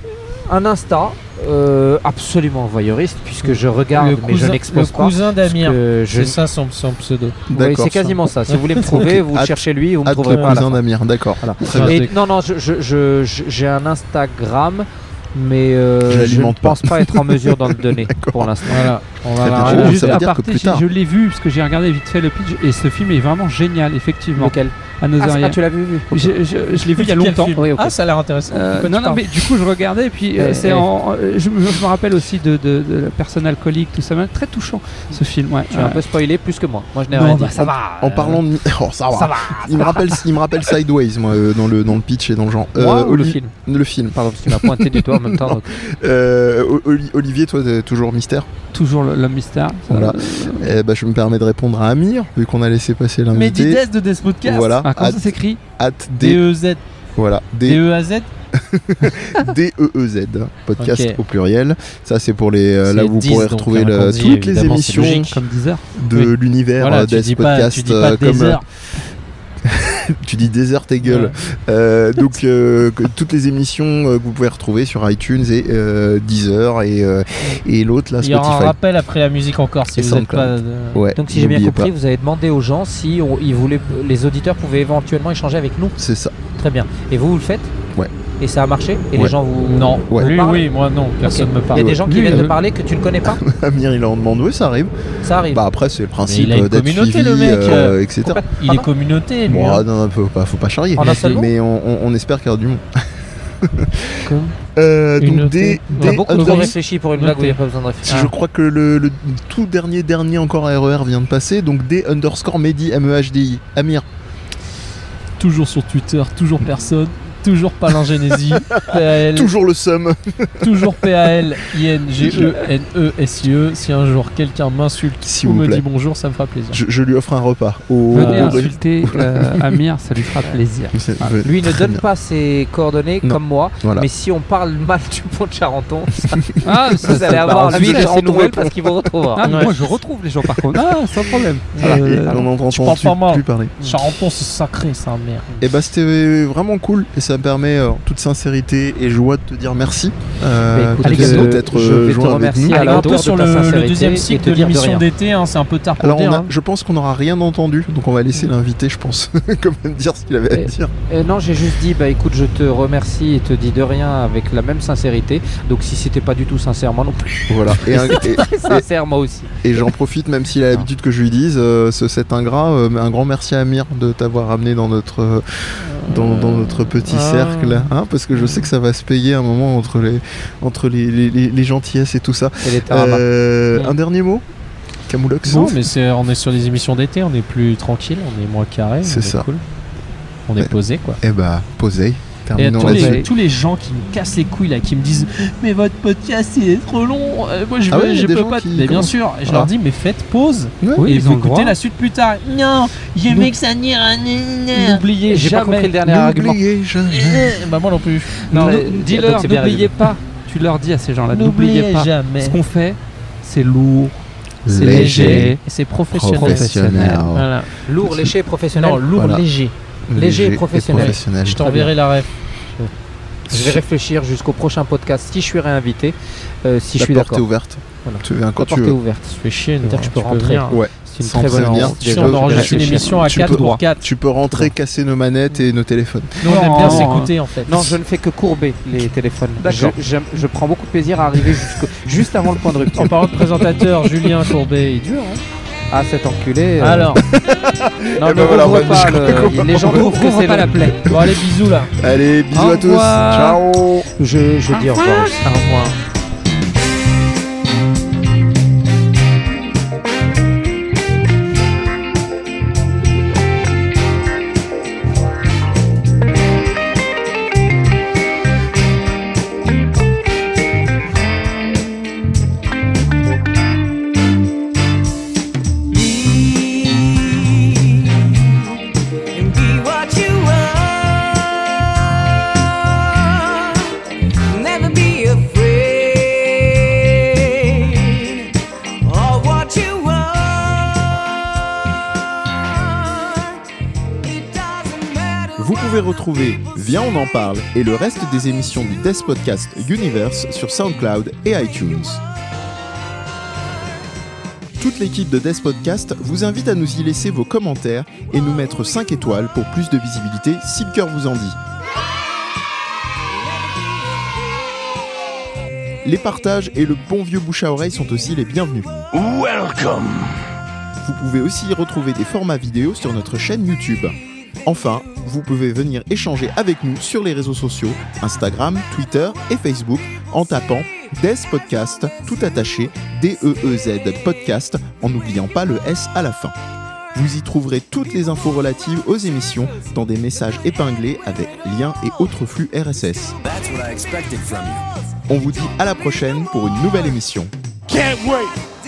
un Insta, euh, absolument voyeuriste, puisque je regarde, Le mais je cousin, le n'expose pas. cousin parce d'Amir. que je- C'est ça son, son pseudo. Oui, D'accord. c'est quasiment ça. Si vous voulez me trouver, vous At- cherchez lui, vous me At trouverez le pas. à la cousin fin. d'Amir, d'accord. Voilà. Très bien. Et non, non, je- je- je- je- j'ai un Instagram, mais euh, je ne J'alimente pas. pense pas être en mesure d'en donner pour l'instant. Voilà, on va Très la bien. regarder. Oh, Juste ça veut à dire que parté, plus je- tard. je l'ai vu parce que j'ai regardé vite fait le pitch et ce film est vraiment génial, effectivement. Lequel Another ah, Year. ah, tu l'as vu, vu. Je, je- je l'ai vu il y a Quel longtemps. film Oui, ok. Ah, ça a l'air intéressant. Euh, De quoi non, tu non, parles mais du coup, je regardais et puis euh, Eh, c'est eh. en- euh, je, me- je me rappelle aussi de, de, de personne alcoolique, tout ça, mais très touchant ce film. Ouais, Tu as un Ouais. peu spoilé plus que moi. Moi, je n'ai Non, rien bah, dit. ça va. En parlant de. Oh, ça va. Ça va. il, me rappelle, il me rappelle Sideways, moi, euh, dans, le, dans le pitch et dans le genre. Moi Euh, ou le Oli- film Le film. Pardon, parce que tu m'as pointé du doigt en même temps. donc. Euh, O- Oli- Olivier, toi, t'es toujours mystère. Toujours le- l'homme mystère. ça- Voilà. Euh. Eh ben, je me permets de répondre à Amir, vu qu'on a laissé passer l'invité. de Death Podcast. Voilà. Ah, comment At, ça s'écrit at E. D. E D-E-Z. Voilà. D. E. D-E-A-Z. D-E-E-Z, E podcast Ok. au pluriel. Ça, c'est pour les. euh, C'est là, vous 10, pourrez donc, retrouver bien le- entendu, toutes les évidemment, c'est émissions logique. Comme Deezer. de Oui. l'univers Voilà, euh, tu Death dis pas, Podcast. tu dis euh, pas comme, des euh, heures. tu dis désert tes gueules. Euh, donc, euh, que- toutes les émissions euh, que vous pouvez retrouver sur iTunes et euh, Deezer et, euh, et l'autre, là, Il y aura un Spotify. rappel après la musique encore si Et vous n'êtes pas. SoundCloud. euh, Ouais, Donc, si j'ai bien n'oubliez compris, vous avez demandé aux gens si on- ils voulaient, les auditeurs pouvaient éventuellement échanger avec nous. pas. C'est ça. Très bien. Et vous, vous le faites Ouais. Et ça a marché Et les Ouais. gens vous. Non, Ouais. lui Parle. oui, moi non, personne ne me Il y a parle. des gens qui Lui, viennent euh, de parler que tu ne connais pas Amir, il en demande, oui, ça arrive. Ça arrive. Bah, après, c'est le principe il a une euh, d'être communauté, suivi, le mec, euh, etc. Il est Pardon communauté, lui. Bon, hein. ah, non, non, faut pas, faut pas charrier. En un seul mot Mais on, on- on espère qu'il y aura du monde. Comme Euh, Une donc, notée. des, On a des Bah, Beaucoup Ah. trop underneath- réfléchi pour une blague où il n'y a pas besoin de réfléchir. euh, Je crois que le, le tout dernier E dernier encore à RER vient de passer, donc D underscore Mehdi M E H D I. Amir, toujours sur Twitter, toujours personne, toujours Palingénésie, PAL, Toujours le seum. toujours PAL, E I-N-G-E-N-E-S-I-E. Si un jour quelqu'un m'insulte S'il ou vous me plaît. dit bonjour, ça me fera plaisir. Je, je lui offre un repas. Au... Venez au- insulter euh, Amir, ça lui fera plaisir. C'est- Lui ne Très donne bien. pas ses coordonnées Non. comme moi, Voilà. Ah. mais si on parle mal du pont de Charenton, Ah, ça, vous allez ça- avoir bah, lui on- Ah, de ses on- nouvelles parce qu'il vous retrouvera. Ah, mais moi je retrouve les gens par contre. Ah, sans problème. Voilà, et Euh, on n'entend tu parles plus- pas moi. plus parler. Charenton, c'est sacré, c'est un merde. Et bah c'était vraiment cool et ça me permet euh, en toute sincérité et joie de te dire merci. Bah, Euh, écoute, Alex, euh, d'être je euh, vais te joint avec remercier nous. à Allez, la un hauteur peu de sur ta le, le sincérité deuxième et cycle te de dire de l'émission rien. d'été, hein, c'est un peu tard pour Alors le dire. on a- hein. Mm. je pense qu'on n'aura rien entendu donc on va laisser l'invité je pense quand même dire ce qu'il avait à Et- dire. Euh, non, j'ai juste dit, bah écoute, je te remercie et te dis de rien avec la même sincérité. Donc si c'était pas du tout sincère, moi non plus, Voilà. Et, un- et- sincère moi aussi. et j'en profite même s'il Ah. a l'habitude que je lui dise euh, ce, cet ingrat euh, un grand merci à Amir de t'avoir amené dans notre euh, dans, dans notre petit Ah. cercle hein, parce que je sais que ça va se payer un moment entre les entre les, les- les- les gentillesses et tout ça. Et les taramas. Euh, Un dernier mot Camoulox Ah, bah. Mm. Non, mais c'est- on est sur les émissions d'été, on est plus tranquille, on est moins carré, C'est on ça. est cool. On Mais- est posé quoi. Eh bah, posez. Et à Terminons tous là-dessus. les, tous les gens qui me cassent les couilles là, qui me disent Mais votre podcast il est trop long, euh, moi je, Ah veux- ouais, il y a je des peux gens pas. qui- Mais bien comment- sûr, et je Ah. leur dis Mais faites pause Oui, et ils vous ont le écoutez droit. la suite plus tard. Non, j'aimais que ça dure un N'oubliez J'ai pas jamais. compris le dernier argument. N'oubliez jamais. Bah, moi non euh, plus. Non, Mais- nous- dis-leur, donc c'est bien n'oubliez résumé. pas. Tu leur dis à ces gens-là, n'oubliez pas. jamais. Ce qu'on fait, c'est lourd, c'est Léger, léger. Et c'est professionnel. Professionnel. Voilà. Lourd, léché, professionnel. Non, lourd, Voilà. léger. Léger et professionnel. Je t'enverrai la ref. Je vais réfléchir jusqu'au prochain podcast si je suis réinvité, euh, si je La suis porte est d'accord. ouverte. Voilà. Tu viens quand La porte tu est veux. ouverte. Tu fais chier, C'est-à-dire que je peux rentrer. hein. venir. Ouais. C'est une Sans très bonne prévenir, annonce. tu Si Déjà, peux- on je vais enregistre une réfléchir. émission à Tu peux 4 droit. pour 4. Tu peux rentrer, casser nos manettes et nos téléphones. Nous on aime bien Non. s'écouter en fait. Non, je ne fais que courber les téléphones. Je, j'aime- je prends beaucoup de plaisir à arriver jusqu'au- juste avant le point de rupture. En parlant de présentateur, Julien Courbet, il dure. hein. Ah, cet enculé. euh, Alors, non, Eh ne ben voilà, rouvre on va- pas je le- comprends Les gens pas. trouvent que Rouvre c'est pas long. la plaie. bon allez bisous là. Allez, bisous à tous. revoir. Ciao. Je, je dis au revoir. aussi. Au revoir. and be what you are. Never be afraid of what you are. It doesn't matter. Vous pouvez retrouver Viens on en parle et le reste des émissions du Death Podcast Universe sur SoundCloud et iTunes. Toute l'équipe de Death Podcast vous invite à nous y laisser vos commentaires et nous mettre 5 étoiles pour plus de visibilité si le cœur vous en dit. Les partages et le bon vieux bouche à oreille sont aussi les bienvenus. Welcome. Vous pouvez aussi y retrouver des formats vidéo sur notre chaîne YouTube. Enfin, vous pouvez venir échanger avec nous sur les réseaux sociaux, Instagram, Twitter et Facebook, en tapant Des Podcast, tout attaché, D-E-E-Z Podcast, en n'oubliant pas le S à la fin. Vous y trouverez toutes les infos relatives aux émissions dans des messages épinglés avec liens et autres flux RSS. On vous dit à la prochaine pour une nouvelle émission. Can't wait.